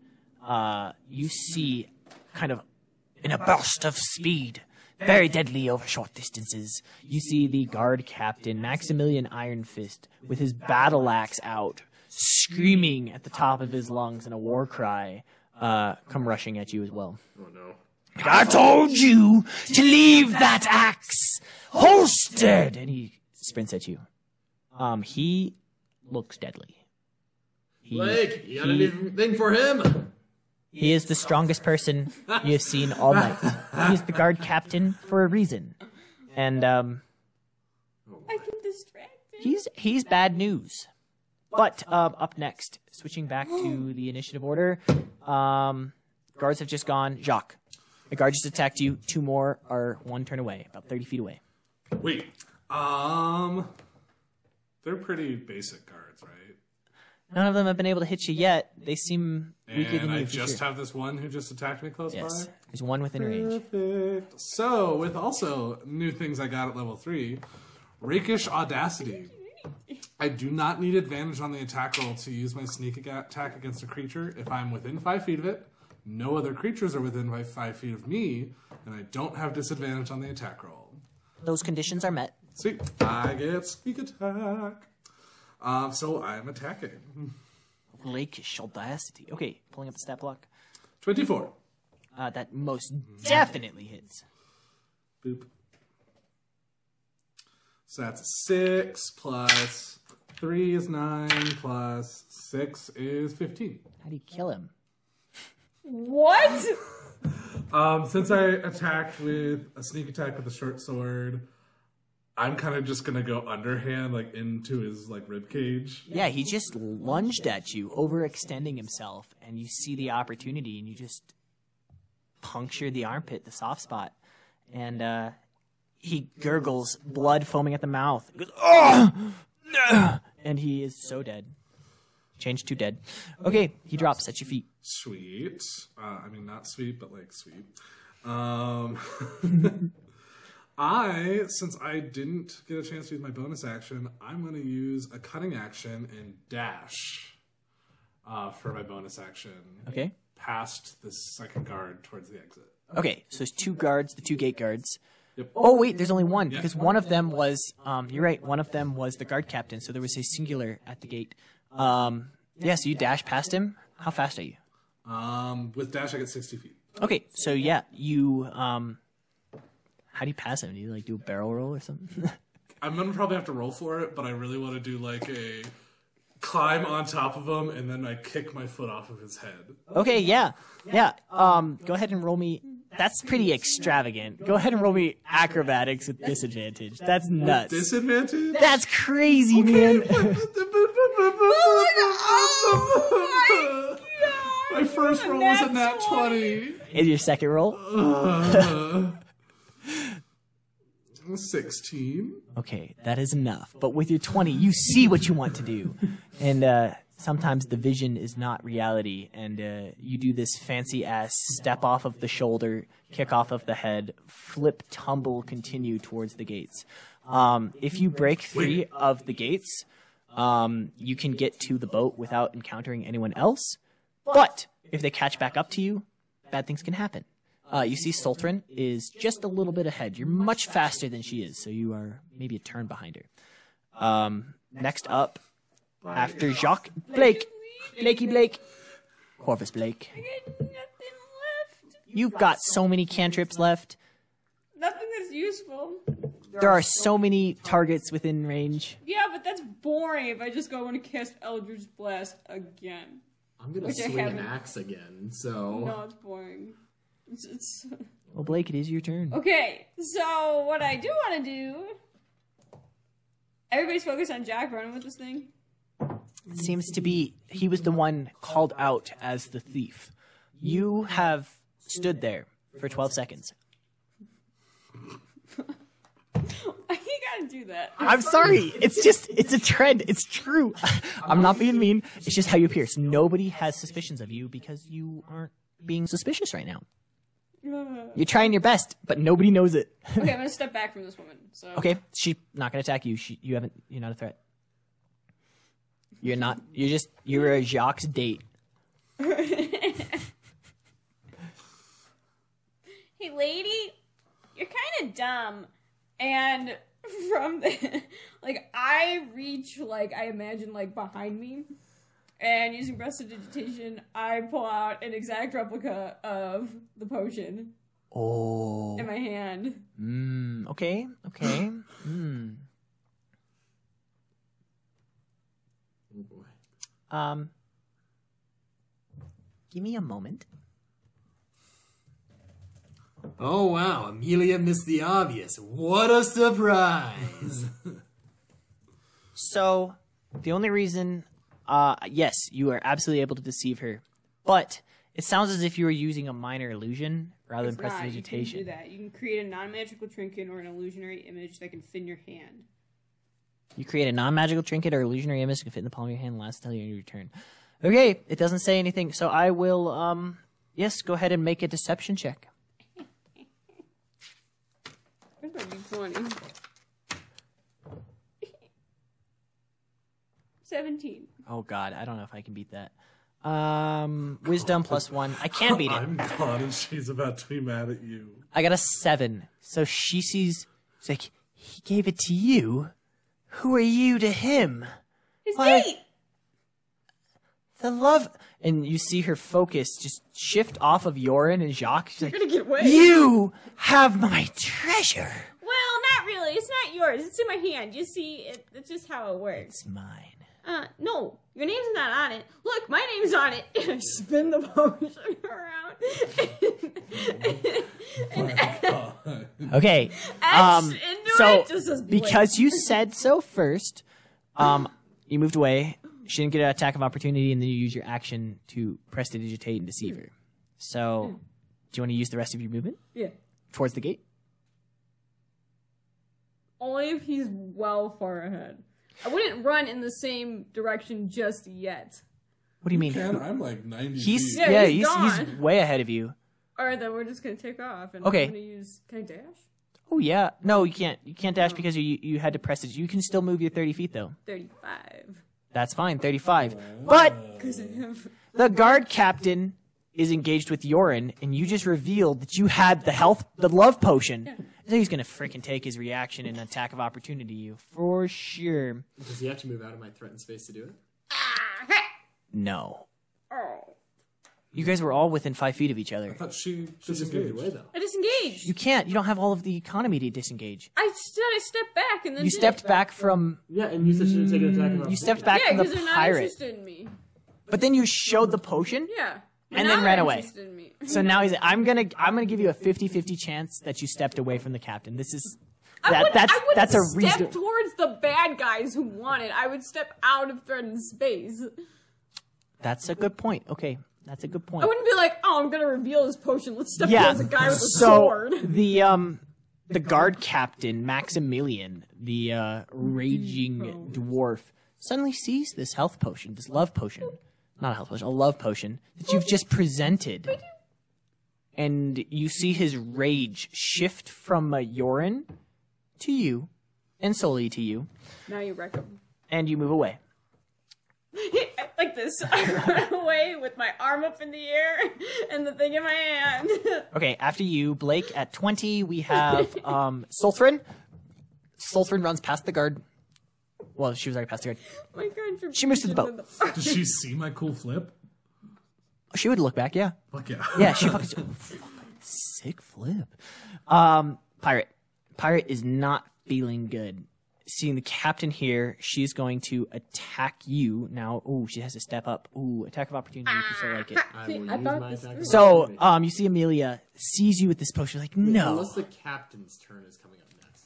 Speaker 3: uh, you see, kind of, in a burst of speed, very deadly over short distances. You see the guard captain Maximilian Ironfist with his battle axe out, screaming at the top of his lungs in a war cry. Uh, come rushing at you as well.
Speaker 4: Oh no.
Speaker 3: I told you to leave that axe holstered. And he sprints at you. Um, he looks deadly. He,
Speaker 4: Blake, you got
Speaker 3: he-
Speaker 4: anything for him?
Speaker 3: he is the strongest person you have seen all night. He's the guard captain for a reason, and um,
Speaker 2: I get distracted.
Speaker 3: he's he's bad news. But um, up next, switching back to the initiative order, um, guards have just gone. Jacques, a guard just attacked you. Two more are one turn away, about thirty feet away.
Speaker 1: Wait. Um. They're pretty basic cards, right?
Speaker 3: None of them have been able to hit you yet. They seem weaker than
Speaker 1: And I
Speaker 3: you. for
Speaker 1: just
Speaker 3: sure.
Speaker 1: have this one who just attacked me close
Speaker 3: yes.
Speaker 1: by.
Speaker 3: There's one within range.
Speaker 1: Perfect. So, with also new things I got at level three, Rakish Audacity. I do not need advantage on the attack roll to use my sneak aga- attack against a creature if I'm within five feet of it. No other creatures are within my five feet of me, and I don't have disadvantage on the attack roll.
Speaker 3: Those conditions are met.
Speaker 1: Sweet. I get sneak attack. Um, so I'm attacking.
Speaker 3: Lakish audacity. Okay, pulling up the stat block.
Speaker 1: 24.
Speaker 3: Uh, that most definitely hits.
Speaker 1: Boop. So that's a six plus three is nine plus six is fifteen.
Speaker 3: How do you kill him?
Speaker 2: What?
Speaker 1: Um, since I attacked with a sneak attack with a short sword, I'm kind of just gonna go underhand, like into his like rib cage.
Speaker 3: Yeah, he just lunged at you, overextending himself, and you see the opportunity, and you just puncture the armpit, the soft spot, and uh, he gurgles, blood foaming at the mouth. He goes, "Ugh! Ugh!" and he is so dead. Changed to dead. Okay, he drops at your feet.
Speaker 1: Sweet. Uh, I mean, not sweet, but like sweet. Um, I, since I didn't get a chance to use my bonus action, I'm going to use a cutting action and dash uh, for my bonus action.
Speaker 3: Okay.
Speaker 1: Past the second guard towards the exit.
Speaker 3: Okay, so there's two guards, the two gate guards.
Speaker 1: Yep.
Speaker 3: Oh wait, there's only one because one of them was. Um, you're right. One of them was the guard captain. So there was a singular at the gate. Um, yeah. So you dash past him. How fast are you?
Speaker 1: Um, with dash, I get 60 feet.
Speaker 3: Okay. So yeah, you. Um, how do you pass him? Do you like do a barrel roll or something?
Speaker 1: I'm going to probably have to roll for it, but I really want to do like a climb on top of him and then I kick my foot off of his head.
Speaker 3: okay. Yeah. Yeah. Um, go ahead and roll me. That's pretty extravagant. Go ahead and roll me acrobatics with disadvantage. That's nuts.
Speaker 1: Disadvantage?
Speaker 3: That's crazy, man.
Speaker 2: Oh
Speaker 1: my first roll was a nat 20.
Speaker 3: Is your second roll?
Speaker 1: Uh, 16.
Speaker 3: okay, that is enough. But with your 20, you see what you want to do. And uh, sometimes the vision is not reality. And uh, you do this fancy ass step off of the shoulder, kick off of the head, flip, tumble, continue towards the gates. Um, if you break three of the gates, um, you can get to the boat without encountering anyone else. But if they catch back up to you, bad things can happen. Uh, you see, Sultran is just a little bit ahead. You're much faster than she is, so you are maybe a turn behind her. Um, next up, after Jacques Blake, Blakey Blake, Corvus Blake.
Speaker 2: Nothing left.
Speaker 3: You've got so many cantrips left.
Speaker 2: Nothing that's useful.
Speaker 3: There are so many targets within range.
Speaker 2: Yeah, but that's boring if I just go and cast Eldritch Blast again.
Speaker 4: I'm gonna
Speaker 2: Which I
Speaker 4: swing an
Speaker 2: haven't.
Speaker 4: axe again. So
Speaker 2: No, it's boring. It's, it's...
Speaker 3: Well, Blake, it is your turn.
Speaker 2: Okay, so what I do want to do. Everybody's focused on Jack running with this thing.
Speaker 3: It seems to be he was the one called out as the thief. You have stood there for 12 seconds.
Speaker 2: you gotta do that.
Speaker 3: I'm sorry. It's just, it's a trend. It's true. I'm not being mean. It's just how you appear. So Nobody has suspicions of you because you aren't being suspicious right now.
Speaker 2: okay,
Speaker 3: You're trying your best, but nobody knows it.
Speaker 2: I'm gonna step back from this woman. So
Speaker 3: Okay, she's not gonna attack you. She, you haven't. You're not a threat. You're not. You're just. You're a Jacques date.
Speaker 2: Hey, lady, you're kind of dumb. And from the, like, I reach, like, I imagine, like, behind me. And using prestidigitation, I pull out an exact replica of the potion
Speaker 3: Oh.
Speaker 2: in my hand.
Speaker 3: Mm, okay. Okay. mm.
Speaker 4: Oh, boy.
Speaker 3: Um. Give me a moment.
Speaker 4: Oh wow, Amelia missed the obvious. What a surprise!
Speaker 3: So, the only reason, uh, yes, you are absolutely able to deceive her, but it sounds as if you were using a minor illusion rather
Speaker 2: It's
Speaker 3: than
Speaker 2: not, you can do
Speaker 3: prestidigitation.
Speaker 2: that. You can create a non magical trinket or an illusionary image that can fit in your hand.
Speaker 3: You create a non-magical trinket or illusionary image that can fit in the palm of your hand and lasts until your return. Okay, it doesn't say anything, so I will, um, yes, go ahead and make a deception check.
Speaker 2: Where's my D20? 17.
Speaker 3: Oh God, I don't know if I can beat that. Um, wisdom plus one. I can beat it.
Speaker 1: I'm gone and she's about to be mad at you.
Speaker 3: I got a seven. So she sees. It's like he gave it to you. Who are you to him?
Speaker 2: His
Speaker 3: Why-
Speaker 2: date!
Speaker 3: The love, and you see her focus just shift off of Yorin and Jacques. She's like,
Speaker 2: gonna get away.
Speaker 3: "You have my treasure.
Speaker 2: Well, not really. It's not yours. It's in my hand. You see, it, it's just how it works.
Speaker 3: It's mine."
Speaker 2: Uh, no, your name's not on it. Look, my name's on it. And I spin the potion
Speaker 1: Uh,
Speaker 2: around.
Speaker 3: Okay.
Speaker 2: etched
Speaker 3: Um,
Speaker 2: into
Speaker 3: so
Speaker 2: it just as blank.
Speaker 3: because you said so first, um, you moved away. She didn't get an attack of opportunity, and then you use your action to prestidigitate and deceive her. So, do you want to use the rest of your movement
Speaker 2: yeah.
Speaker 3: towards the gate?
Speaker 2: Only if he's well far ahead. I wouldn't run in the same direction just yet.
Speaker 3: What do you mean?
Speaker 1: Man, I'm like 90
Speaker 3: He's
Speaker 1: feet.
Speaker 3: yeah,
Speaker 2: Yeah, he's
Speaker 3: he's, he's
Speaker 2: gone.
Speaker 3: way ahead of you.
Speaker 2: Or then we're just gonna take off and
Speaker 3: Okay.
Speaker 2: I'm gonna use can I dash?
Speaker 3: Oh yeah. No, you can't. You can't dash because you you had to press it. You can still move your thirty feet though.
Speaker 2: 35.
Speaker 3: That's fine. Thirty-five. But
Speaker 2: Because I have.
Speaker 3: the guard captain is engaged with Yorin, and you just revealed that you had the health, the love potion. So he's gonna freaking take his reaction and attack of opportunity you for sure.
Speaker 4: Does he have to move out of my threatened space to do it?
Speaker 3: No,
Speaker 2: Oh.
Speaker 3: you guys were all within five feet of each other.
Speaker 1: I thought she
Speaker 4: This is moved
Speaker 1: disengaged.
Speaker 4: away though.
Speaker 2: I disengaged.
Speaker 3: You can't. You don't have all of the economy to disengage.
Speaker 2: I said I stepped back and then.
Speaker 3: You
Speaker 2: did
Speaker 3: stepped
Speaker 2: it.
Speaker 3: back from.
Speaker 4: Yeah, and you said she didn't take an attack. of
Speaker 3: Mm, You stepped
Speaker 4: opportunity.
Speaker 3: back
Speaker 2: Yeah,
Speaker 3: from the
Speaker 2: because they're not
Speaker 3: pirate,
Speaker 2: interested in me.
Speaker 3: but then you showed the potion.
Speaker 2: Yeah.
Speaker 3: And
Speaker 2: Now
Speaker 3: then
Speaker 2: they're
Speaker 3: ran away.
Speaker 2: interested in me.
Speaker 3: So now he's. I'm gonna. I'm gonna give you a 50-50 chance that you stepped away from the captain. This is.
Speaker 2: I
Speaker 3: That,
Speaker 2: would,
Speaker 3: that's
Speaker 2: I would
Speaker 3: that's a
Speaker 2: step
Speaker 3: reason.
Speaker 2: towards the bad guys who want it. I would step out of threatened space.
Speaker 3: That's a good point. Okay, that's a good point.
Speaker 2: I wouldn't be like, oh, I'm gonna reveal this potion. Let's step
Speaker 3: yeah.
Speaker 2: towards a guy with a
Speaker 3: so
Speaker 2: sword.
Speaker 3: the um the guard captain Maximilian, the uh,
Speaker 2: Mm-hmm.
Speaker 3: raging dwarf, suddenly sees this health potion, this love potion, not a health potion, a love potion that you've just presented, and you see his rage shift from uh, Yorin to you, and solely to you,
Speaker 2: Now you wreck him.
Speaker 3: and you move away.
Speaker 2: like this. I run away with my arm up in the air and the thing in my hand. Oh
Speaker 3: Okay, after you, Blake, at 20, we have um, Sulthrin. Sulthrin runs past the guard. Well, she was already past the guard.
Speaker 2: my contribution.
Speaker 3: She moves to the boat.
Speaker 2: in
Speaker 1: Did she see my cool flip?
Speaker 3: She would look back, yeah.
Speaker 1: Fuck yeah.
Speaker 3: Yeah, she fucking. oh, fuck, sick flip. Um, Pirate. Pirate is not feeling good. Seeing the captain here, she's going to attack you now. Oh, she has to step up. Ooh, attack of opportunity if you so like it.
Speaker 4: I
Speaker 2: See,
Speaker 4: will
Speaker 2: I
Speaker 4: use
Speaker 2: thought
Speaker 4: my
Speaker 2: this
Speaker 4: attack.
Speaker 2: through.
Speaker 4: of
Speaker 3: So,
Speaker 4: opportunity.
Speaker 3: um, you see Amelia sees you with this potion, like, no.
Speaker 4: unless the captain's turn is coming up next,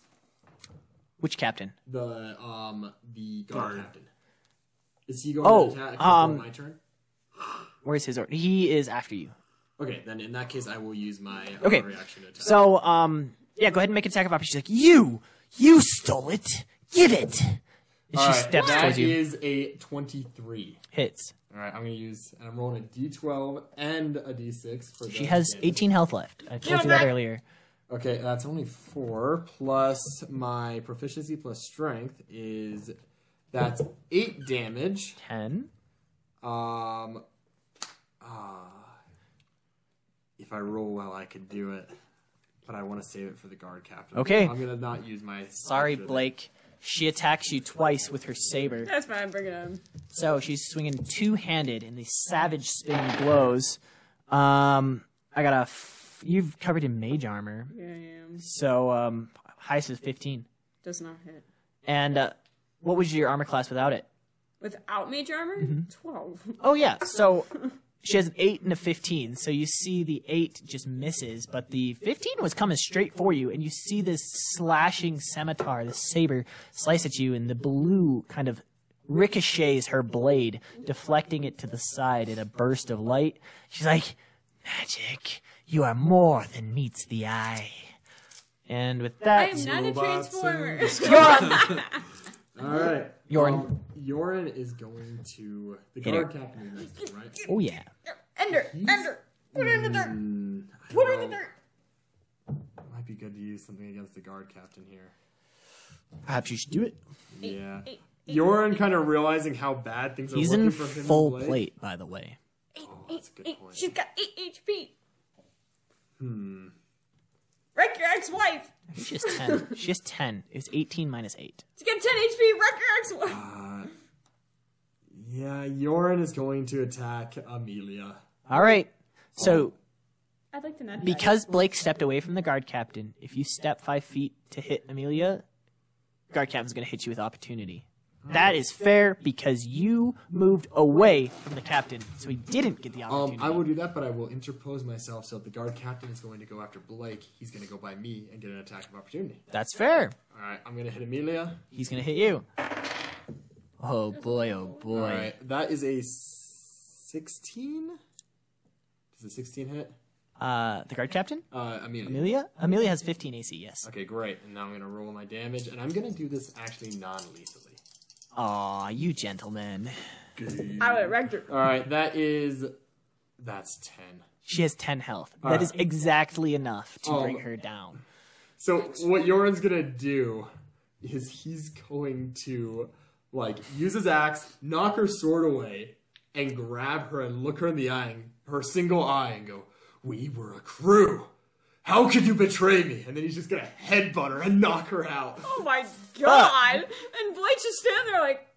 Speaker 3: Which captain?
Speaker 4: the um the guard,
Speaker 1: Guard.
Speaker 4: captain. Is he going
Speaker 3: Oh,
Speaker 4: to attack before
Speaker 3: um,
Speaker 4: my turn?
Speaker 3: Where's his order? He is after you.
Speaker 4: Okay, then in that case, I will use my uh,
Speaker 3: Okay.
Speaker 4: reaction to attack.
Speaker 3: So, um, yeah, go ahead and make an attack of opportunity. She's like, you, you stole it. Give it. And she
Speaker 4: All right,
Speaker 3: steps
Speaker 4: that
Speaker 3: towards you.
Speaker 4: is a twenty-three.
Speaker 3: Hits.
Speaker 4: All right, I'm gonna use, and I'm rolling a D12 and a D6 for.
Speaker 3: She
Speaker 4: the
Speaker 3: has
Speaker 4: damage.
Speaker 3: 18 health left. I told
Speaker 2: Yeah,
Speaker 3: you that
Speaker 2: that-
Speaker 3: earlier.
Speaker 4: Okay, that's only four plus my proficiency plus strength is that's eight damage.
Speaker 3: 10.
Speaker 4: Um, ah, if I roll well, I could do it, but I want to save it for the guard captain.
Speaker 3: Okay.
Speaker 4: I'm gonna not use my.
Speaker 3: Sorry,
Speaker 4: option.
Speaker 3: Blake. She attacks you twice with her saber.
Speaker 2: That's fine. Bring it on.
Speaker 3: So she's swinging two handed in these savage spinning blows. Um, I got a. F- you've covered in mage armor.
Speaker 2: Yeah, yeah.
Speaker 3: So, um, highest is 15.
Speaker 2: Does not hit.
Speaker 3: And uh, what was your armor class without it?
Speaker 2: Without mage armor, twelve.
Speaker 3: Oh yeah, so she has an eight and a fifteen. So you see the eight just misses, but the fifteen was coming straight for you, and you see this slashing scimitar, the saber, slice at you, and the blue kind of ricochets her blade, deflecting it to the side in a burst of light. She's like, "Magic, you are more than meets the eye." And with
Speaker 2: I
Speaker 3: that,
Speaker 2: am not a
Speaker 1: Robots
Speaker 2: transformer.
Speaker 1: and-
Speaker 4: All right,
Speaker 3: Yorin.
Speaker 4: Um, Yorin is going to the
Speaker 3: Hit
Speaker 4: guard captain is next, right?
Speaker 3: oh yeah,
Speaker 2: Ender, Ender, put her in the dirt.
Speaker 4: Mm, I
Speaker 2: Put her in the
Speaker 4: know.
Speaker 2: dirt.
Speaker 4: Might be good to use something against the guard captain here.
Speaker 3: perhaps you should do it.
Speaker 4: Yeah.
Speaker 2: Eight, eight,
Speaker 4: Yorin kind of realizing how bad things are
Speaker 3: He's
Speaker 4: looking
Speaker 3: in
Speaker 4: for him
Speaker 3: full
Speaker 4: Blake.
Speaker 3: plate, by the way.
Speaker 2: eight,
Speaker 4: that's a
Speaker 2: eight,
Speaker 4: good
Speaker 2: eight.
Speaker 4: point.
Speaker 2: She's got eight HP.
Speaker 4: Hmm.
Speaker 2: Wreck your ex-wife.
Speaker 3: She has ten. she has ten. It was eighteen minus eight.
Speaker 2: She's got ten HP. Wreck your ex-wife.
Speaker 4: Uh, yeah, Yorin is going to attack Amelia.
Speaker 3: All right. So
Speaker 2: I'd like to not. die.
Speaker 3: because Blake stepped away from the guard captain, if you step five feet to hit Amelia, guard captain's going to hit you with opportunity. That is fair because you moved away from the captain, so he didn't get the
Speaker 4: Um,
Speaker 3: opportunity.
Speaker 4: I will do that, but I will interpose myself so if the guard captain is going to go after Blake, he's going to go by me and get an attack of opportunity.
Speaker 3: That's fair.
Speaker 4: All right, I'm going to hit Amelia.
Speaker 3: He's going to hit you. Oh boy! Oh boy!
Speaker 4: All right, that is a 16. Does a 16 hit?
Speaker 3: Uh, the guard captain,
Speaker 4: Uh, Amelia.
Speaker 3: Amelia. Amelia has 15 AC. Yes.
Speaker 4: Okay, great. And now I'm going to roll my damage, and I'm going to do this actually non-lethally.
Speaker 3: Aw, you gentleman.
Speaker 2: I would have wrecked her.
Speaker 4: All right, that is that's 10.
Speaker 3: She has 10 health.
Speaker 4: All
Speaker 3: That
Speaker 4: right.
Speaker 3: is exactly enough to
Speaker 4: Oh.
Speaker 3: bring her down.
Speaker 4: So what Yoren's gonna do is he's going to like use his axe, knock her sword away, and grab her and look her in the eye, and her single eye, and go, "We were a crew. How could you betray me?" And then he's just gonna headbutt her and knock her out.
Speaker 2: Oh my god! And Blake's just standing there like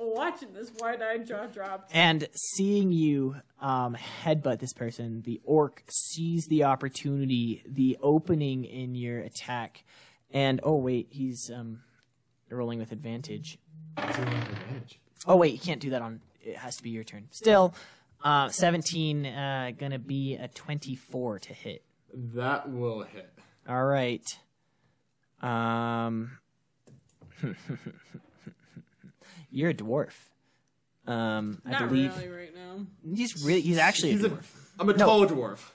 Speaker 2: watching this wide-eyed jaw drop.
Speaker 3: And seeing you um, headbutt this person, the orc sees the opportunity, the opening in your attack, and oh wait, he's um, rolling with advantage. Oh wait, you can't do that on. It has to be your turn. Still, uh, seventeen, uh, gonna be a twenty-four to hit.
Speaker 4: That will hit.
Speaker 3: All right. Um, you're a dwarf. Um, I
Speaker 2: Not
Speaker 3: believe
Speaker 2: really right now.
Speaker 3: he's really he's actually
Speaker 4: He's
Speaker 3: a
Speaker 4: a,
Speaker 3: dwarf
Speaker 4: I'm a tall dwarf.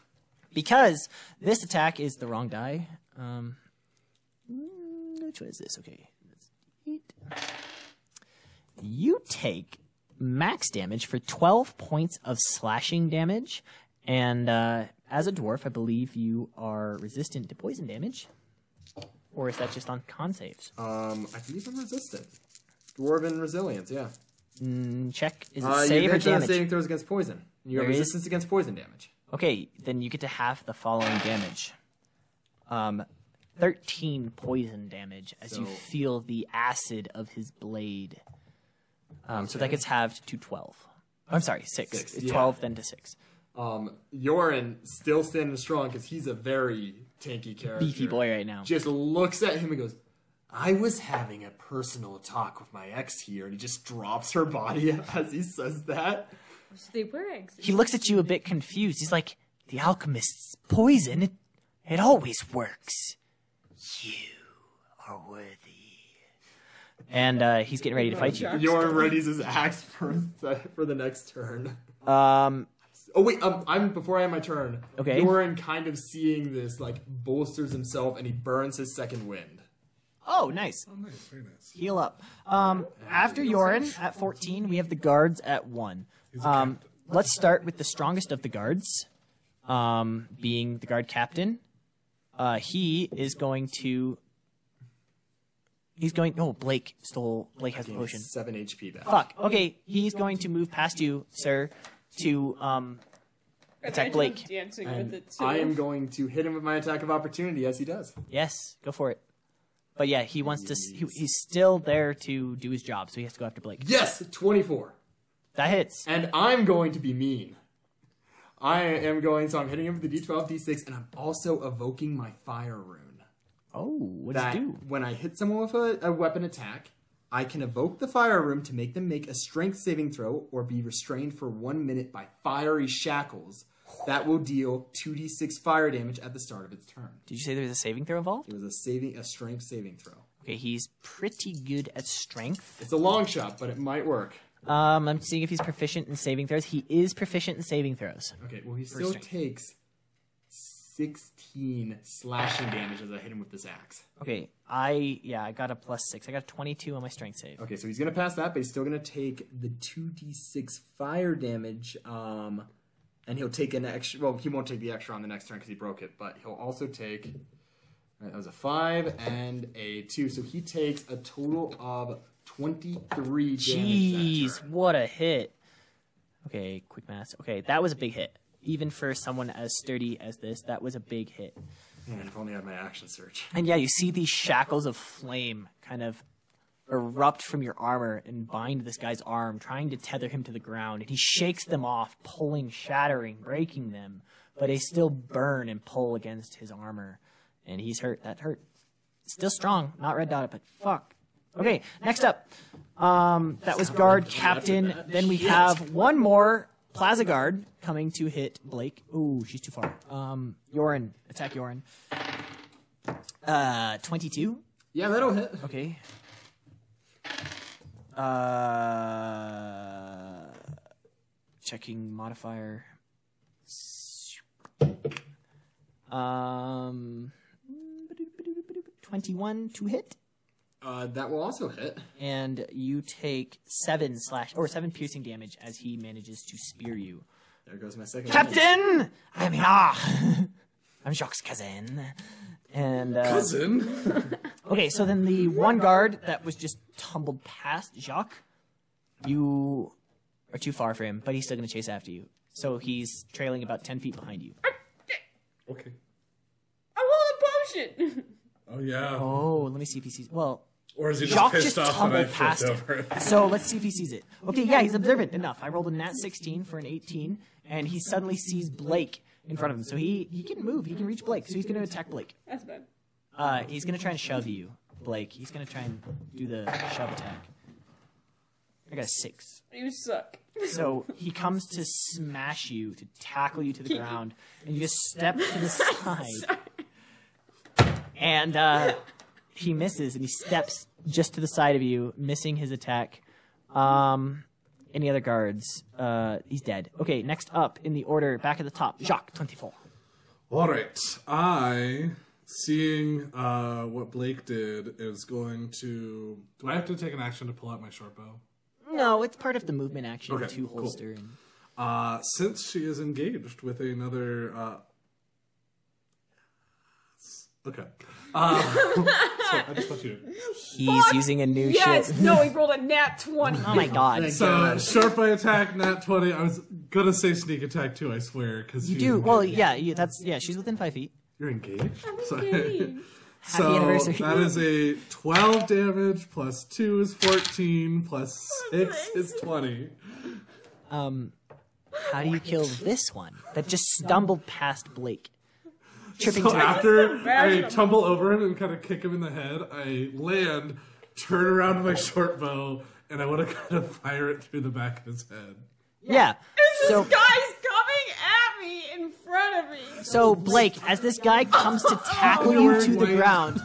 Speaker 3: because this attack is the wrong die. Um, mm, which one is this? Okay, that's eight. You take max damage for twelve points of slashing damage, and uh, as a dwarf, I believe you are resistant to poison damage, or is that just on con saves?
Speaker 4: Um, I believe I'm resistant. Dwarven resilience, yeah.
Speaker 3: Mm, check is it
Speaker 4: Uh,
Speaker 3: save
Speaker 4: you
Speaker 3: or
Speaker 4: get
Speaker 3: damage?
Speaker 4: saving throws against poison. And you have
Speaker 3: There is-
Speaker 4: resistance against poison damage.
Speaker 3: Okay, then you get to half the following damage. Um, 13 poison damage as you
Speaker 4: So-
Speaker 3: feel the acid of his blade. Um, So that gets halved to 12. I'm sorry, 6.
Speaker 4: Six,
Speaker 3: it's
Speaker 4: yeah.
Speaker 3: 12, then to 6.
Speaker 4: Um, Yorin still standing strong because he's a very tanky character.
Speaker 3: Beefy boy right now.
Speaker 4: Just looks at him and goes, "I was having a personal talk with my ex here," and he just drops her body as he says that.
Speaker 2: So they were eggs.
Speaker 3: He looks at you a bit confused. He's like, The alchemist's poison, it, it always works. You are worthy. And uh, he's getting ready to fight you.
Speaker 4: Yorin readies his axe for for the next turn.
Speaker 3: Um,
Speaker 4: Oh wait, um, I'm before I have my turn.
Speaker 3: Okay.
Speaker 4: Yorin kind of seeing this like bolsters himself and he burns his second wind.
Speaker 3: oh, nice.
Speaker 1: Oh, nice, very nice.
Speaker 3: Heal up. Um, after Yorin at 14, we have the guards at 1. Um, let's start with the strongest of the guards, um, being the guard captain. Uh, he is going to. He's going. Oh, Blake stole. Blake has the
Speaker 4: Gains
Speaker 3: potion.
Speaker 4: Seven HP back.
Speaker 3: Fuck. Okay, he's going to move past you, sir, to. Um, attack Blake.
Speaker 2: Dancing
Speaker 4: And
Speaker 2: with it too.
Speaker 4: I am going to hit him with my attack of opportunity as he does.
Speaker 3: yes, go for it. But yeah, he wants to. s- He, he's still there to do his job, so he has to go after Blake.
Speaker 4: Yes, 24.
Speaker 3: That hits.
Speaker 4: And I'm going to be mean. I am going, so I'm hitting him with the d12, d6, and I'm also evoking my fire rune.
Speaker 3: Oh, what does
Speaker 4: That
Speaker 3: he do?
Speaker 4: when I hit someone with a, a weapon attack, I can evoke the fire rune to make them make a strength saving throw or be restrained for one minute by fiery shackles that will deal 2d6 fire damage at the start of its turn.
Speaker 3: Did you say there was a saving throw involved?
Speaker 4: It was a saving, a strength saving throw.
Speaker 3: Okay, he's pretty good at strength.
Speaker 4: It's a long shot, but it might work.
Speaker 3: Um, I'm seeing if he's proficient in saving throws. He is proficient in saving throws.
Speaker 4: Okay, well, he still
Speaker 3: strength.
Speaker 4: takes 16 slashing damage as I hit him with this axe.
Speaker 3: Okay, I yeah, I got a plus six. I got a 22 on my strength save.
Speaker 4: Okay, so he's going to pass that, but he's still going to take the 2d6 fire damage. Um, and he'll take an extra. Well, he won't take the extra on the next turn because he broke it, but he'll also take. all right, that was a 5 and a 2. So he takes a total of 23 damage. that
Speaker 3: Jeez,
Speaker 4: turn.
Speaker 3: what a hit! Okay, quick math. Okay, that was a big hit. Even for someone as sturdy as this, that was a big hit.
Speaker 4: Man, if only I had my action search.
Speaker 3: And yeah, you see these shackles of flame kind of erupt from your armor and bind this guy's arm, trying to tether him to the ground. And he shakes them off, pulling, shattering, breaking them, but they still burn and pull against his armor. And he's hurt. That hurt. Still strong, not red dotted, but fuck. Okay, next up. Um, that was guard captain. Then we have one more plaza guard coming to hit Blake. Ooh, she's too far. Um, Yorin, attack Yorin. Uh, 22.
Speaker 4: Yeah, that'll hit.
Speaker 3: Okay. Uh, checking modifier. Um, 21 to hit,
Speaker 4: Uh, that will also hit.
Speaker 3: and you take seven slash or seven piercing damage as he manages to spear you.
Speaker 4: There goes my second.
Speaker 3: Captain, I'm here. I'm Jacques Kazan, And uh,
Speaker 1: Cousin?
Speaker 3: okay, so then the one guard that was just tumbled past Jacques, you are too far for him, but he's still going to chase after you. So he's trailing about ten feet behind you.
Speaker 1: Okay.
Speaker 2: I want a potion.
Speaker 1: Oh, yeah.
Speaker 3: Oh, let me see if he sees. Well,
Speaker 1: Or is he just
Speaker 3: Jacques
Speaker 1: pissed
Speaker 3: just
Speaker 1: off when I
Speaker 3: tumbled
Speaker 1: flipped
Speaker 3: past
Speaker 1: over?
Speaker 3: him. So let's see if he sees it. Okay, yeah, he's observant enough. I rolled a nat 16 for an 18, and he suddenly sees Blake in front of him. So he, he can move. He can reach Blake. So he's going to attack Blake.
Speaker 2: That's bad.
Speaker 3: Uh, he's going to try and shove you, Blake. He's going to try and do the shove attack. I got a six.
Speaker 2: You suck.
Speaker 3: So he comes to smash you, to tackle you to the ground, and you just step to the side. And uh, he misses, and he steps just to the side of you, missing his attack. Um, any other guards? Uh, he's dead. Okay, next up in the order, back at the top, Jacques, 24.
Speaker 1: All right. I, seeing uh, what Blake did, is going to. Do I have to take an action to pull out my short bow?
Speaker 3: No, it's part of the movement action
Speaker 1: Okay,
Speaker 3: to
Speaker 1: cool.
Speaker 3: holster. and-
Speaker 1: Uh, since she is engaged with another. Uh... Okay. Uh, so I just left you.
Speaker 3: He's using a new
Speaker 2: Yes.
Speaker 3: ship.
Speaker 2: No, he rolled a nat twenty.
Speaker 3: Oh my god.
Speaker 4: Thank
Speaker 1: So
Speaker 4: God.
Speaker 1: sharp by attack, nat twenty. I was gonna say sneak attack too. I swear, because
Speaker 3: You do. Well, yeah, you, that's, yeah, she's within five feet.
Speaker 1: you're engaged. So-
Speaker 2: Yay.
Speaker 1: So
Speaker 3: anniversary.
Speaker 1: that is a 12 damage, plus 2 is 14, plus 6 is 20.
Speaker 3: Um, how do you kill this one that just stumbled past Blake? Tripping
Speaker 1: So
Speaker 3: to
Speaker 1: after I
Speaker 2: imagine him.
Speaker 1: tumble over him and kind of kick him in the head, I land, turn around with my short bow, and I want to kind of fire it through the back of his head.
Speaker 3: yeah.
Speaker 2: This
Speaker 3: So,
Speaker 2: guy's coming at me in front of me.
Speaker 3: so Blake, as this guy comes to tackle you to the
Speaker 1: Wait.
Speaker 3: ground,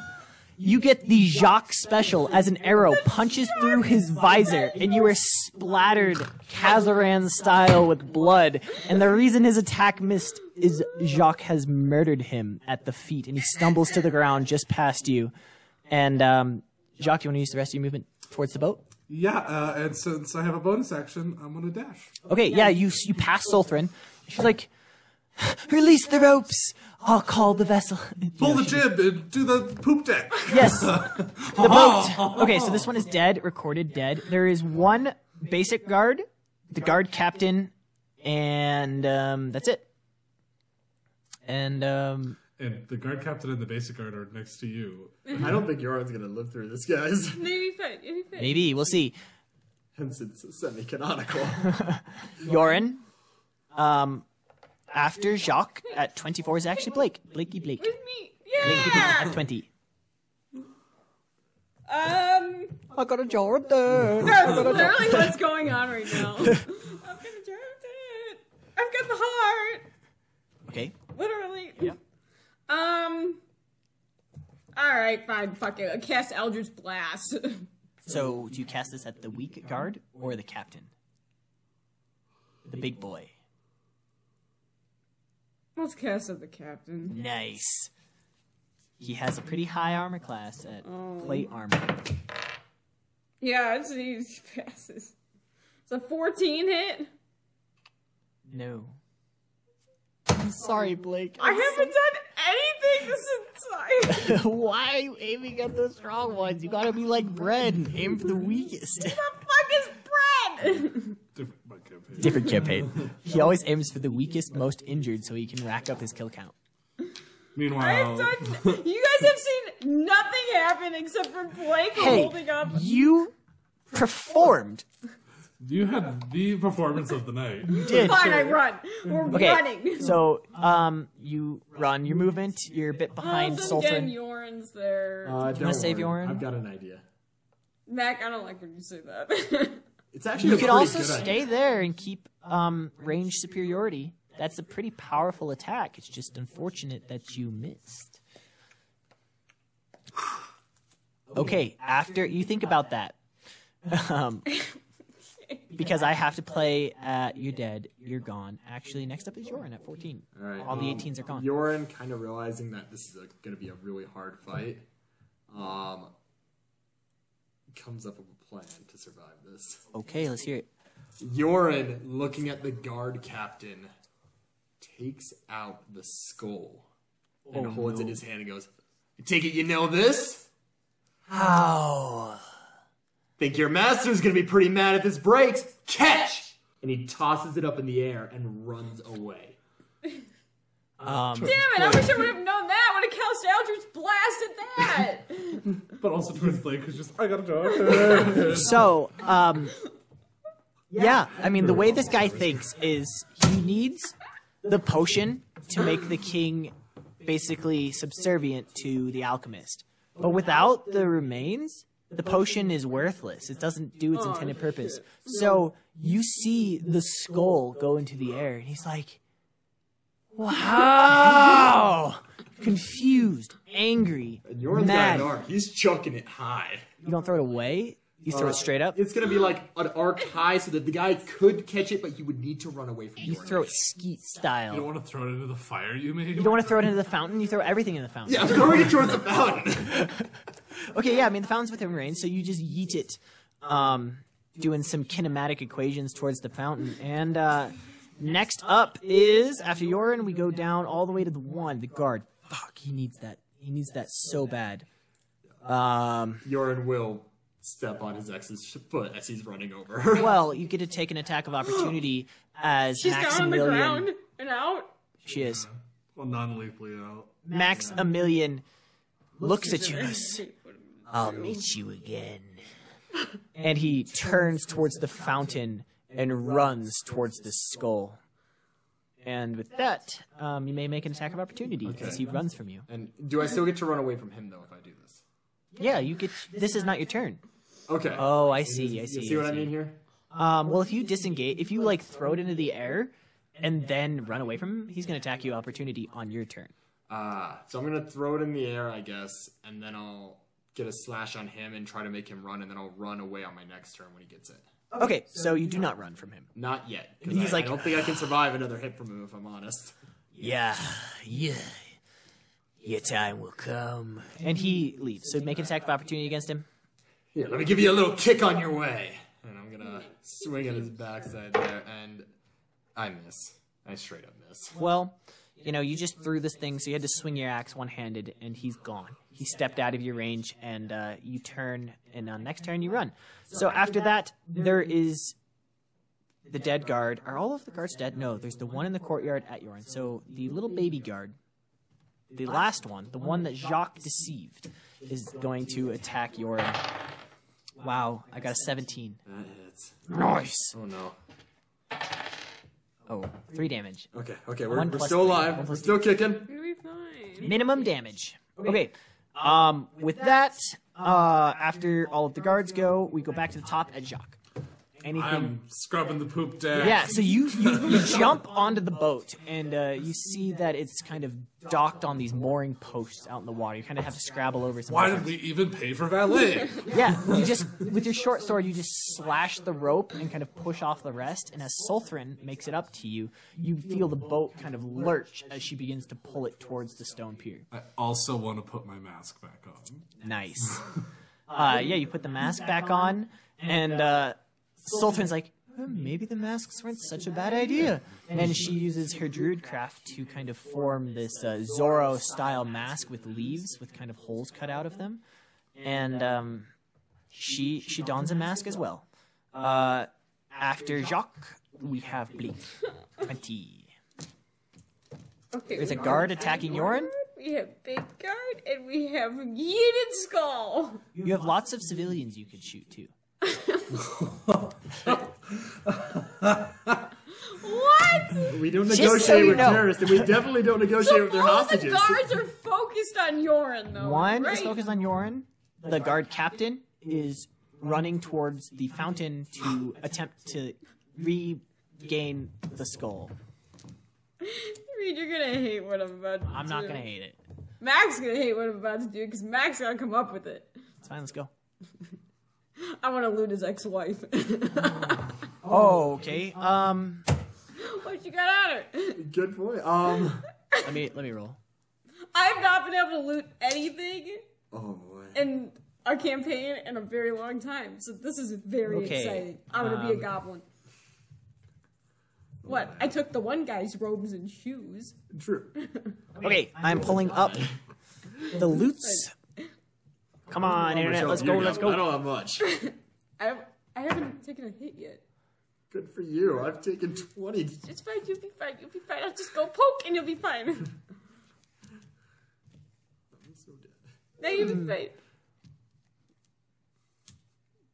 Speaker 3: you get the Jacques special as an arrow punches through his visor, and you are splattered Kazaran style with blood. And the reason his attack missed is Jacques has murdered him at the feet, and he stumbles to the ground just past you. And um, Jacques, you want to use the rest of your movement towards the boat?
Speaker 1: Yeah, uh, and since I have a bonus action, I'm going to dash.
Speaker 3: Okay, yeah, you you pass Sulthrin. She's like, release the ropes. I'll call the vessel.
Speaker 1: Pull the jib and do the poop deck.
Speaker 3: Yes, the boat. Okay, so this one is dead, recorded dead. There is one basic guard, the guard captain, and um, that's it. And um,
Speaker 1: And the guard captain and the basic guard are next to you.
Speaker 4: I don't think Yoran's gonna live through this, guys.
Speaker 2: Maybe fit. Maybe fit.
Speaker 3: maybe we'll see.
Speaker 4: Hence, it's semi-canonical.
Speaker 3: Yorin, um, after Jacques at twenty four is actually Blake. Blakey Blake
Speaker 2: With me.
Speaker 3: at
Speaker 2: Yeah.
Speaker 3: twenty.
Speaker 2: Um.
Speaker 3: I got a jar of dirt.
Speaker 2: That's literally what's going on right now. I've got the jar of dirt. I've got the heart.
Speaker 3: Okay.
Speaker 2: Literally.
Speaker 3: Yeah.
Speaker 2: Um. All right, fine. Fuck it. Cast Eldritch Blast.
Speaker 3: So, do you cast this at the weak guard or the captain? The big boy.
Speaker 2: Let's cast at the captain.
Speaker 3: Nice. He has a pretty high armor class at plate armor.
Speaker 2: Yeah, it's an easy passes. It's a 14 hit.
Speaker 3: No. I'm sorry, Blake.
Speaker 2: I haven't done anything this entire.
Speaker 3: Why are you aiming at the strong ones? You gotta be like bread and aim for the weakest.
Speaker 2: Fuck is bread.
Speaker 1: Different my campaign.
Speaker 3: Different campaign. He always aims for the weakest, most injured, so he can rack up his kill count.
Speaker 1: Meanwhile,
Speaker 2: I've done. You guys have seen nothing happen except for Blake holding up.
Speaker 3: you performed.
Speaker 1: you had the performance of the night.
Speaker 3: You did.
Speaker 2: Fine, I run. We're
Speaker 3: Okay,
Speaker 2: running.
Speaker 3: so um, you run your movement. You're a bit
Speaker 2: Oh,
Speaker 3: behind
Speaker 2: then again,
Speaker 3: Sultan.
Speaker 2: Yoren's there.
Speaker 4: Uh, don't
Speaker 3: save
Speaker 4: worry,
Speaker 3: Yoren?
Speaker 4: I've got an idea.
Speaker 2: Mac, I don't like when you say that.
Speaker 4: It's actually
Speaker 3: You
Speaker 4: a
Speaker 3: could
Speaker 4: pretty
Speaker 3: also
Speaker 4: good
Speaker 3: stay
Speaker 4: Idea.
Speaker 3: there and keep um, range superiority. That's a pretty powerful attack. It's just unfortunate that you missed. Okay, after you think about that, um, because I have to play at you're dead, you're gone. Actually, next up is Yorin at 14.
Speaker 4: All right.
Speaker 3: All the
Speaker 4: um,
Speaker 3: 18s are gone.
Speaker 4: Yoren kind of realizing that this is a, gonna be a really hard fight, um, comes up with a plan to survive this.
Speaker 3: Okay, let's hear it.
Speaker 4: Yoren, looking at the guard captain,
Speaker 3: Oh,
Speaker 4: takes out the skull and holds it in his hand and goes, Take it you know this?
Speaker 3: Ow.
Speaker 4: Think your master's gonna be pretty mad if this breaks? Catch! And he tosses it up in the air and runs away.
Speaker 3: Um,
Speaker 2: Damn it! I wish I would have known that. Would have Kelsey Aldridge blasted that.
Speaker 1: But also towards Blake, who's just, I got a job.
Speaker 3: so, um, yeah. I mean, the way this guy thinks is he needs the potion to make the king basically subservient to the alchemist. But without the remains, the potion is worthless. It doesn't do its intended purpose. So you see the skull go into the air, and he's like, wow! Confused, angry,
Speaker 4: And Yoren's got
Speaker 3: mad.
Speaker 4: an arc. He's chucking it high. Uh,
Speaker 3: You don't throw it away. You throw it straight up.
Speaker 4: It's gonna be like an arc high so that the guy could catch it, but he would need to run away from
Speaker 3: You
Speaker 4: Yoren.
Speaker 3: throw it skeet style.
Speaker 1: You don't want to throw it into the fire, you mean?
Speaker 3: You don't want to throw it into the fountain. You throw everything in the fountain.
Speaker 4: Yeah, I'm throwing it towards the fountain.
Speaker 3: Okay. Yeah. I mean, the fountain's within range, so you just yeet it, um, doing some kinematic equations towards the fountain. And uh, next up is after Yorin, we go down all the way to the one, the guard. Fuck, he needs that. He needs that so bad. Um,
Speaker 4: Yoren will step on his ex's foot as he's running over. her.
Speaker 3: well, you get to take an attack of opportunity as
Speaker 2: She's down on the
Speaker 3: Maximilian.
Speaker 2: ground and out.
Speaker 3: She is.
Speaker 1: Well, non-lethally out.
Speaker 3: Max a million looks at you. and goes, I'll meet you again. And he turns towards the fountain and runs towards the skull. And with that, um, you may make an attack of opportunity because he runs from you.
Speaker 4: And do I still get to run away from him though if I do this?
Speaker 3: Yeah, you get. This is not your turn.
Speaker 4: Okay.
Speaker 3: Oh, I see. I see.
Speaker 4: you see what I mean here?
Speaker 3: Um, well, if you disengage, if you like throw it into the air and then run away from him, he's going to attack you opportunity on your turn.
Speaker 4: Ah, so I'm gonna throw it in the air, I guess, and then I'll get a slash on him and try to make him run, and then I'll run away on my next turn when he gets it.
Speaker 3: Okay, so you do not run from him.
Speaker 4: Not yet. 'cause
Speaker 3: He's
Speaker 4: I,
Speaker 3: like,
Speaker 4: I don't think I can survive another hit from him if I'm honest.
Speaker 3: Yeah, yeah. Your time will come. And he leaves. So make an attack of opportunity against him.
Speaker 4: Here, let me give you a little kick on your way, and I'm gonna swing at his backside there, and I miss. I straight up miss.
Speaker 3: Well, you know, you just threw this thing, so you had to swing your axe one handed, and he's gone. He stepped out of your range, and uh, you turn, and on next turn, you run. So after that, there is the dead guard. Are all of the guards dead? No, there's the one in the courtyard at Yorin. So the little baby guard, the last one, the one that Jacques deceived, is going to attack Yorin. Wow, I got a 17.
Speaker 4: That hits.
Speaker 3: Nice.
Speaker 4: Oh no.
Speaker 3: Oh, three damage.
Speaker 4: Okay, okay, we're,
Speaker 3: One
Speaker 4: we're
Speaker 3: plus
Speaker 4: still
Speaker 3: three,
Speaker 4: alive.
Speaker 3: one
Speaker 4: We're
Speaker 3: plus
Speaker 4: still kicking.
Speaker 2: We'll be fine.
Speaker 3: Minimum damage. Okay. Um, with that, uh, after all of the guards go, we go back to the top at Jacques. Anything?
Speaker 1: I'm scrubbing the poop deck.
Speaker 3: Yeah. So you, you you jump onto the boat and uh, you see that it's kind of docked on these mooring posts out in the water. You kind of have to scrabble over some.
Speaker 1: Why did we even pay for valet?
Speaker 3: Yeah, you just with your short sword, you just slash the rope and kind of push off the rest. And as Sulthrin makes it up to you, you feel the boat kind of lurch as she begins to pull it towards the stone pier.
Speaker 1: I also want to put my mask back on.
Speaker 3: Nice. Uh, yeah, you put the mask back on, and uh, Sultan's like, "Hmm, maybe the masks weren't such a bad idea. And she uses her druid craft to kind of form this uh, Zorro style mask with leaves with kind of holes cut out of them, and um, she she dons a mask as well. Uh, after Jacques, we have Bleak. Twenty.
Speaker 2: Okay,
Speaker 3: There's a
Speaker 2: we-
Speaker 3: guard attacking Yorin.
Speaker 2: We have big guard and we have yeeted skull.
Speaker 3: You have lots of civilians you could shoot too.
Speaker 2: What?
Speaker 4: We don't
Speaker 3: so
Speaker 4: negotiate
Speaker 3: you
Speaker 4: with
Speaker 3: know.
Speaker 4: terrorists, and we definitely don't negotiate
Speaker 2: So
Speaker 4: with their
Speaker 2: all the
Speaker 4: hostages.
Speaker 2: guards are focused on Yoren, though.
Speaker 3: One
Speaker 2: right?
Speaker 3: is focused on Yorin. The guard captain is running towards the fountain to attempt to regain the skull.
Speaker 2: Reed, you're gonna hate what I'm about to do.
Speaker 3: I'm not gonna hate it.
Speaker 2: Max is gonna hate what I'm about to do because Max gotta come up with it.
Speaker 3: It's fine. Let's go.
Speaker 2: I want to loot his ex-wife.
Speaker 3: Oh, okay. Um,
Speaker 2: what you got on her?
Speaker 4: Good point. Um.
Speaker 3: let me let me roll.
Speaker 2: I've not been able to loot anything
Speaker 4: Oh boy.
Speaker 2: in our campaign in a very long time, so this is very
Speaker 3: Okay,
Speaker 2: exciting. I'm gonna be a
Speaker 3: um,
Speaker 2: goblin. What? I took the one guy's robes and shoes.
Speaker 4: True.
Speaker 3: Okay, I'm pulling up The loots. Come on, internet.
Speaker 4: Michelle,
Speaker 3: Let's
Speaker 4: you
Speaker 3: go. Let's
Speaker 4: I
Speaker 3: go.
Speaker 4: don't have much.
Speaker 2: I, I haven't taken a hit yet.
Speaker 4: Good for you. I've taken 20.
Speaker 2: It's fine. You'll be fine. You'll be fine. I'll just go poke and you'll be fine.
Speaker 4: I'm so dead.
Speaker 2: now you'll be fine.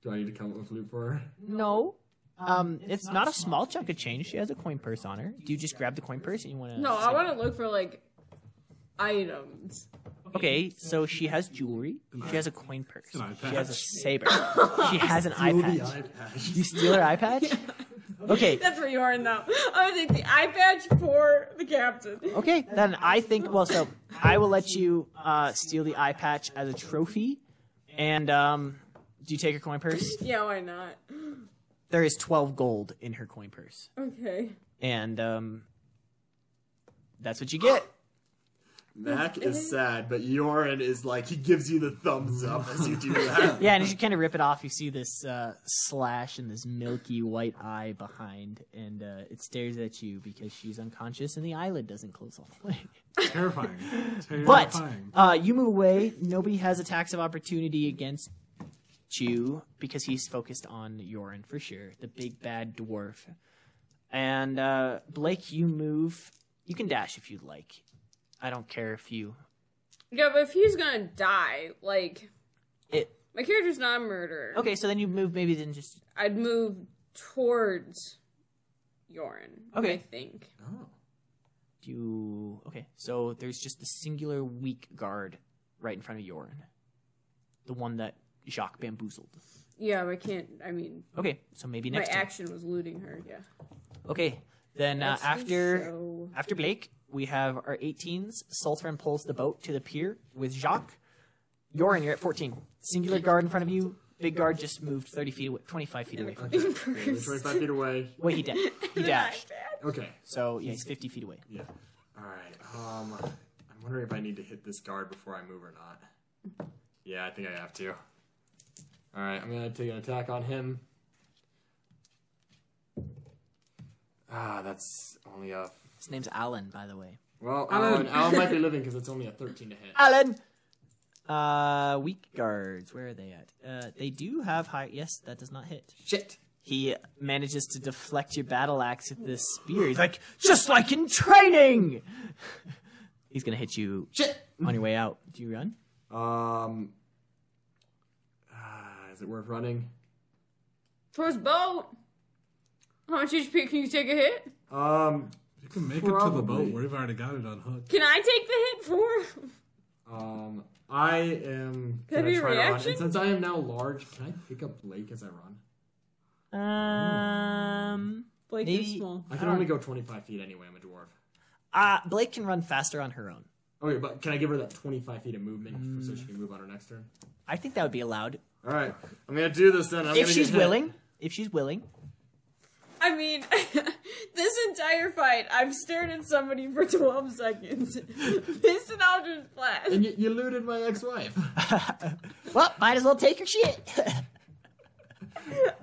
Speaker 4: Do I need to come up with loot for her?
Speaker 3: No. Um, it's not a small chunk of change. She has a coin purse on her. Do you just grab the coin purse and you want to?
Speaker 2: No, Oh, I want to look for like items.
Speaker 3: Okay, so she has jewelry. She has a coin purse.
Speaker 1: An eye
Speaker 3: She has a
Speaker 1: patch.
Speaker 3: saber. She has an eye patch.
Speaker 4: iPad.
Speaker 3: You steal her eye patch? Okay,
Speaker 2: That's where you are now. I would think the eye patch for the captain.
Speaker 3: okay. Then I think well, so I will let you uh, steal the eye patch as a trophy. And um, do you take her coin purse?
Speaker 2: Yeah, why not?
Speaker 3: There is twelve gold in her coin purse,
Speaker 2: Okay.
Speaker 3: and um, that's what you get.
Speaker 4: Mac is sad, but Yorin is like, he gives you the thumbs up as you do that.
Speaker 3: Yeah, and as you kind of rip it off, you see this uh, slash and this milky white eye behind, and uh, it stares at you because she's unconscious and the eyelid doesn't close all the way.
Speaker 1: Terrifying. Terrifying.
Speaker 3: But uh, you move away. Nobody has attacks of opportunity against you because he's focused on Yorin for sure, the big bad dwarf. And uh, Blake, you move. You can dash if you'd like. I don't care if you.
Speaker 2: Yeah, but if he's gonna die, like
Speaker 3: It,
Speaker 2: my character's not a murderer. Oh,
Speaker 3: okay, so then you move maybe then just
Speaker 2: I'd move towards Yorin.
Speaker 3: Okay.
Speaker 2: I think.
Speaker 4: Oh.
Speaker 3: You okay? So there's just the singular weak guard right in front of Yorin, the one that Jacques bamboozled.
Speaker 2: Yeah, but I can't. I mean,
Speaker 3: Okay, so maybe
Speaker 2: my
Speaker 3: next time.
Speaker 2: action was looting her. Yeah.
Speaker 3: Okay, then uh,
Speaker 2: That's the
Speaker 3: after
Speaker 2: show.
Speaker 3: after Blake, we have our 18s. Sultran pulls the boat to the pier with Jacques. Yorin, you're at 14. Singular guard in front of you. Big guard just moved 30 feet, away, 25 feet away from you.
Speaker 4: You're 25 feet away.
Speaker 3: Wait, he dashed. He dashed.
Speaker 4: Okay.
Speaker 3: So yeah, he's 50 feet away.
Speaker 4: Yeah. All right. Um, I'm wondering if I need to hit this guard before I move or not. Yeah, I think I have to. All right, I'm gonna take an attack on him. Ah, that's only a
Speaker 3: His name's Alan, by the way.
Speaker 4: well.
Speaker 1: Alan.
Speaker 4: Alan, Alan might be living because it's only a 13 to hit.
Speaker 3: Alan. Uh, weak guards. Where are they at? Uh, they do have high. Yes, that does not hit.
Speaker 4: Shit.
Speaker 3: He manages to deflect your battle axe with this spear. He's like, just like in training. He's gonna hit you
Speaker 4: Shit.
Speaker 3: on your way out. Do you run?
Speaker 4: Um. ah, Is it worth running?
Speaker 2: Towards boat. How much HP can you take a hit?
Speaker 4: Um.
Speaker 1: you can make it to the
Speaker 4: Probably.
Speaker 1: boat. We've already got it unhooked.
Speaker 2: Can I take the hit for?
Speaker 4: Um. I am
Speaker 2: Can I
Speaker 4: gonna
Speaker 2: do a
Speaker 4: try to run.
Speaker 2: reaction?
Speaker 4: And since I am now large, can I pick up Blake as I run?
Speaker 3: Um,
Speaker 2: Blake
Speaker 3: Maybe-
Speaker 2: is small.
Speaker 4: I can only go 25 feet anyway. I'm a dwarf.
Speaker 3: uh, Blake can run faster on her own.
Speaker 4: Okay, but can I give her that 25 feet of movement f- so she can move on her next turn?
Speaker 3: I think that would be allowed
Speaker 4: All right, I'm gonna do this then.
Speaker 3: if
Speaker 4: I'm gonna
Speaker 3: she's
Speaker 4: get hit.
Speaker 3: willing. If she's willing.
Speaker 2: I mean, this entire fight, I've stared at somebody for 12 seconds. this and Aldrin's flat.
Speaker 4: And you, you looted my ex-wife.
Speaker 3: Well, might as well take her shit.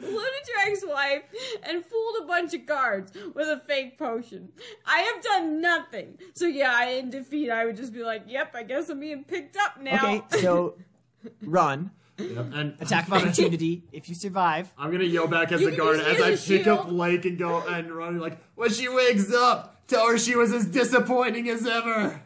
Speaker 2: Looted your ex-wife and fooled a bunch of guards with a fake potion. I have done nothing. So yeah, I in defeat, I would just be like, yep, I guess I'm being picked up now.
Speaker 3: okay, so run.
Speaker 4: Yep, and
Speaker 3: Attack of opportunity. If you survive,
Speaker 4: I'm gonna yell back as
Speaker 2: You
Speaker 4: a
Speaker 2: can
Speaker 4: guard
Speaker 2: just
Speaker 4: as
Speaker 2: use
Speaker 4: I
Speaker 2: your
Speaker 4: pick
Speaker 2: shield.
Speaker 4: up Blake and go and run. Like when she wakes up, tell her she was as disappointing as ever.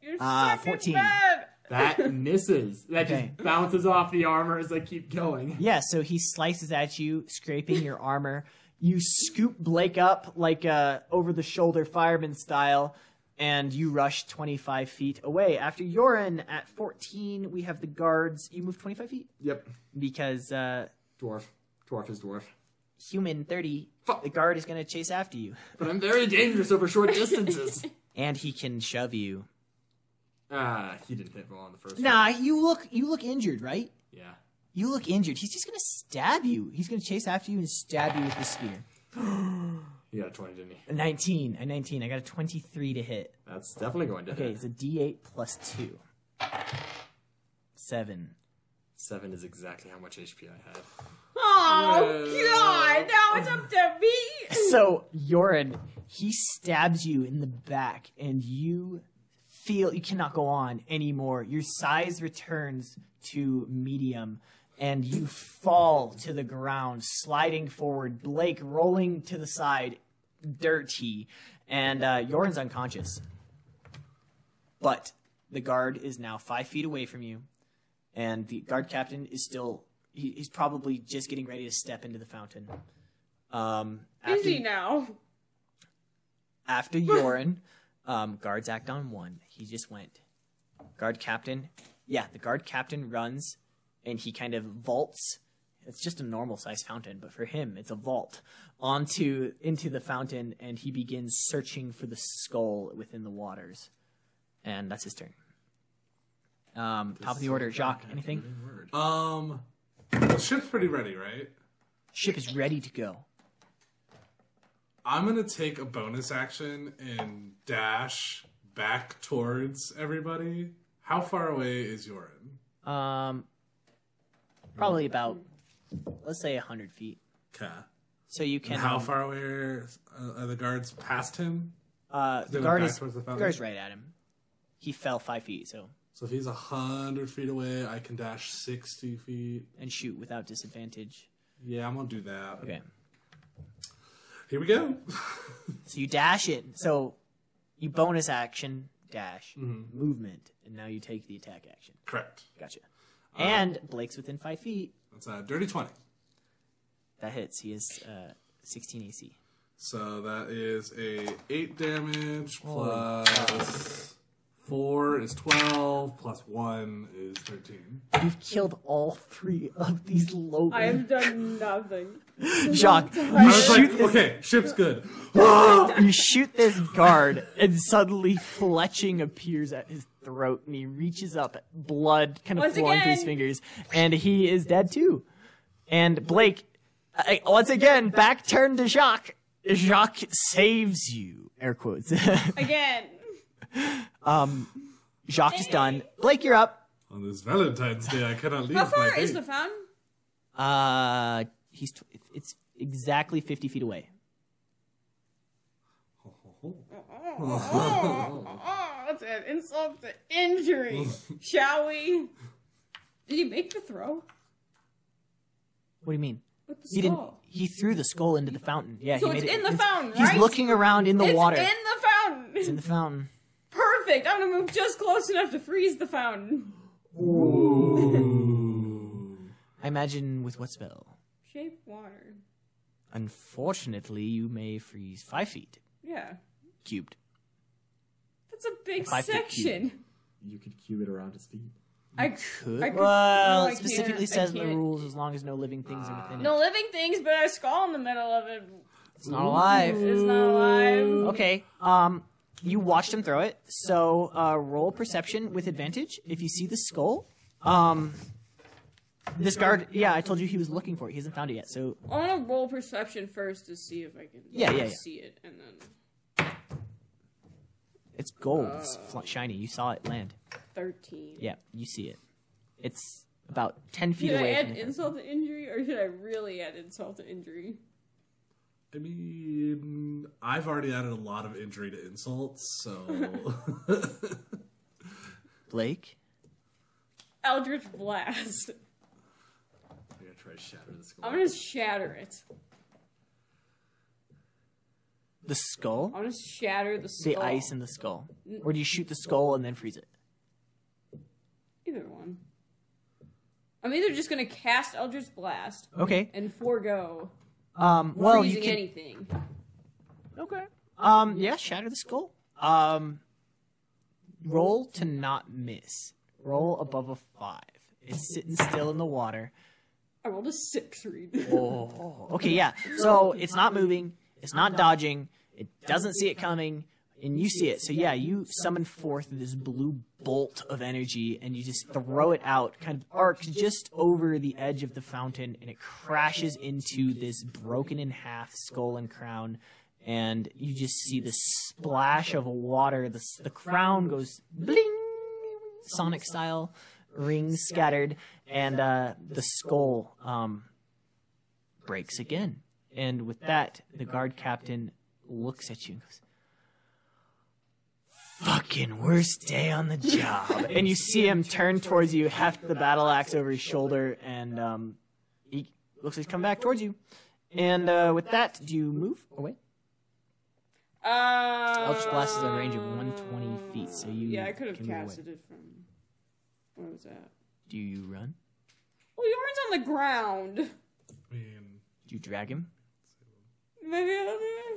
Speaker 2: You're
Speaker 3: Ah,
Speaker 2: fucking
Speaker 3: 14.
Speaker 2: bad.
Speaker 4: That misses. That
Speaker 3: Okay.
Speaker 4: just bounces off the armor as I keep going.
Speaker 3: Yeah, so he slices at you, scraping your armor. You scoop Blake up like uh, over the shoulder fireman style, and you rush 25 feet away. After Yorin at 14, we have the guards. You move 25 feet
Speaker 4: Yep,
Speaker 3: because uh,
Speaker 4: dwarf. Dwarf is dwarf.
Speaker 3: human 30,
Speaker 4: Fuck.
Speaker 3: the guard is going to chase after you,
Speaker 4: But I'm very dangerous over short distances.
Speaker 3: and he can shove you.
Speaker 4: ah, he didn't hit well on the first. one.
Speaker 3: Nah, you look you look injured, right?
Speaker 4: Yeah.
Speaker 3: You look injured. He's just going to stab you. He's going to chase after you and stab you with the spear.
Speaker 4: He got a 20, didn't he?
Speaker 3: A 19, a 19. I got a 23 to hit.
Speaker 4: That's definitely going to
Speaker 3: Okay,
Speaker 4: hit.
Speaker 3: it's a D8 plus two. Seven.
Speaker 4: Seven is exactly how much HP I had.
Speaker 2: Oh, God. Now it's up to me.
Speaker 3: So Yorin, he stabs you in the back, and you feel you cannot go on anymore. Your size returns to medium and you fall to the ground, sliding forward, Blake rolling to the side, dirty, and uh, Yoren's unconscious. But the guard is now five feet away from you, and the guard captain is still. He, he's probably just getting ready to step into the fountain. Um,
Speaker 2: Is
Speaker 3: after-
Speaker 2: he now?
Speaker 3: after Yorin, um, guards act on one. He just went. Guard captain, yeah, the guard captain runs and he kind of vaults. It's just a normal size fountain, but for him, it's a vault onto into the fountain, and he begins searching for the skull within the waters. And that's his turn. Um, top of the order, Jacques. Anything?
Speaker 1: Um, the ship's pretty ready, right?
Speaker 3: Ship is ready to go.
Speaker 1: I'm gonna take a bonus action and dash back towards everybody. How far away is Yorin?
Speaker 3: Um, probably about let's say hundred feet.
Speaker 1: Okay.
Speaker 3: So you can.
Speaker 1: And how
Speaker 3: um,
Speaker 1: far away are, are the guards past him?
Speaker 3: Uh,
Speaker 1: they
Speaker 3: the
Speaker 1: went
Speaker 3: guard
Speaker 1: back
Speaker 3: is
Speaker 1: towards the fountain?
Speaker 3: guard's right at him. He fell five feet, so
Speaker 1: So if he's a hundred feet away, I can dash sixty feet.
Speaker 3: and shoot without disadvantage.
Speaker 1: Yeah, I'm gonna do that.
Speaker 3: Okay,
Speaker 1: Here we go.
Speaker 3: so you dash it. So you bonus action dash
Speaker 1: Mm-hmm.
Speaker 3: movement, and now you take the attack action.
Speaker 1: Correct.
Speaker 3: Gotcha.
Speaker 1: Uh,
Speaker 3: and Blake's within five feet.
Speaker 1: That's a dirty twenty.
Speaker 3: That hits. He is uh, 16 AC.
Speaker 1: So that is a eight damage plus four is twelve plus one is thirteen.
Speaker 3: You've killed all three of these low.
Speaker 2: I have done nothing.
Speaker 3: Jacques,
Speaker 1: I
Speaker 3: you
Speaker 1: was
Speaker 3: shoot,
Speaker 1: like, okay, ship's good.
Speaker 3: you shoot this guard, and suddenly fletching appears at his throat, and he reaches up, blood kind of
Speaker 2: Once
Speaker 3: flowing through his
Speaker 2: again.
Speaker 3: fingers, and he is dead too. And Blake, I, once again, back turned to Jacques. Jacques saves you. Air quotes.
Speaker 2: Again.
Speaker 3: Jacques is done. Blake, you're up.
Speaker 1: On this Valentine's Day, I cannot leave
Speaker 2: How
Speaker 1: my
Speaker 2: far
Speaker 1: date.
Speaker 2: is the fountain?
Speaker 3: Uh, he's tw- it's exactly 50 feet away.
Speaker 2: Oh, that's an insult to injury. Shall we? Did he make the throw?
Speaker 3: What do you mean?
Speaker 2: With the
Speaker 3: He didn't.
Speaker 2: skull.
Speaker 3: He threw the skull into the fountain. Yeah,
Speaker 2: So
Speaker 3: he
Speaker 2: it's
Speaker 3: made it-
Speaker 2: in the
Speaker 3: it's-
Speaker 2: fountain,
Speaker 3: He's
Speaker 2: right?
Speaker 3: looking around in the
Speaker 2: it's
Speaker 3: water.
Speaker 2: in the
Speaker 3: in
Speaker 2: fountain.
Speaker 3: the fountain.
Speaker 2: Perfect. I'm gonna move just close enough to freeze the fountain.
Speaker 3: I imagine with what spell?
Speaker 2: Shape water.
Speaker 3: Unfortunately, you may freeze five feet
Speaker 2: Yeah,
Speaker 3: cubed.
Speaker 2: that's a big
Speaker 3: Five foot cube.
Speaker 2: section.
Speaker 4: You could cube it around his feet.
Speaker 2: I
Speaker 3: Could
Speaker 2: I could-
Speaker 3: well,
Speaker 2: no, I
Speaker 3: it specifically
Speaker 2: can't, I
Speaker 3: says in the
Speaker 2: can't.
Speaker 3: rules as long as no living things are within
Speaker 2: No
Speaker 3: it.
Speaker 2: living things, but a skull in the middle of it.
Speaker 3: It's not alive.
Speaker 2: It's not alive.
Speaker 3: Okay. Um, you watched him throw it, so uh, roll perception with advantage if you see the skull. Um, this guard. Yeah, I told you he was looking for it. He hasn't found it yet. So
Speaker 2: I want to roll perception first to see if I can
Speaker 3: Yeah, yeah, yeah.
Speaker 2: see it, and then
Speaker 3: it's gold. It's fl- shiny. You saw it land.
Speaker 2: thirteen.
Speaker 3: Yeah, you see it. It's about ten feet
Speaker 2: Should I
Speaker 3: away.
Speaker 2: add
Speaker 3: from the-
Speaker 2: insult to injury, or should I really add insult to injury?
Speaker 1: I mean, I've already added a lot of injury to insults, so
Speaker 3: Blake.
Speaker 2: Eldritch blast.
Speaker 4: I'm gonna try to shatter this.
Speaker 2: I'm gonna shatter it.
Speaker 3: The skull.
Speaker 2: I'm gonna shatter the skull.
Speaker 3: the ice in the skull, or do you shoot the skull and then freeze it?
Speaker 2: Either one. I'm either just gonna cast Eldritch Blast
Speaker 3: Okay.
Speaker 2: and forego
Speaker 3: Um. Well, you
Speaker 2: freezing
Speaker 3: can.
Speaker 2: anything.
Speaker 3: Okay. Um. Yeah. Shatter the skull. Um. Roll to not miss. Roll above a five. It's sitting still in the water.
Speaker 2: I rolled a six read.
Speaker 3: Oh. Okay. Yeah. So it's not moving. It's not dodging. It doesn't see it coming. And you see it. So yeah, you summon forth this blue bolt of energy and you just throw it out, kind of arcs just over the edge of the fountain, and it crashes into this broken in half skull and crown. And you just see the splash of water. The, s- the crown goes bling, Sonic style, rings scattered, and uh, the skull um, breaks again. And with that, the guard captain looks at you and goes, fucking worst day on the job. and you see him turn towards you, heft the battle axe over his shoulder, and um, he looks like he's coming back towards you. And uh, with that, do you move away?
Speaker 2: Uh,
Speaker 3: Eldritch Blast is at a range of 120 feet, so you
Speaker 2: Yeah, I could have
Speaker 3: can move away.
Speaker 2: casted it from. Where was that?
Speaker 3: Do you run?
Speaker 2: Well, Yorin's on the ground.
Speaker 1: I mean,
Speaker 3: Do you drag him?
Speaker 2: Maybe I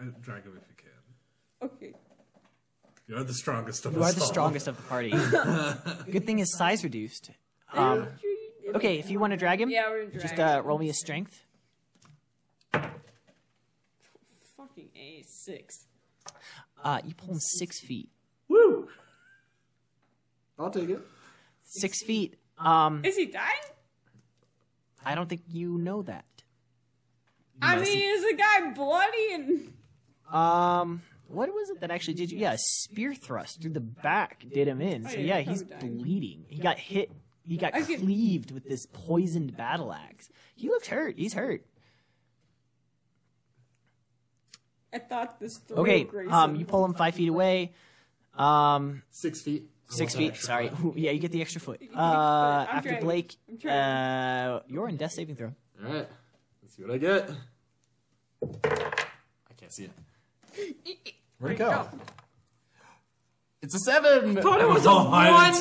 Speaker 2: don't
Speaker 1: I drag him if you can.
Speaker 2: know. Okay.
Speaker 1: You're the strongest of
Speaker 3: You
Speaker 1: us.
Speaker 3: are the
Speaker 1: all.
Speaker 3: strongest of the party. Good thing his size reduced. Um, okay, if you want to drag him,
Speaker 2: Yeah, we're gonna drag.
Speaker 3: just uh, roll me a strength.
Speaker 2: Fucking a six.
Speaker 3: Uh, you pull him six feet.
Speaker 4: Woo! I'll take it.
Speaker 3: Six feet. Um,
Speaker 2: Is he dying?
Speaker 3: I don't think you know that.
Speaker 2: I mean, is the guy bloody and?
Speaker 3: Um, what was it that actually did you? Yeah, a spear thrust through the back did him in. So
Speaker 2: Oh, yeah,
Speaker 3: yeah,
Speaker 2: he's
Speaker 3: he's
Speaker 2: probably dying.
Speaker 3: bleeding. He got hit. He got
Speaker 2: I could-
Speaker 3: cleaved with this poisoned battle axe. He looks hurt. He's hurt.
Speaker 2: I thought this through.
Speaker 3: Okay.
Speaker 2: Grayson.
Speaker 3: Um, you pull him five feet away. Um,
Speaker 4: Six feet.
Speaker 3: six feet. Sorry. Ooh, yeah, you get the extra foot.
Speaker 2: get the extra
Speaker 3: Uh,
Speaker 2: foot. I'm
Speaker 3: after
Speaker 2: trying.
Speaker 3: Blake,
Speaker 2: I'm
Speaker 3: uh, you're in death saving throw.
Speaker 4: All right. Let's see what I get. I can't see it. Where'd it go? It's a seven.
Speaker 1: Thought it was a one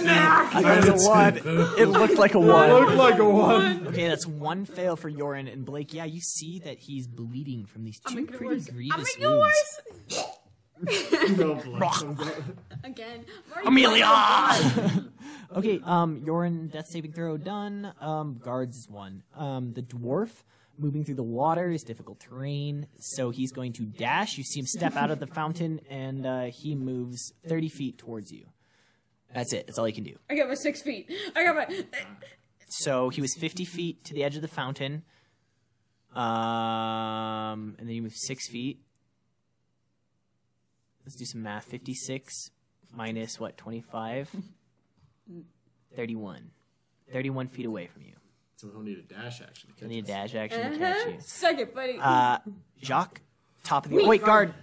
Speaker 2: Mac.
Speaker 1: I
Speaker 3: It was a one. It looked like a one.
Speaker 4: like a one.
Speaker 3: Okay, that's one fail for Yorin and Blake. Yeah, you see that he's bleeding from these two
Speaker 2: making it
Speaker 3: pretty
Speaker 2: worse. I'm
Speaker 3: grievous
Speaker 2: making it worse.
Speaker 3: wounds.
Speaker 5: Again.
Speaker 3: Amelia. okay, um, Yorin, death saving throw done. Um, guards is one. Um, the dwarf moving through the water is difficult terrain, so he's going to dash. You see him step out of the fountain, and uh, he moves thirty feet towards you. That's it. That's all he can do.
Speaker 2: I got my six feet. I got my.
Speaker 3: So he was 50 feet to the edge of the fountain. Um, and then he moved six feet. Let's do some math. 56 minus what, 25? 31. 31 feet away from you.
Speaker 4: So we'll need a dash action. to
Speaker 3: I
Speaker 4: catch
Speaker 3: need a
Speaker 4: us.
Speaker 3: dash action to catch you.
Speaker 2: Suck it, buddy.
Speaker 3: Uh, Jacques, top of the. wait, guard.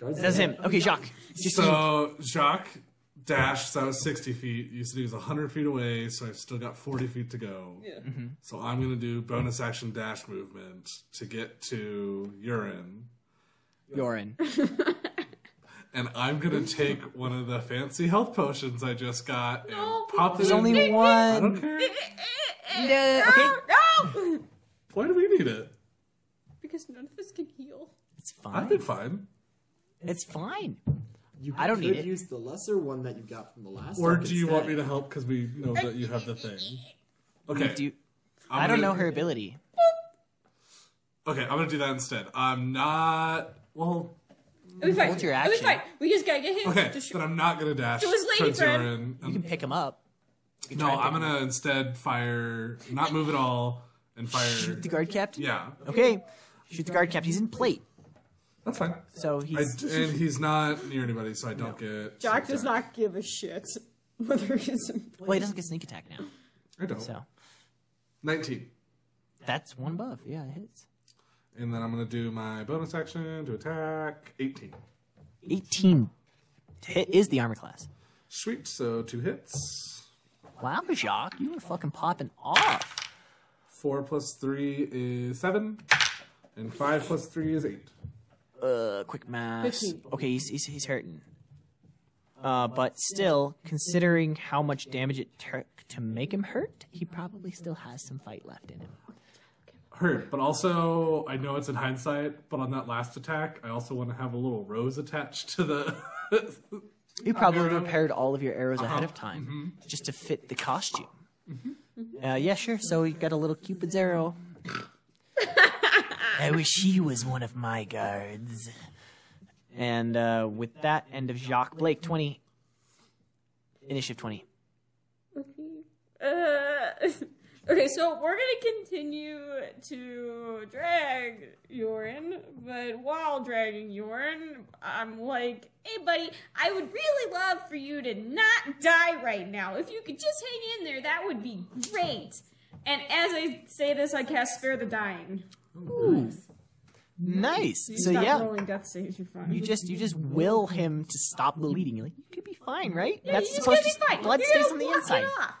Speaker 4: Guards
Speaker 3: That's him. Okay, Jacques.
Speaker 1: So Jacques dashed. That was sixty feet. You said he was hundred feet away, so I've still got forty feet to go.
Speaker 2: Yeah.
Speaker 3: Mm-hmm.
Speaker 1: So I'm gonna do bonus action dash movement to get to urine,
Speaker 3: Yorin.
Speaker 1: and I'm gonna take one of the fancy health potions I just got and pop it.
Speaker 3: Oh, There's
Speaker 1: in- I
Speaker 3: only one.
Speaker 1: don't care.
Speaker 3: Yeah, okay.
Speaker 2: no.
Speaker 1: Why do we need it?
Speaker 2: Because none of us can heal.
Speaker 3: It's
Speaker 1: I've
Speaker 3: fine.
Speaker 1: been fine.
Speaker 3: It's fine.
Speaker 4: You
Speaker 3: I don't need
Speaker 4: could
Speaker 3: it.
Speaker 4: use the lesser one that you got from the last.
Speaker 1: Or
Speaker 4: one
Speaker 1: do you want me
Speaker 4: instead.
Speaker 1: to help because we know that you have the thing? Okay.
Speaker 3: Do you,
Speaker 1: I'm
Speaker 3: I don't
Speaker 1: gonna-
Speaker 3: know her ability.
Speaker 1: Okay, I'm gonna do that instead. I'm not. Well,
Speaker 2: It'll be fine.
Speaker 3: Hold your
Speaker 2: It'll
Speaker 3: action.
Speaker 2: be fine. We just gotta get him.
Speaker 1: okay,
Speaker 2: Just-
Speaker 1: then I'm not gonna dash.
Speaker 2: It was lady
Speaker 1: towards
Speaker 2: friend.
Speaker 1: Urine.
Speaker 3: You can pick him up.
Speaker 1: No, I'm gonna instead fire, not move at all, and fire.
Speaker 3: Shoot the guard captain.
Speaker 1: Yeah,
Speaker 3: Okay. Shoot the guard cap. He's in plate.
Speaker 1: that's fine.
Speaker 3: So
Speaker 1: I,
Speaker 3: he's
Speaker 1: and he's not near anybody, so I don't get.
Speaker 2: Jack does
Speaker 1: attacked.
Speaker 2: not give a shit whether he's in
Speaker 3: well, he doesn't get sneak attack now.
Speaker 1: I don't.
Speaker 3: So
Speaker 1: Nineteen,
Speaker 3: that's one buff. Yeah, it hits.
Speaker 1: and then I'm gonna do my bonus action to attack. Eighteen.
Speaker 3: Eighteen to hit is the armor class.
Speaker 1: Sweet. So two hits.
Speaker 3: Wow, Jacques, you were fucking popping off.
Speaker 1: Four plus three is seven, and five plus three is eight.
Speaker 3: Uh, quick math.
Speaker 2: Fifteen.
Speaker 3: Okay, he's he's, he's hurting. Uh, but still, considering how much damage it took to make him hurt, he probably still has some fight left in him.
Speaker 1: hurt, but also I know it's in hindsight. But on that last attack, I also want to have a little rose attached to the. Oh
Speaker 3: You probably prepared all of your arrows ahead
Speaker 2: Uh-huh.
Speaker 3: of time
Speaker 2: Mm-hmm.
Speaker 3: just to fit the costume. Uh, yeah, sure. So you got a little Cupid's arrow. I wish he was one of my guards. And uh, with that end of Jacques Blake, 20. Initiative 20.
Speaker 2: Uh, okay, so we're gonna continue to drag Yorin, but while dragging Yorin, I'm like, hey, buddy, I would really love for you to not die right now. If you could just hang in there, that would be great. And as I say this, I cast Spare the Dying.
Speaker 3: Nice.
Speaker 2: You
Speaker 3: So
Speaker 2: stop
Speaker 3: yeah,
Speaker 2: rolling death saves. You're fine.
Speaker 3: you just you just will him to stop bleeding. You're like, you could be fine, right? That's
Speaker 2: You're just
Speaker 3: supposed
Speaker 2: gonna
Speaker 3: to
Speaker 2: be fine.
Speaker 3: blood
Speaker 2: You're
Speaker 3: stays
Speaker 2: gonna
Speaker 3: on the
Speaker 2: walk it
Speaker 3: inside.
Speaker 2: off.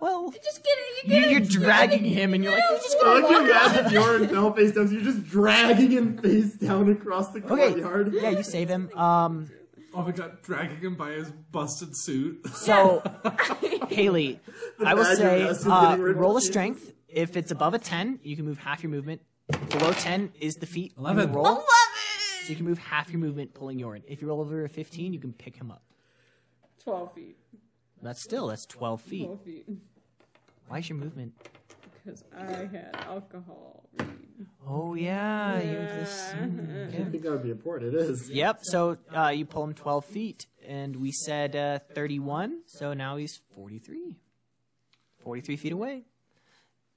Speaker 3: Well,
Speaker 2: Just get it.
Speaker 3: you-
Speaker 2: You're,
Speaker 3: you're dragging him, and you're like, you're just
Speaker 4: I
Speaker 3: gonna
Speaker 4: like you
Speaker 3: walk.
Speaker 4: imagine Yoren fell face down, so you're just dragging him face down across the
Speaker 3: Okay.
Speaker 4: courtyard.
Speaker 3: Yeah, you save him. Um.
Speaker 1: Oh my god, dragging him by his busted suit.
Speaker 3: So, Haley, I will
Speaker 4: badger
Speaker 3: say,
Speaker 4: mask is
Speaker 3: uh,
Speaker 4: getting rid of
Speaker 3: roll a
Speaker 4: it.
Speaker 3: strength. If it's above a ten, you can move half your movement. Below ten is the feet. You
Speaker 1: Eleven.
Speaker 3: roll,
Speaker 2: Love
Speaker 3: so
Speaker 2: it.
Speaker 3: you can move half your movement pulling Yorin. If you roll over a fifteen, you can pick him up.
Speaker 2: Twelve feet.
Speaker 3: That's still that's twelve feet.
Speaker 2: Twelve feet.
Speaker 3: Why is your movement?
Speaker 2: Because I had alcohol. read.
Speaker 3: Oh yeah, you this.
Speaker 2: Uh,
Speaker 4: I didn't think that would be important. It is.
Speaker 3: Yep. So uh, you pull him twelve feet, and we said uh, thirty-one. So now he's forty-three. Forty-three feet away.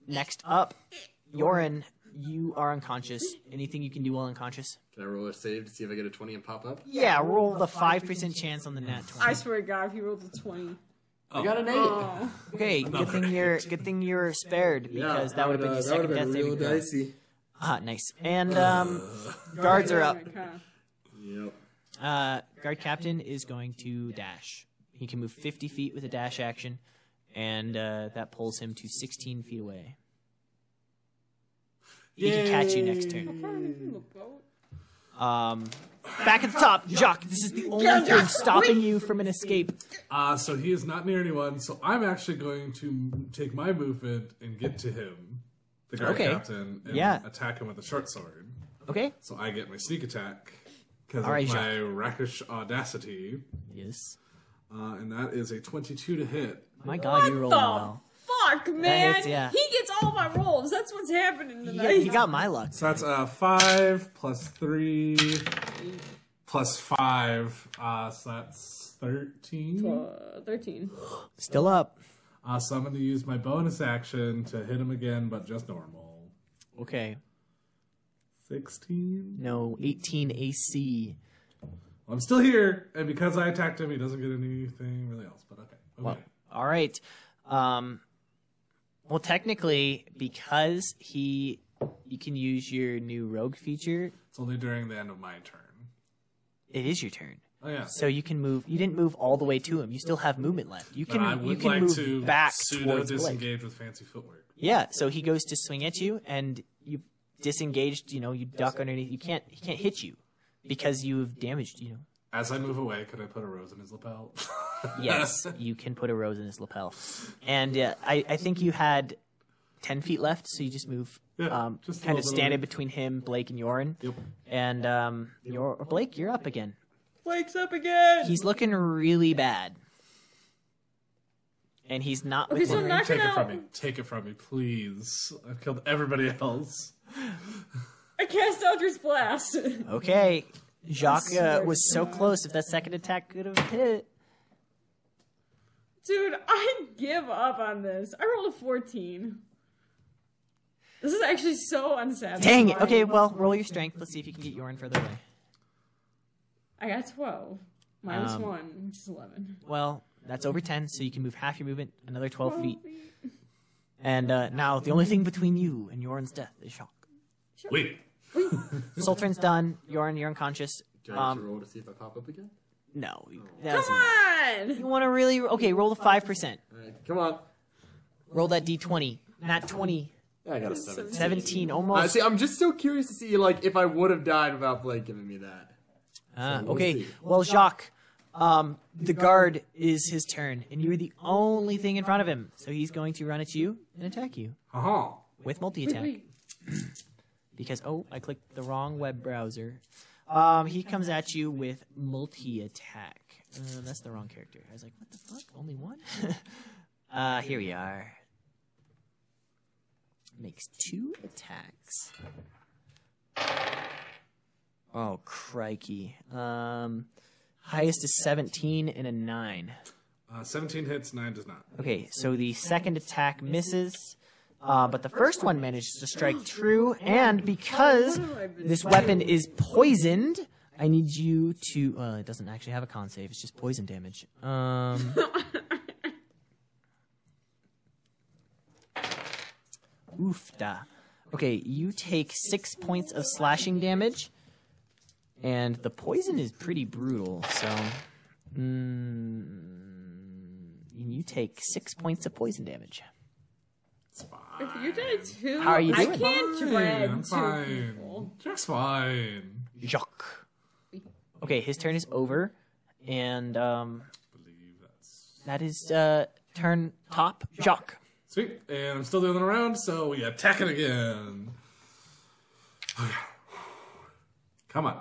Speaker 3: Next up, Yorin. You are unconscious. Anything you can do while unconscious?
Speaker 4: Can I roll a save to see if I get a 20 and pop up?
Speaker 3: Yeah. Roll the five percent chance on the nat
Speaker 2: I
Speaker 3: twenty.
Speaker 2: swear to God, if he rolled a twenty.
Speaker 4: I got an 8.
Speaker 1: Uh,
Speaker 2: Oh.
Speaker 3: Okay. Good thing you're. Good thing you're spared because that would have been your
Speaker 4: uh, that
Speaker 3: second
Speaker 4: would've
Speaker 3: death
Speaker 4: been real
Speaker 3: saving throw.
Speaker 4: dicey.
Speaker 3: Ah, nice. And um, guards
Speaker 2: Oh
Speaker 3: are up.
Speaker 2: Kinda.
Speaker 4: Yep.
Speaker 3: Uh, guard captain is going to dash. He can move 50 feet with a dash action, and uh, that pulls him to 16 feet away. He can catch you next turn.
Speaker 2: Probably from the boat.
Speaker 3: Um, back at the top, Jacques. This is the only thing stopping you from an escape.
Speaker 1: Uh, so he is not near anyone, so I'm actually going to m- take my movement and get to him, the guard
Speaker 3: Okay.
Speaker 1: captain, and
Speaker 3: Yeah.
Speaker 1: attack him with a short sword.
Speaker 3: Okay.
Speaker 1: So I get my sneak attack because
Speaker 3: All right,
Speaker 1: of
Speaker 3: Jacques.
Speaker 1: my rakish audacity,
Speaker 3: Yes.
Speaker 1: uh, and that is a 22 to hit.
Speaker 3: My God, you roll
Speaker 2: the
Speaker 3: well.
Speaker 2: fuck, man?
Speaker 3: is- yeah.
Speaker 2: He gets all my rolls. That's what's happening
Speaker 3: Yeah,
Speaker 2: tonight.
Speaker 3: he got my luck.
Speaker 1: So that's uh, five plus three plus five, uh, so that's 13.
Speaker 2: Uh, Thirteen.
Speaker 3: Still up.
Speaker 1: Uh, so I'm going to use my bonus action to hit him again, but just normal.
Speaker 3: Okay.
Speaker 1: 16.
Speaker 3: No, 18 AC.
Speaker 1: I'm still here, and because I attacked him, he doesn't get anything really else. But okay, okay.
Speaker 3: Well, all right. Um, well, technically, because he, you can use your new rogue feature.
Speaker 1: it's only during the end of my turn.
Speaker 3: It is your turn,
Speaker 1: Oh yeah,
Speaker 3: so you can move. You didn't move all the way to him. You still have movement left. You
Speaker 1: but
Speaker 3: can.
Speaker 1: I
Speaker 3: you
Speaker 1: would
Speaker 3: can
Speaker 1: like
Speaker 3: move
Speaker 1: to
Speaker 3: back
Speaker 1: pseudo
Speaker 3: towards Blake.
Speaker 1: disengage with fancy footwork.
Speaker 3: Yeah. So he goes to swing at you, and you disengaged. You know, you duck underneath. You can't. He can't hit you because you've damaged. You know.
Speaker 1: As I move away, could I put a rose in his lapel?
Speaker 3: Yes, you can put a rose in his lapel. And uh, I, I think you had 10 feet left, so you just move,
Speaker 1: Yeah,
Speaker 3: um,
Speaker 1: just a
Speaker 3: kind of
Speaker 1: little bit
Speaker 3: stand in
Speaker 1: away.
Speaker 3: between him, Blake, and Yoren.
Speaker 1: Yep.
Speaker 3: And um, you're, or Blake, you're up again.
Speaker 2: Wakes up again.
Speaker 3: He's looking really bad. And he's not with
Speaker 2: Okay, so
Speaker 3: Yoren.
Speaker 2: knock
Speaker 1: Take
Speaker 2: it
Speaker 1: it from
Speaker 2: out.
Speaker 1: me. Take it from me, please. I've killed everybody else.
Speaker 2: I cast Eldritch Blast.
Speaker 3: Okay. Jacques uh, was so close. If that second attack could have hit,
Speaker 2: Dude, I give up on this. I rolled a 14. This is actually so unsatisfying.
Speaker 3: dang it. Okay, well, roll your strength. Let's see if you can get Yoren further away.
Speaker 2: I got 12. Minus
Speaker 3: Um,
Speaker 2: 1, which is 11.
Speaker 3: Well, that's over 10, so you can move half your movement, another 12 feet. And uh, now the only thing between you and Yoren's death is shock.
Speaker 1: Wait,
Speaker 3: Sultran's done. Yoren, you're unconscious.
Speaker 4: Do I have to
Speaker 3: Um,
Speaker 4: roll to see if I pop up again?
Speaker 3: no. That's
Speaker 2: Come on!
Speaker 3: You want to really okay? Roll the five percent.
Speaker 4: Alright, come on.
Speaker 3: Roll that d20. Not 20.
Speaker 4: Yeah, I got a 7.
Speaker 3: 17
Speaker 4: Uh,
Speaker 3: almost.
Speaker 4: see, I'm just so curious to see, like, if I would have died without Blake giving me that.
Speaker 3: Ah,
Speaker 4: we'll
Speaker 3: okay.
Speaker 4: see.
Speaker 3: Well, Jacques, um, the guard is his turn, and you're the only thing in front of him. So he's going to run at you and attack you Uh-huh.
Speaker 1: haha.
Speaker 3: with multi attack. because oh, I clicked the wrong web browser. Um, he comes at you with multi attack. Uh, that's the wrong character. I was like, what the fuck? Only one? uh, here we are. Makes two attacks. Oh crikey! Um, highest is seventeen and a nine.
Speaker 1: Uh, 17 hits, nine does not.
Speaker 3: Okay, so the second attack misses, uh, but the first one manages to strike true. And because this weapon is poisoned, I need you to. Well, it doesn't actually have a con save; it's just poison damage. Um, oofda. Okay, you take six points of slashing damage, and the poison is pretty brutal. So, mm, you take six points of poison damage.
Speaker 1: It's fine.
Speaker 2: If you did two,
Speaker 3: How are you
Speaker 2: I
Speaker 3: doing?
Speaker 2: can't
Speaker 1: Fine,
Speaker 2: dread
Speaker 1: I'm
Speaker 2: two
Speaker 1: fine.
Speaker 2: people.
Speaker 1: Jack's fine.
Speaker 3: Jacques. Okay, his turn is over, and um,
Speaker 1: Believe that's
Speaker 3: that is uh, turn top Jacques.
Speaker 1: sweet. And I'm still doing it around, so we attack it again. Okay. Come on.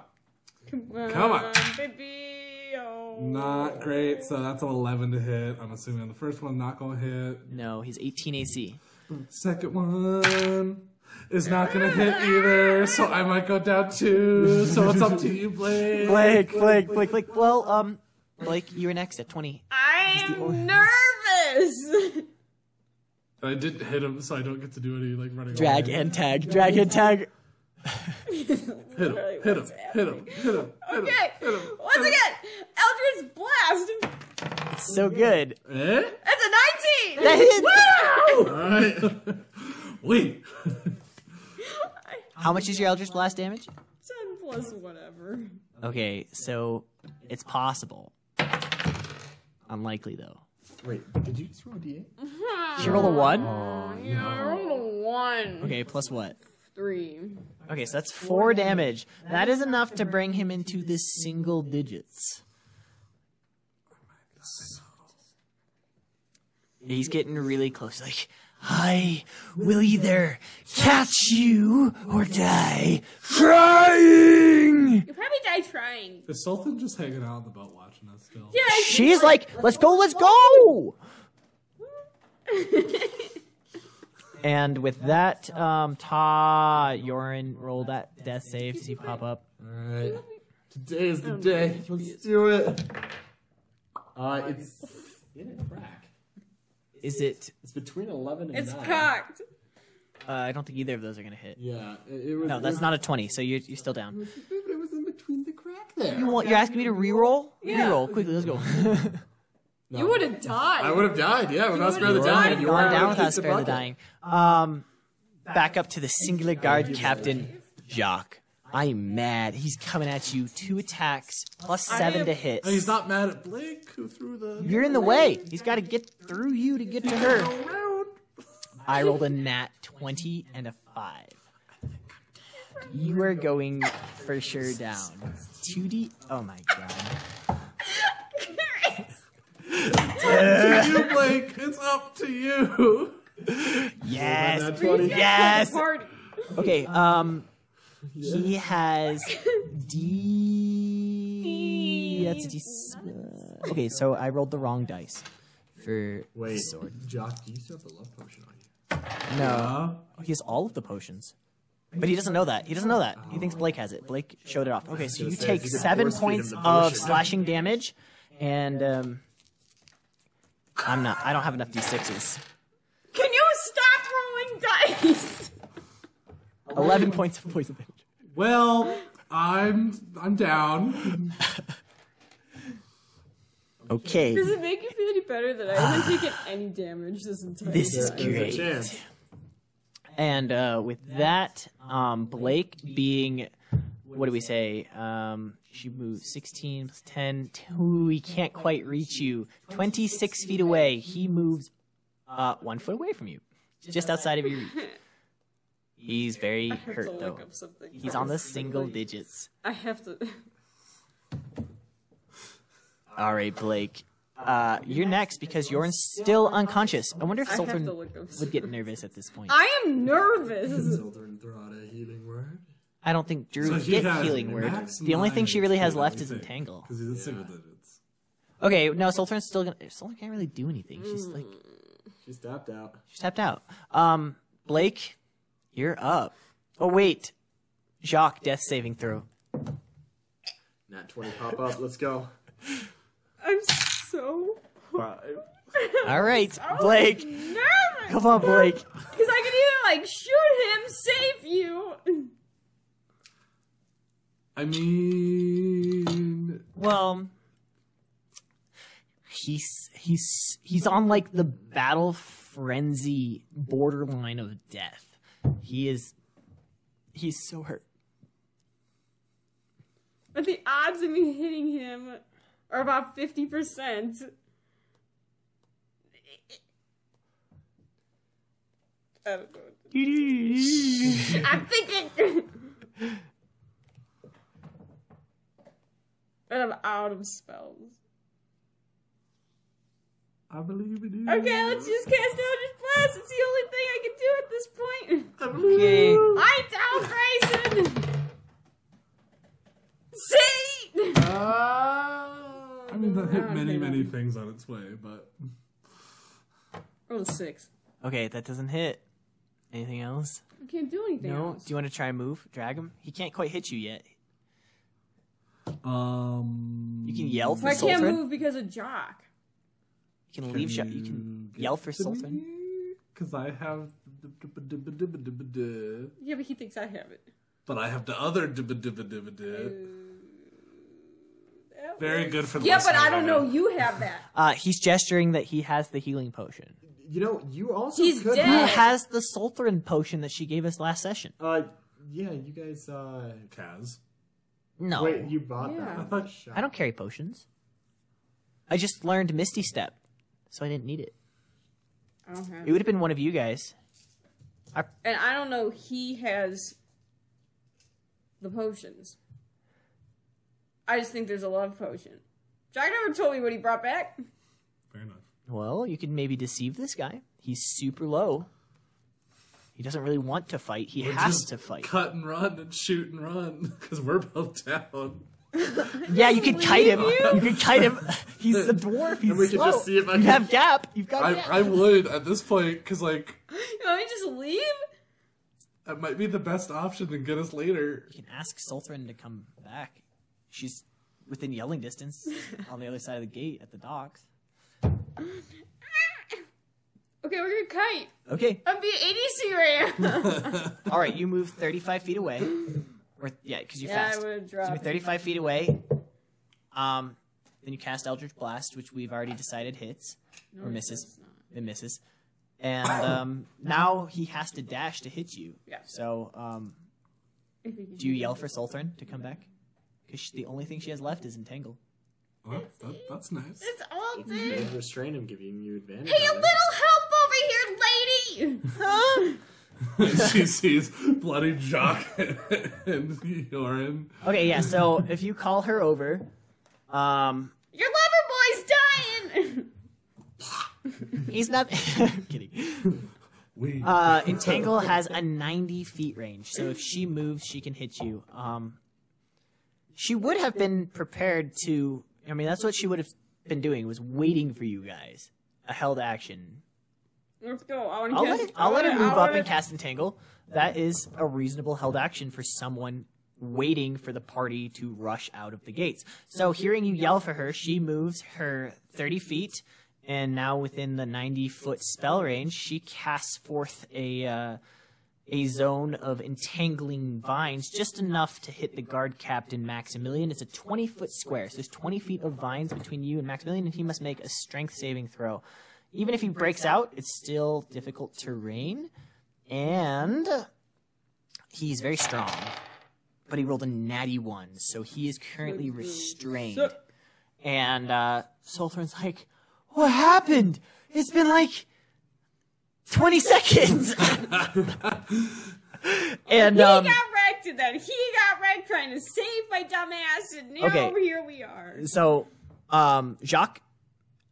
Speaker 2: Come on,
Speaker 1: Come on.
Speaker 2: baby. Oh.
Speaker 1: Not great. So that's an 11 to hit. I'm assuming the first one not gonna hit.
Speaker 3: No, he's 18 AC.
Speaker 1: Second one is not gonna hit either. So I might go down two. So it's up to you, Blake.
Speaker 3: Blake, Blake, Blake, Blake. Well, um, Blake, you're next at 20.
Speaker 2: I'm nervous.
Speaker 1: I didn't hit him, so I don't get to do any like running.
Speaker 3: Drag
Speaker 1: away.
Speaker 3: and tag, drag and tag.
Speaker 1: Hit him. Hit him. Hit him. Hit him. Hit him.
Speaker 2: Okay,
Speaker 1: Hit him.
Speaker 2: once again, Eldritch Blast.
Speaker 3: So good.
Speaker 1: Eh?
Speaker 2: That's a 19.
Speaker 3: That hits.
Speaker 4: Oh.
Speaker 1: All right. Wait.
Speaker 3: How much is your Eldritch Blast damage?
Speaker 2: 10 plus whatever.
Speaker 3: Okay, so it's possible. Unlikely though.
Speaker 4: Wait, did you just roll a d8?
Speaker 3: She rolled a one.
Speaker 2: Yeah,
Speaker 3: Oh.
Speaker 2: I rolled a 1.
Speaker 3: Okay, plus what?
Speaker 2: 3.
Speaker 3: Okay, so that's four damage. That is enough to bring him into the single digits. He's getting really close. Like, I will either catch you or die crying.
Speaker 2: You probably die trying.
Speaker 1: Is Sultan just hanging out in the boat watching us still?
Speaker 2: Yeah, I
Speaker 3: She's like, let's go, let's go. and with that, um, Ta Yorin, roll that death save to see if you pop up.
Speaker 4: Alright. Today
Speaker 3: Oh,
Speaker 4: is the day. Let's do it. Uh, it's in a crack.
Speaker 3: Is it?
Speaker 4: It's between 11 and
Speaker 2: It's
Speaker 4: 9.
Speaker 2: cocked.
Speaker 3: Uh, I don't think either of those are gonna hit.
Speaker 4: Yeah, it, it was.
Speaker 3: No,
Speaker 4: it
Speaker 3: that's
Speaker 4: was-
Speaker 3: not a twenty. So you're you're still down.
Speaker 4: But it was in between the crack there.
Speaker 3: You want, you're asking me to re-roll?
Speaker 2: Yeah.
Speaker 3: Re-roll quickly. Let's go.
Speaker 4: No.
Speaker 2: You would have died.
Speaker 4: I would have died, yeah, without Spare the
Speaker 2: would've
Speaker 4: Dying.
Speaker 2: died.
Speaker 4: You
Speaker 2: Gone
Speaker 4: are
Speaker 3: Gone down without spare the dying. Um, back up to the singular guard captain, Jacques. I'm mad. He's coming at you. Two attacks plus seven to hit.
Speaker 1: And he's not mad at Blake who threw the
Speaker 3: You're in the way. He's got to get through you to get to her.
Speaker 1: around.
Speaker 3: I rolled a nat 20 and a 5. You are going for sure down. 2D. Oh my god.
Speaker 1: To you, Blake. It's up to you.
Speaker 3: Yes.
Speaker 2: He's gonna
Speaker 3: Yes.
Speaker 2: kill the Party.
Speaker 3: Okay, um he has D That's a D uh, Okay, so I rolled the wrong dice for
Speaker 4: Wait, Jock, do you still have the love potion on you?
Speaker 3: No.
Speaker 1: Uh,
Speaker 3: He has all of the potions. But he doesn't know that. He doesn't know that. He thinks Blake has it. Blake showed it off. Okay, so you
Speaker 4: say,
Speaker 3: take
Speaker 4: if you could
Speaker 3: seven
Speaker 4: force feed him
Speaker 3: points
Speaker 4: the
Speaker 3: of
Speaker 4: potion.
Speaker 3: slashing damage, and um, I'm not. I don't have enough d6s.
Speaker 2: Can you stop rolling dice?
Speaker 3: Eleven points of poison damage.
Speaker 1: well, I'm I'm down.
Speaker 3: Okay,
Speaker 2: Does it make you feel any better that I haven't taken any damage this entire
Speaker 3: this is
Speaker 2: time?
Speaker 4: There's a
Speaker 3: great.
Speaker 4: chance.
Speaker 3: And uh, with that, um, Blake being, what do we say? Um, she moved 16 plus 10. Two, he can't quite reach you. 26 feet away. He moves uh, one foot away from you, just outside of your reach. He's very
Speaker 2: I have to
Speaker 3: hurt, though.
Speaker 2: look up something.
Speaker 3: He's on the single digits.
Speaker 2: I have to.
Speaker 3: All right, Blake. Uh, you're next because you're still unconscious. I wonder if
Speaker 2: I have to
Speaker 3: Sultan
Speaker 2: look up.
Speaker 3: would
Speaker 2: Something.
Speaker 3: get nervous at this point.
Speaker 2: I am nervous.
Speaker 4: Children throw out a healing word.
Speaker 3: I don't think Drew would
Speaker 1: she
Speaker 3: get
Speaker 1: has
Speaker 3: healing word. The only thing she really has left is entangle.
Speaker 1: Because he's in single digits.
Speaker 3: Okay, no, Sultan's still gonna. Sultan can't really do anything. She's like
Speaker 4: She stopped out.
Speaker 3: she's tapped out. Um, Blake, you're up. Oh wait, Jacques, death saving throw.
Speaker 4: Nat 20 pop up, let's go.
Speaker 2: I'm so
Speaker 4: Five.
Speaker 3: All right, Blake,
Speaker 2: nervous.
Speaker 3: come on, Blake.
Speaker 2: Because I could either like shoot him, save you.
Speaker 1: I mean,
Speaker 3: Well, he's he's he's on like the battle frenzy borderline of death. He is He's so hurt.
Speaker 2: But the odds of me hitting him are about 50%. I don't know. I'm thinking. and I'm out of spells.
Speaker 1: I believe in you.
Speaker 2: Okay, let's just cast Eldritch Blast. It's the only thing I can do at this point.
Speaker 1: I believe in you.
Speaker 2: Light down, Grayson. See.
Speaker 1: I mean, that hit
Speaker 2: Okay,
Speaker 1: many,
Speaker 2: then.
Speaker 1: many things on its way, but
Speaker 2: Roll a six.
Speaker 3: Okay, that doesn't hit. Anything else?
Speaker 2: I can't do anything.
Speaker 3: No.
Speaker 2: else.
Speaker 3: Do you want to try and move? Drag him? He can't quite hit you yet.
Speaker 1: um,
Speaker 3: You can yell
Speaker 2: Well,
Speaker 3: for
Speaker 2: I can't
Speaker 3: Sultan.
Speaker 2: move because of Jock.
Speaker 3: You can leave. Sh- you can yell for Sultan.
Speaker 1: because I have,
Speaker 2: Yeah, but he thinks I have it.
Speaker 1: but I have the other.
Speaker 2: That
Speaker 1: Very
Speaker 2: works.
Speaker 1: good for the
Speaker 2: Yeah, but
Speaker 1: listener.
Speaker 2: I don't know. You have that.
Speaker 3: Uh, he's gesturing that he has the healing potion.
Speaker 4: You know, you also
Speaker 2: He's
Speaker 4: could.
Speaker 3: He
Speaker 2: dead. Yeah.
Speaker 3: has the Sultan potion that she gave us last session.
Speaker 4: Uh, yeah, you guys. Uh,
Speaker 1: Kaz.
Speaker 3: No,
Speaker 4: wait, you bought
Speaker 2: Yeah.
Speaker 4: that? I,
Speaker 3: I don't carry potions. I just learned Misty Step, so I didn't need it.
Speaker 2: I don't have
Speaker 3: It would have been one of you guys.
Speaker 2: And I don't know. He has the potions. I just think there's a love potion. Jack never told me what he brought back.
Speaker 1: Fair enough.
Speaker 3: Well, you could maybe deceive this guy. He's super low. He doesn't really want to fight. He has
Speaker 1: Just
Speaker 3: to fight.
Speaker 1: Cut and run and shoot and run because we're both down.
Speaker 3: Yeah, you could kite him.
Speaker 2: you.
Speaker 3: You? could kite him. He's a dwarf. He's
Speaker 4: we could
Speaker 3: slow.
Speaker 4: just see if I
Speaker 3: you
Speaker 4: could-
Speaker 3: have gap. You've got
Speaker 1: I,
Speaker 3: gap.
Speaker 1: I would at this point because like
Speaker 2: You want me to just leave?
Speaker 1: that might be the best option to get us later.
Speaker 3: you can ask Sultran to come back. She's within yelling distance on the other side of the gate at the docks.
Speaker 2: Okay, we're gonna kite.
Speaker 3: Okay.
Speaker 2: I'm being ADC right now.
Speaker 3: All right. You move 35 feet away. Or yeah, because you
Speaker 2: yeah, I
Speaker 3: fast.
Speaker 2: would have
Speaker 3: So
Speaker 2: dropped.
Speaker 3: you're 35 feet away. Um, then you cast Eldritch Blast, which we've already decided hits.
Speaker 2: No,
Speaker 3: or
Speaker 2: it
Speaker 3: misses.
Speaker 2: does not.
Speaker 3: It misses. And um, now he has to dash to hit you.
Speaker 2: Yeah.
Speaker 3: So um,
Speaker 2: If he can
Speaker 3: do you yell for Sultran to come back? Because the only thing she has left is Entangle.
Speaker 1: Well, that, that's nice.
Speaker 2: It's all day.
Speaker 4: restrain him, giving you advantage.
Speaker 2: Hey, a
Speaker 4: on
Speaker 2: little
Speaker 4: him.
Speaker 2: help over here, lady. Huh?
Speaker 1: she sees bloody Jock and Yorin.
Speaker 3: Okay, yeah, so if you call her over, um,
Speaker 2: Your lover boy's dying.
Speaker 3: he's not. kidding.
Speaker 1: We
Speaker 3: Uh, Entangle has a 90 feet range, so if she moves, she can hit you. Um, she would have been prepared to. I mean, that's what she would have been doing, was waiting for you guys. A held action.
Speaker 2: Let's go. I want to
Speaker 3: I'll
Speaker 2: cast.
Speaker 3: let, it, I'll let her
Speaker 2: I
Speaker 3: move up
Speaker 2: wanna-
Speaker 3: and cast Entangle. That is a reasonable held action for someone waiting for the party to rush out of the gates. So, hearing you yell for her, she moves her 30 feet, and now within the 90 foot spell range, she casts forth a. Uh, a zone of entangling vines, just enough to hit the guard captain Maximilian. It's a 20 foot square, so there's 20 feet of vines between you and Maximilian, and he must make a strength saving throw. Even if he breaks out, it's still difficult terrain, and he's very strong. But he rolled a natty one, so he is currently restrained. And uh, Sultan's like, What happened? It's been like 20 seconds! and um,
Speaker 2: he got wrecked and then he got wrecked trying to save my dumbass and now
Speaker 3: Okay.
Speaker 2: here we are.
Speaker 3: so, um, Jacques,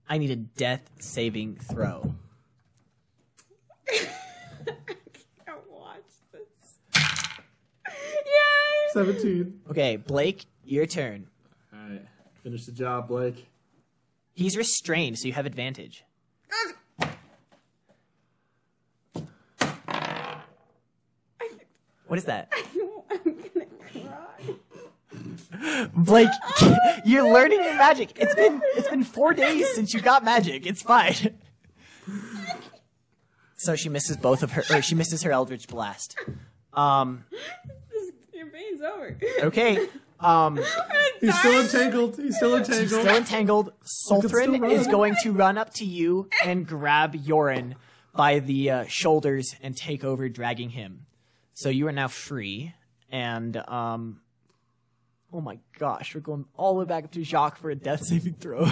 Speaker 3: I need a death saving throw.
Speaker 2: I watch this. Yay!
Speaker 1: seventeen.
Speaker 3: Okay, Blake, your turn.
Speaker 4: All right, finish the job, Blake.
Speaker 3: He's restrained, so you have advantage. What is that?
Speaker 2: I'm gonna cry.
Speaker 3: Blake, you're learning your magic. It's been it's been four days since you got magic. It's fine. So she misses both of her, or she misses her Eldritch Blast. Um,
Speaker 2: This campaign's over.
Speaker 3: okay. Um,
Speaker 1: He's still entangled. He's still entangled.
Speaker 3: still entangled.
Speaker 1: still
Speaker 3: Sultran
Speaker 1: run.
Speaker 3: is going to run up to you and grab Yorin by the uh, shoulders and take over, dragging him. So you are now free, and um, oh my gosh, we're going all the way back up to Jacques for a death saving throw.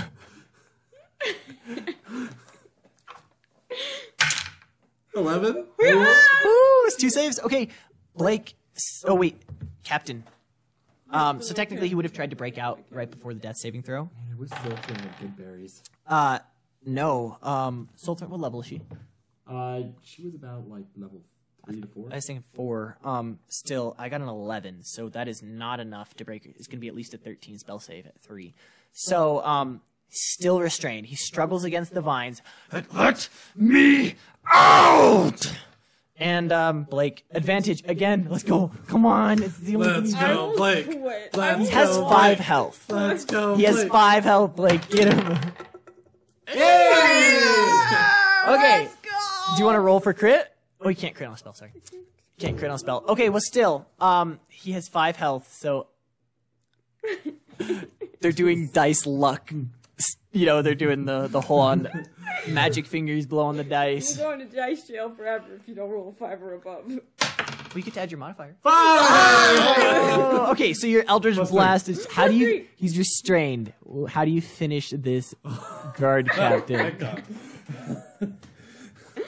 Speaker 4: Eleven.
Speaker 3: Ooh, it's two saves. Okay, Blake. s- Oh wait, Captain. Um, so technically, he would have tried to break out right before the death saving throw.
Speaker 4: I wish Zoltan had good berries.
Speaker 3: Uh, no. Um, Sultan, what level is she?
Speaker 4: Uh, she was about like level three to four.
Speaker 3: I was thinking four. Um, still, I got an eleven, so that is not enough to break. It's going to be at least a thirteen spell save at three. So, um, still restrained. He struggles against the vines. Let me out. And um, Blake, advantage again. Let's go. Come on. It's the only
Speaker 1: Let's
Speaker 3: thing-
Speaker 2: I
Speaker 1: go,
Speaker 2: will
Speaker 1: Blake.
Speaker 2: quit. I
Speaker 1: Let's
Speaker 3: He has
Speaker 1: go,
Speaker 3: five
Speaker 1: Blake.
Speaker 3: health.
Speaker 1: Let's go.
Speaker 3: He has
Speaker 1: Blake.
Speaker 3: five health. Blake, get him. Okay.
Speaker 2: Let's go.
Speaker 3: Do you want to roll for crit? Oh, you can't crit on a spell. Sorry, can't crit on a spell. Okay, well, still, um, he has five health, so they're doing dice luck. S- You know, they're doing the the whole on magic fingers blow on the dice.
Speaker 2: You're going to dice jail forever if you don't roll a five or above.
Speaker 3: We could add your modifier.
Speaker 1: Five.
Speaker 3: Oh, okay, so your Eldritch Blast is how do you?
Speaker 2: three.
Speaker 3: He's restrained. How do you finish this guard captain?
Speaker 1: Thank God.
Speaker 2: I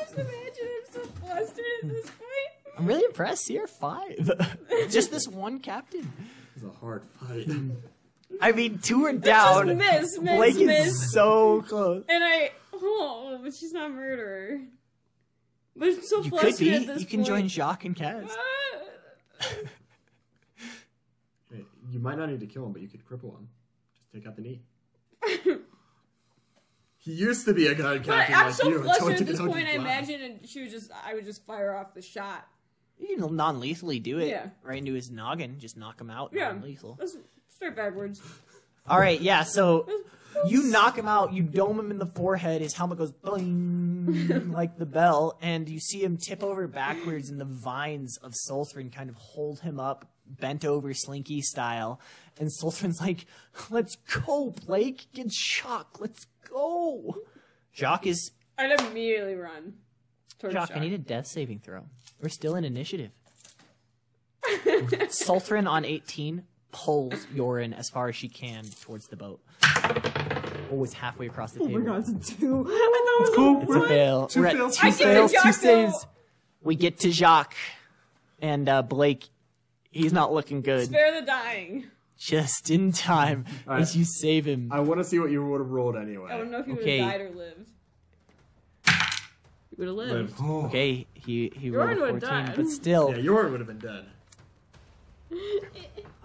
Speaker 2: just imagine I'm so flustered at this point.
Speaker 3: I'm really impressed. You're five. Just this one captain.
Speaker 4: It was a hard fight.
Speaker 3: I mean, two are down.
Speaker 2: Just miss, miss,
Speaker 3: Blake
Speaker 2: miss.
Speaker 3: is so close.
Speaker 2: And I, oh, but she's not a murderer. But I'm so
Speaker 3: You could
Speaker 2: flustered
Speaker 3: be.
Speaker 2: at this
Speaker 3: You can join
Speaker 2: point.
Speaker 3: Jacques and Kaz.
Speaker 2: Ah.
Speaker 4: you might not need to kill him, but you could cripple him. Just take out the knee. he used to be a guy captain
Speaker 2: But
Speaker 4: like
Speaker 2: I'm so
Speaker 4: you. until he
Speaker 2: flustered at
Speaker 4: took
Speaker 2: this
Speaker 4: an
Speaker 2: point. I
Speaker 4: Eldritch Blast.
Speaker 2: imagine and she would just, I would just fire off the shot.
Speaker 3: You can non-lethally do it
Speaker 2: Yeah.
Speaker 3: right into his noggin. Just knock him out.
Speaker 2: Yeah.
Speaker 3: Non-lethal.
Speaker 2: Let's start backwards.
Speaker 3: All right. Yeah. So you knock him out. You dome him in the forehead. His helmet goes bling like the bell, and you see him tip over backwards, and the vines of Sultran kind of hold him up, bent over, slinky style. And Sultran's like, "Let's go, Blake. Get Jacques. Let's go." Jacques is
Speaker 2: I'd immediately run. Towards
Speaker 3: Jock, I
Speaker 2: Shock.
Speaker 3: need a death saving throw. We're still in initiative. Sultran on 18 pulls Yorin as far as she can towards the boat. Oh, it's halfway across the table.
Speaker 2: it's a two. I thought it was
Speaker 1: Cool.
Speaker 3: It's a fail.
Speaker 1: Two
Speaker 3: We're at
Speaker 1: fails,
Speaker 3: two
Speaker 1: two
Speaker 2: I give it
Speaker 3: fails,
Speaker 2: Jacques
Speaker 3: two
Speaker 2: a-
Speaker 3: saves. We get to Jacques. And uh, Blake, he's not looking good.
Speaker 2: Spare the dying.
Speaker 3: Just in time
Speaker 4: right.
Speaker 3: as you save him.
Speaker 4: I want to see what you would have rolled anyway.
Speaker 2: I don't know if he would have
Speaker 3: Okay.
Speaker 2: died or lived. He would have lived.
Speaker 4: Oh.
Speaker 3: Okay, he, he
Speaker 2: Yorin
Speaker 3: rolled a
Speaker 2: would've
Speaker 3: 14,
Speaker 2: died.
Speaker 3: but still.
Speaker 4: Yeah, Yor would have been dead.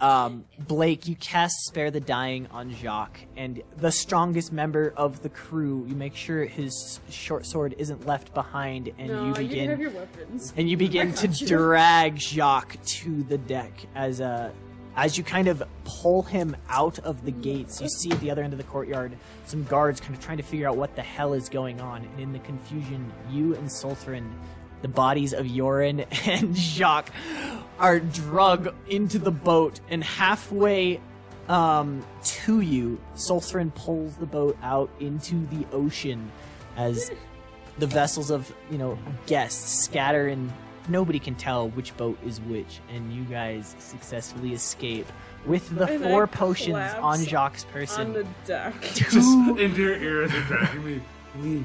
Speaker 3: Um, Blake, you cast Spare the Dying on Jacques, and the strongest member of the crew, you make sure his short sword isn't left behind, and
Speaker 2: No,
Speaker 3: you
Speaker 2: you, can
Speaker 3: begin
Speaker 2: have your weapons.
Speaker 3: and you begin to drag Jacques to the deck as uh, as you kind of pull him out of the gates. You see at the other end of the courtyard some guards kind of trying to figure out what the hell is going on, and in the confusion, you and Sultran, the bodies of Yorin and Jacques, are drug into the boat, and halfway um, to you, Sultran pulls the boat out into the ocean as the vessels of you know guests scatter and nobody can tell which boat is which and you guys successfully escape with the
Speaker 2: And I
Speaker 3: four potions on
Speaker 2: collapse
Speaker 3: Jacques'
Speaker 2: On
Speaker 3: person
Speaker 2: the deck.
Speaker 1: Just into your ear as you're dragging me. Lee.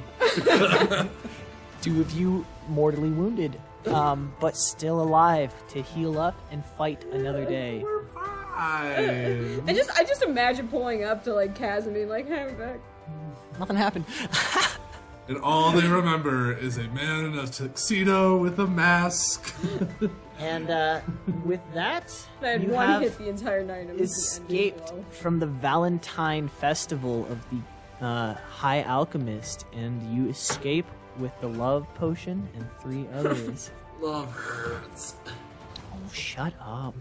Speaker 3: two of you mortally wounded um, but still alive to heal up and fight another day
Speaker 1: We're fine.
Speaker 2: I just, I just imagine pulling up to like Kaz and being like, "Hey, we're back."
Speaker 3: nothing happened
Speaker 1: And all they remember is a man in a tuxedo with a mask.
Speaker 3: and uh, with that
Speaker 2: Then
Speaker 3: you
Speaker 2: one
Speaker 3: have
Speaker 2: hit the entire night. and
Speaker 3: escaped from the Valentine Festival of the uh, High Alchemist, and you escape with the love potion and three others.
Speaker 4: Love hurts.
Speaker 3: oh, shut up.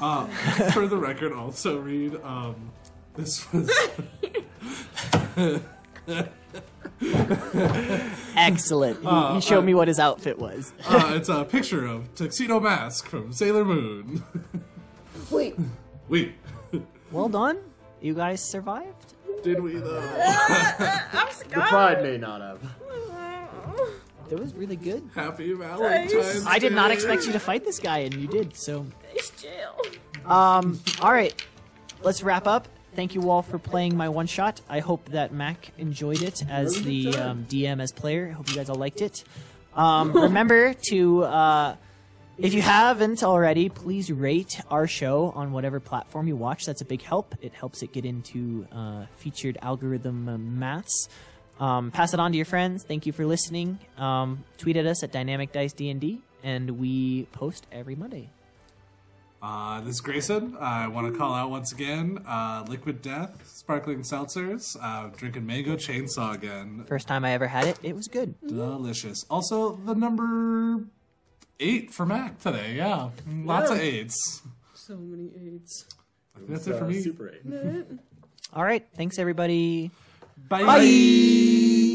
Speaker 1: Um, for the record, also read um, this was
Speaker 3: Excellent. He, he
Speaker 4: Uh,
Speaker 3: showed me what his outfit was.
Speaker 1: uh, it's a picture of tuxedo mask from Sailor Moon.
Speaker 2: Wait,
Speaker 1: Wait,
Speaker 3: Well done. You guys survived.
Speaker 1: did we though?
Speaker 2: I'm scared.
Speaker 4: Pride may not have.
Speaker 3: That was really good.
Speaker 1: Happy Valentine's
Speaker 3: I did not
Speaker 1: Day.
Speaker 3: expect you to fight this guy, and you did. So,
Speaker 2: Thanks, Jill.
Speaker 3: um, all right, let's wrap up. Thank you all for playing my one shot. I hope that Mac enjoyed it as the um, DM as player. I hope you guys all liked it. Um, remember to, uh, if you haven't already, please rate our show on whatever platform you watch. That's a big help. It helps it get into uh, featured algorithm uh, maths. Um, pass it on to your friends. Thank you for listening. Um, tweet at us at Dynamic Dice D&D, and we post every Monday.
Speaker 1: Uh, this is Grayson. I want to call out once again uh, Liquid Death, Sparkling Seltzers, uh, drinking Mango Chainsaw again.
Speaker 3: First time I ever had it, it was good.
Speaker 1: Delicious. Also, the number eight for Mac today. Yeah. Lots of eights.
Speaker 2: So many AIDS.
Speaker 1: I think that's
Speaker 4: Uh,
Speaker 1: it for me.
Speaker 4: Super 8.
Speaker 3: All right, thanks everybody.
Speaker 1: Bye.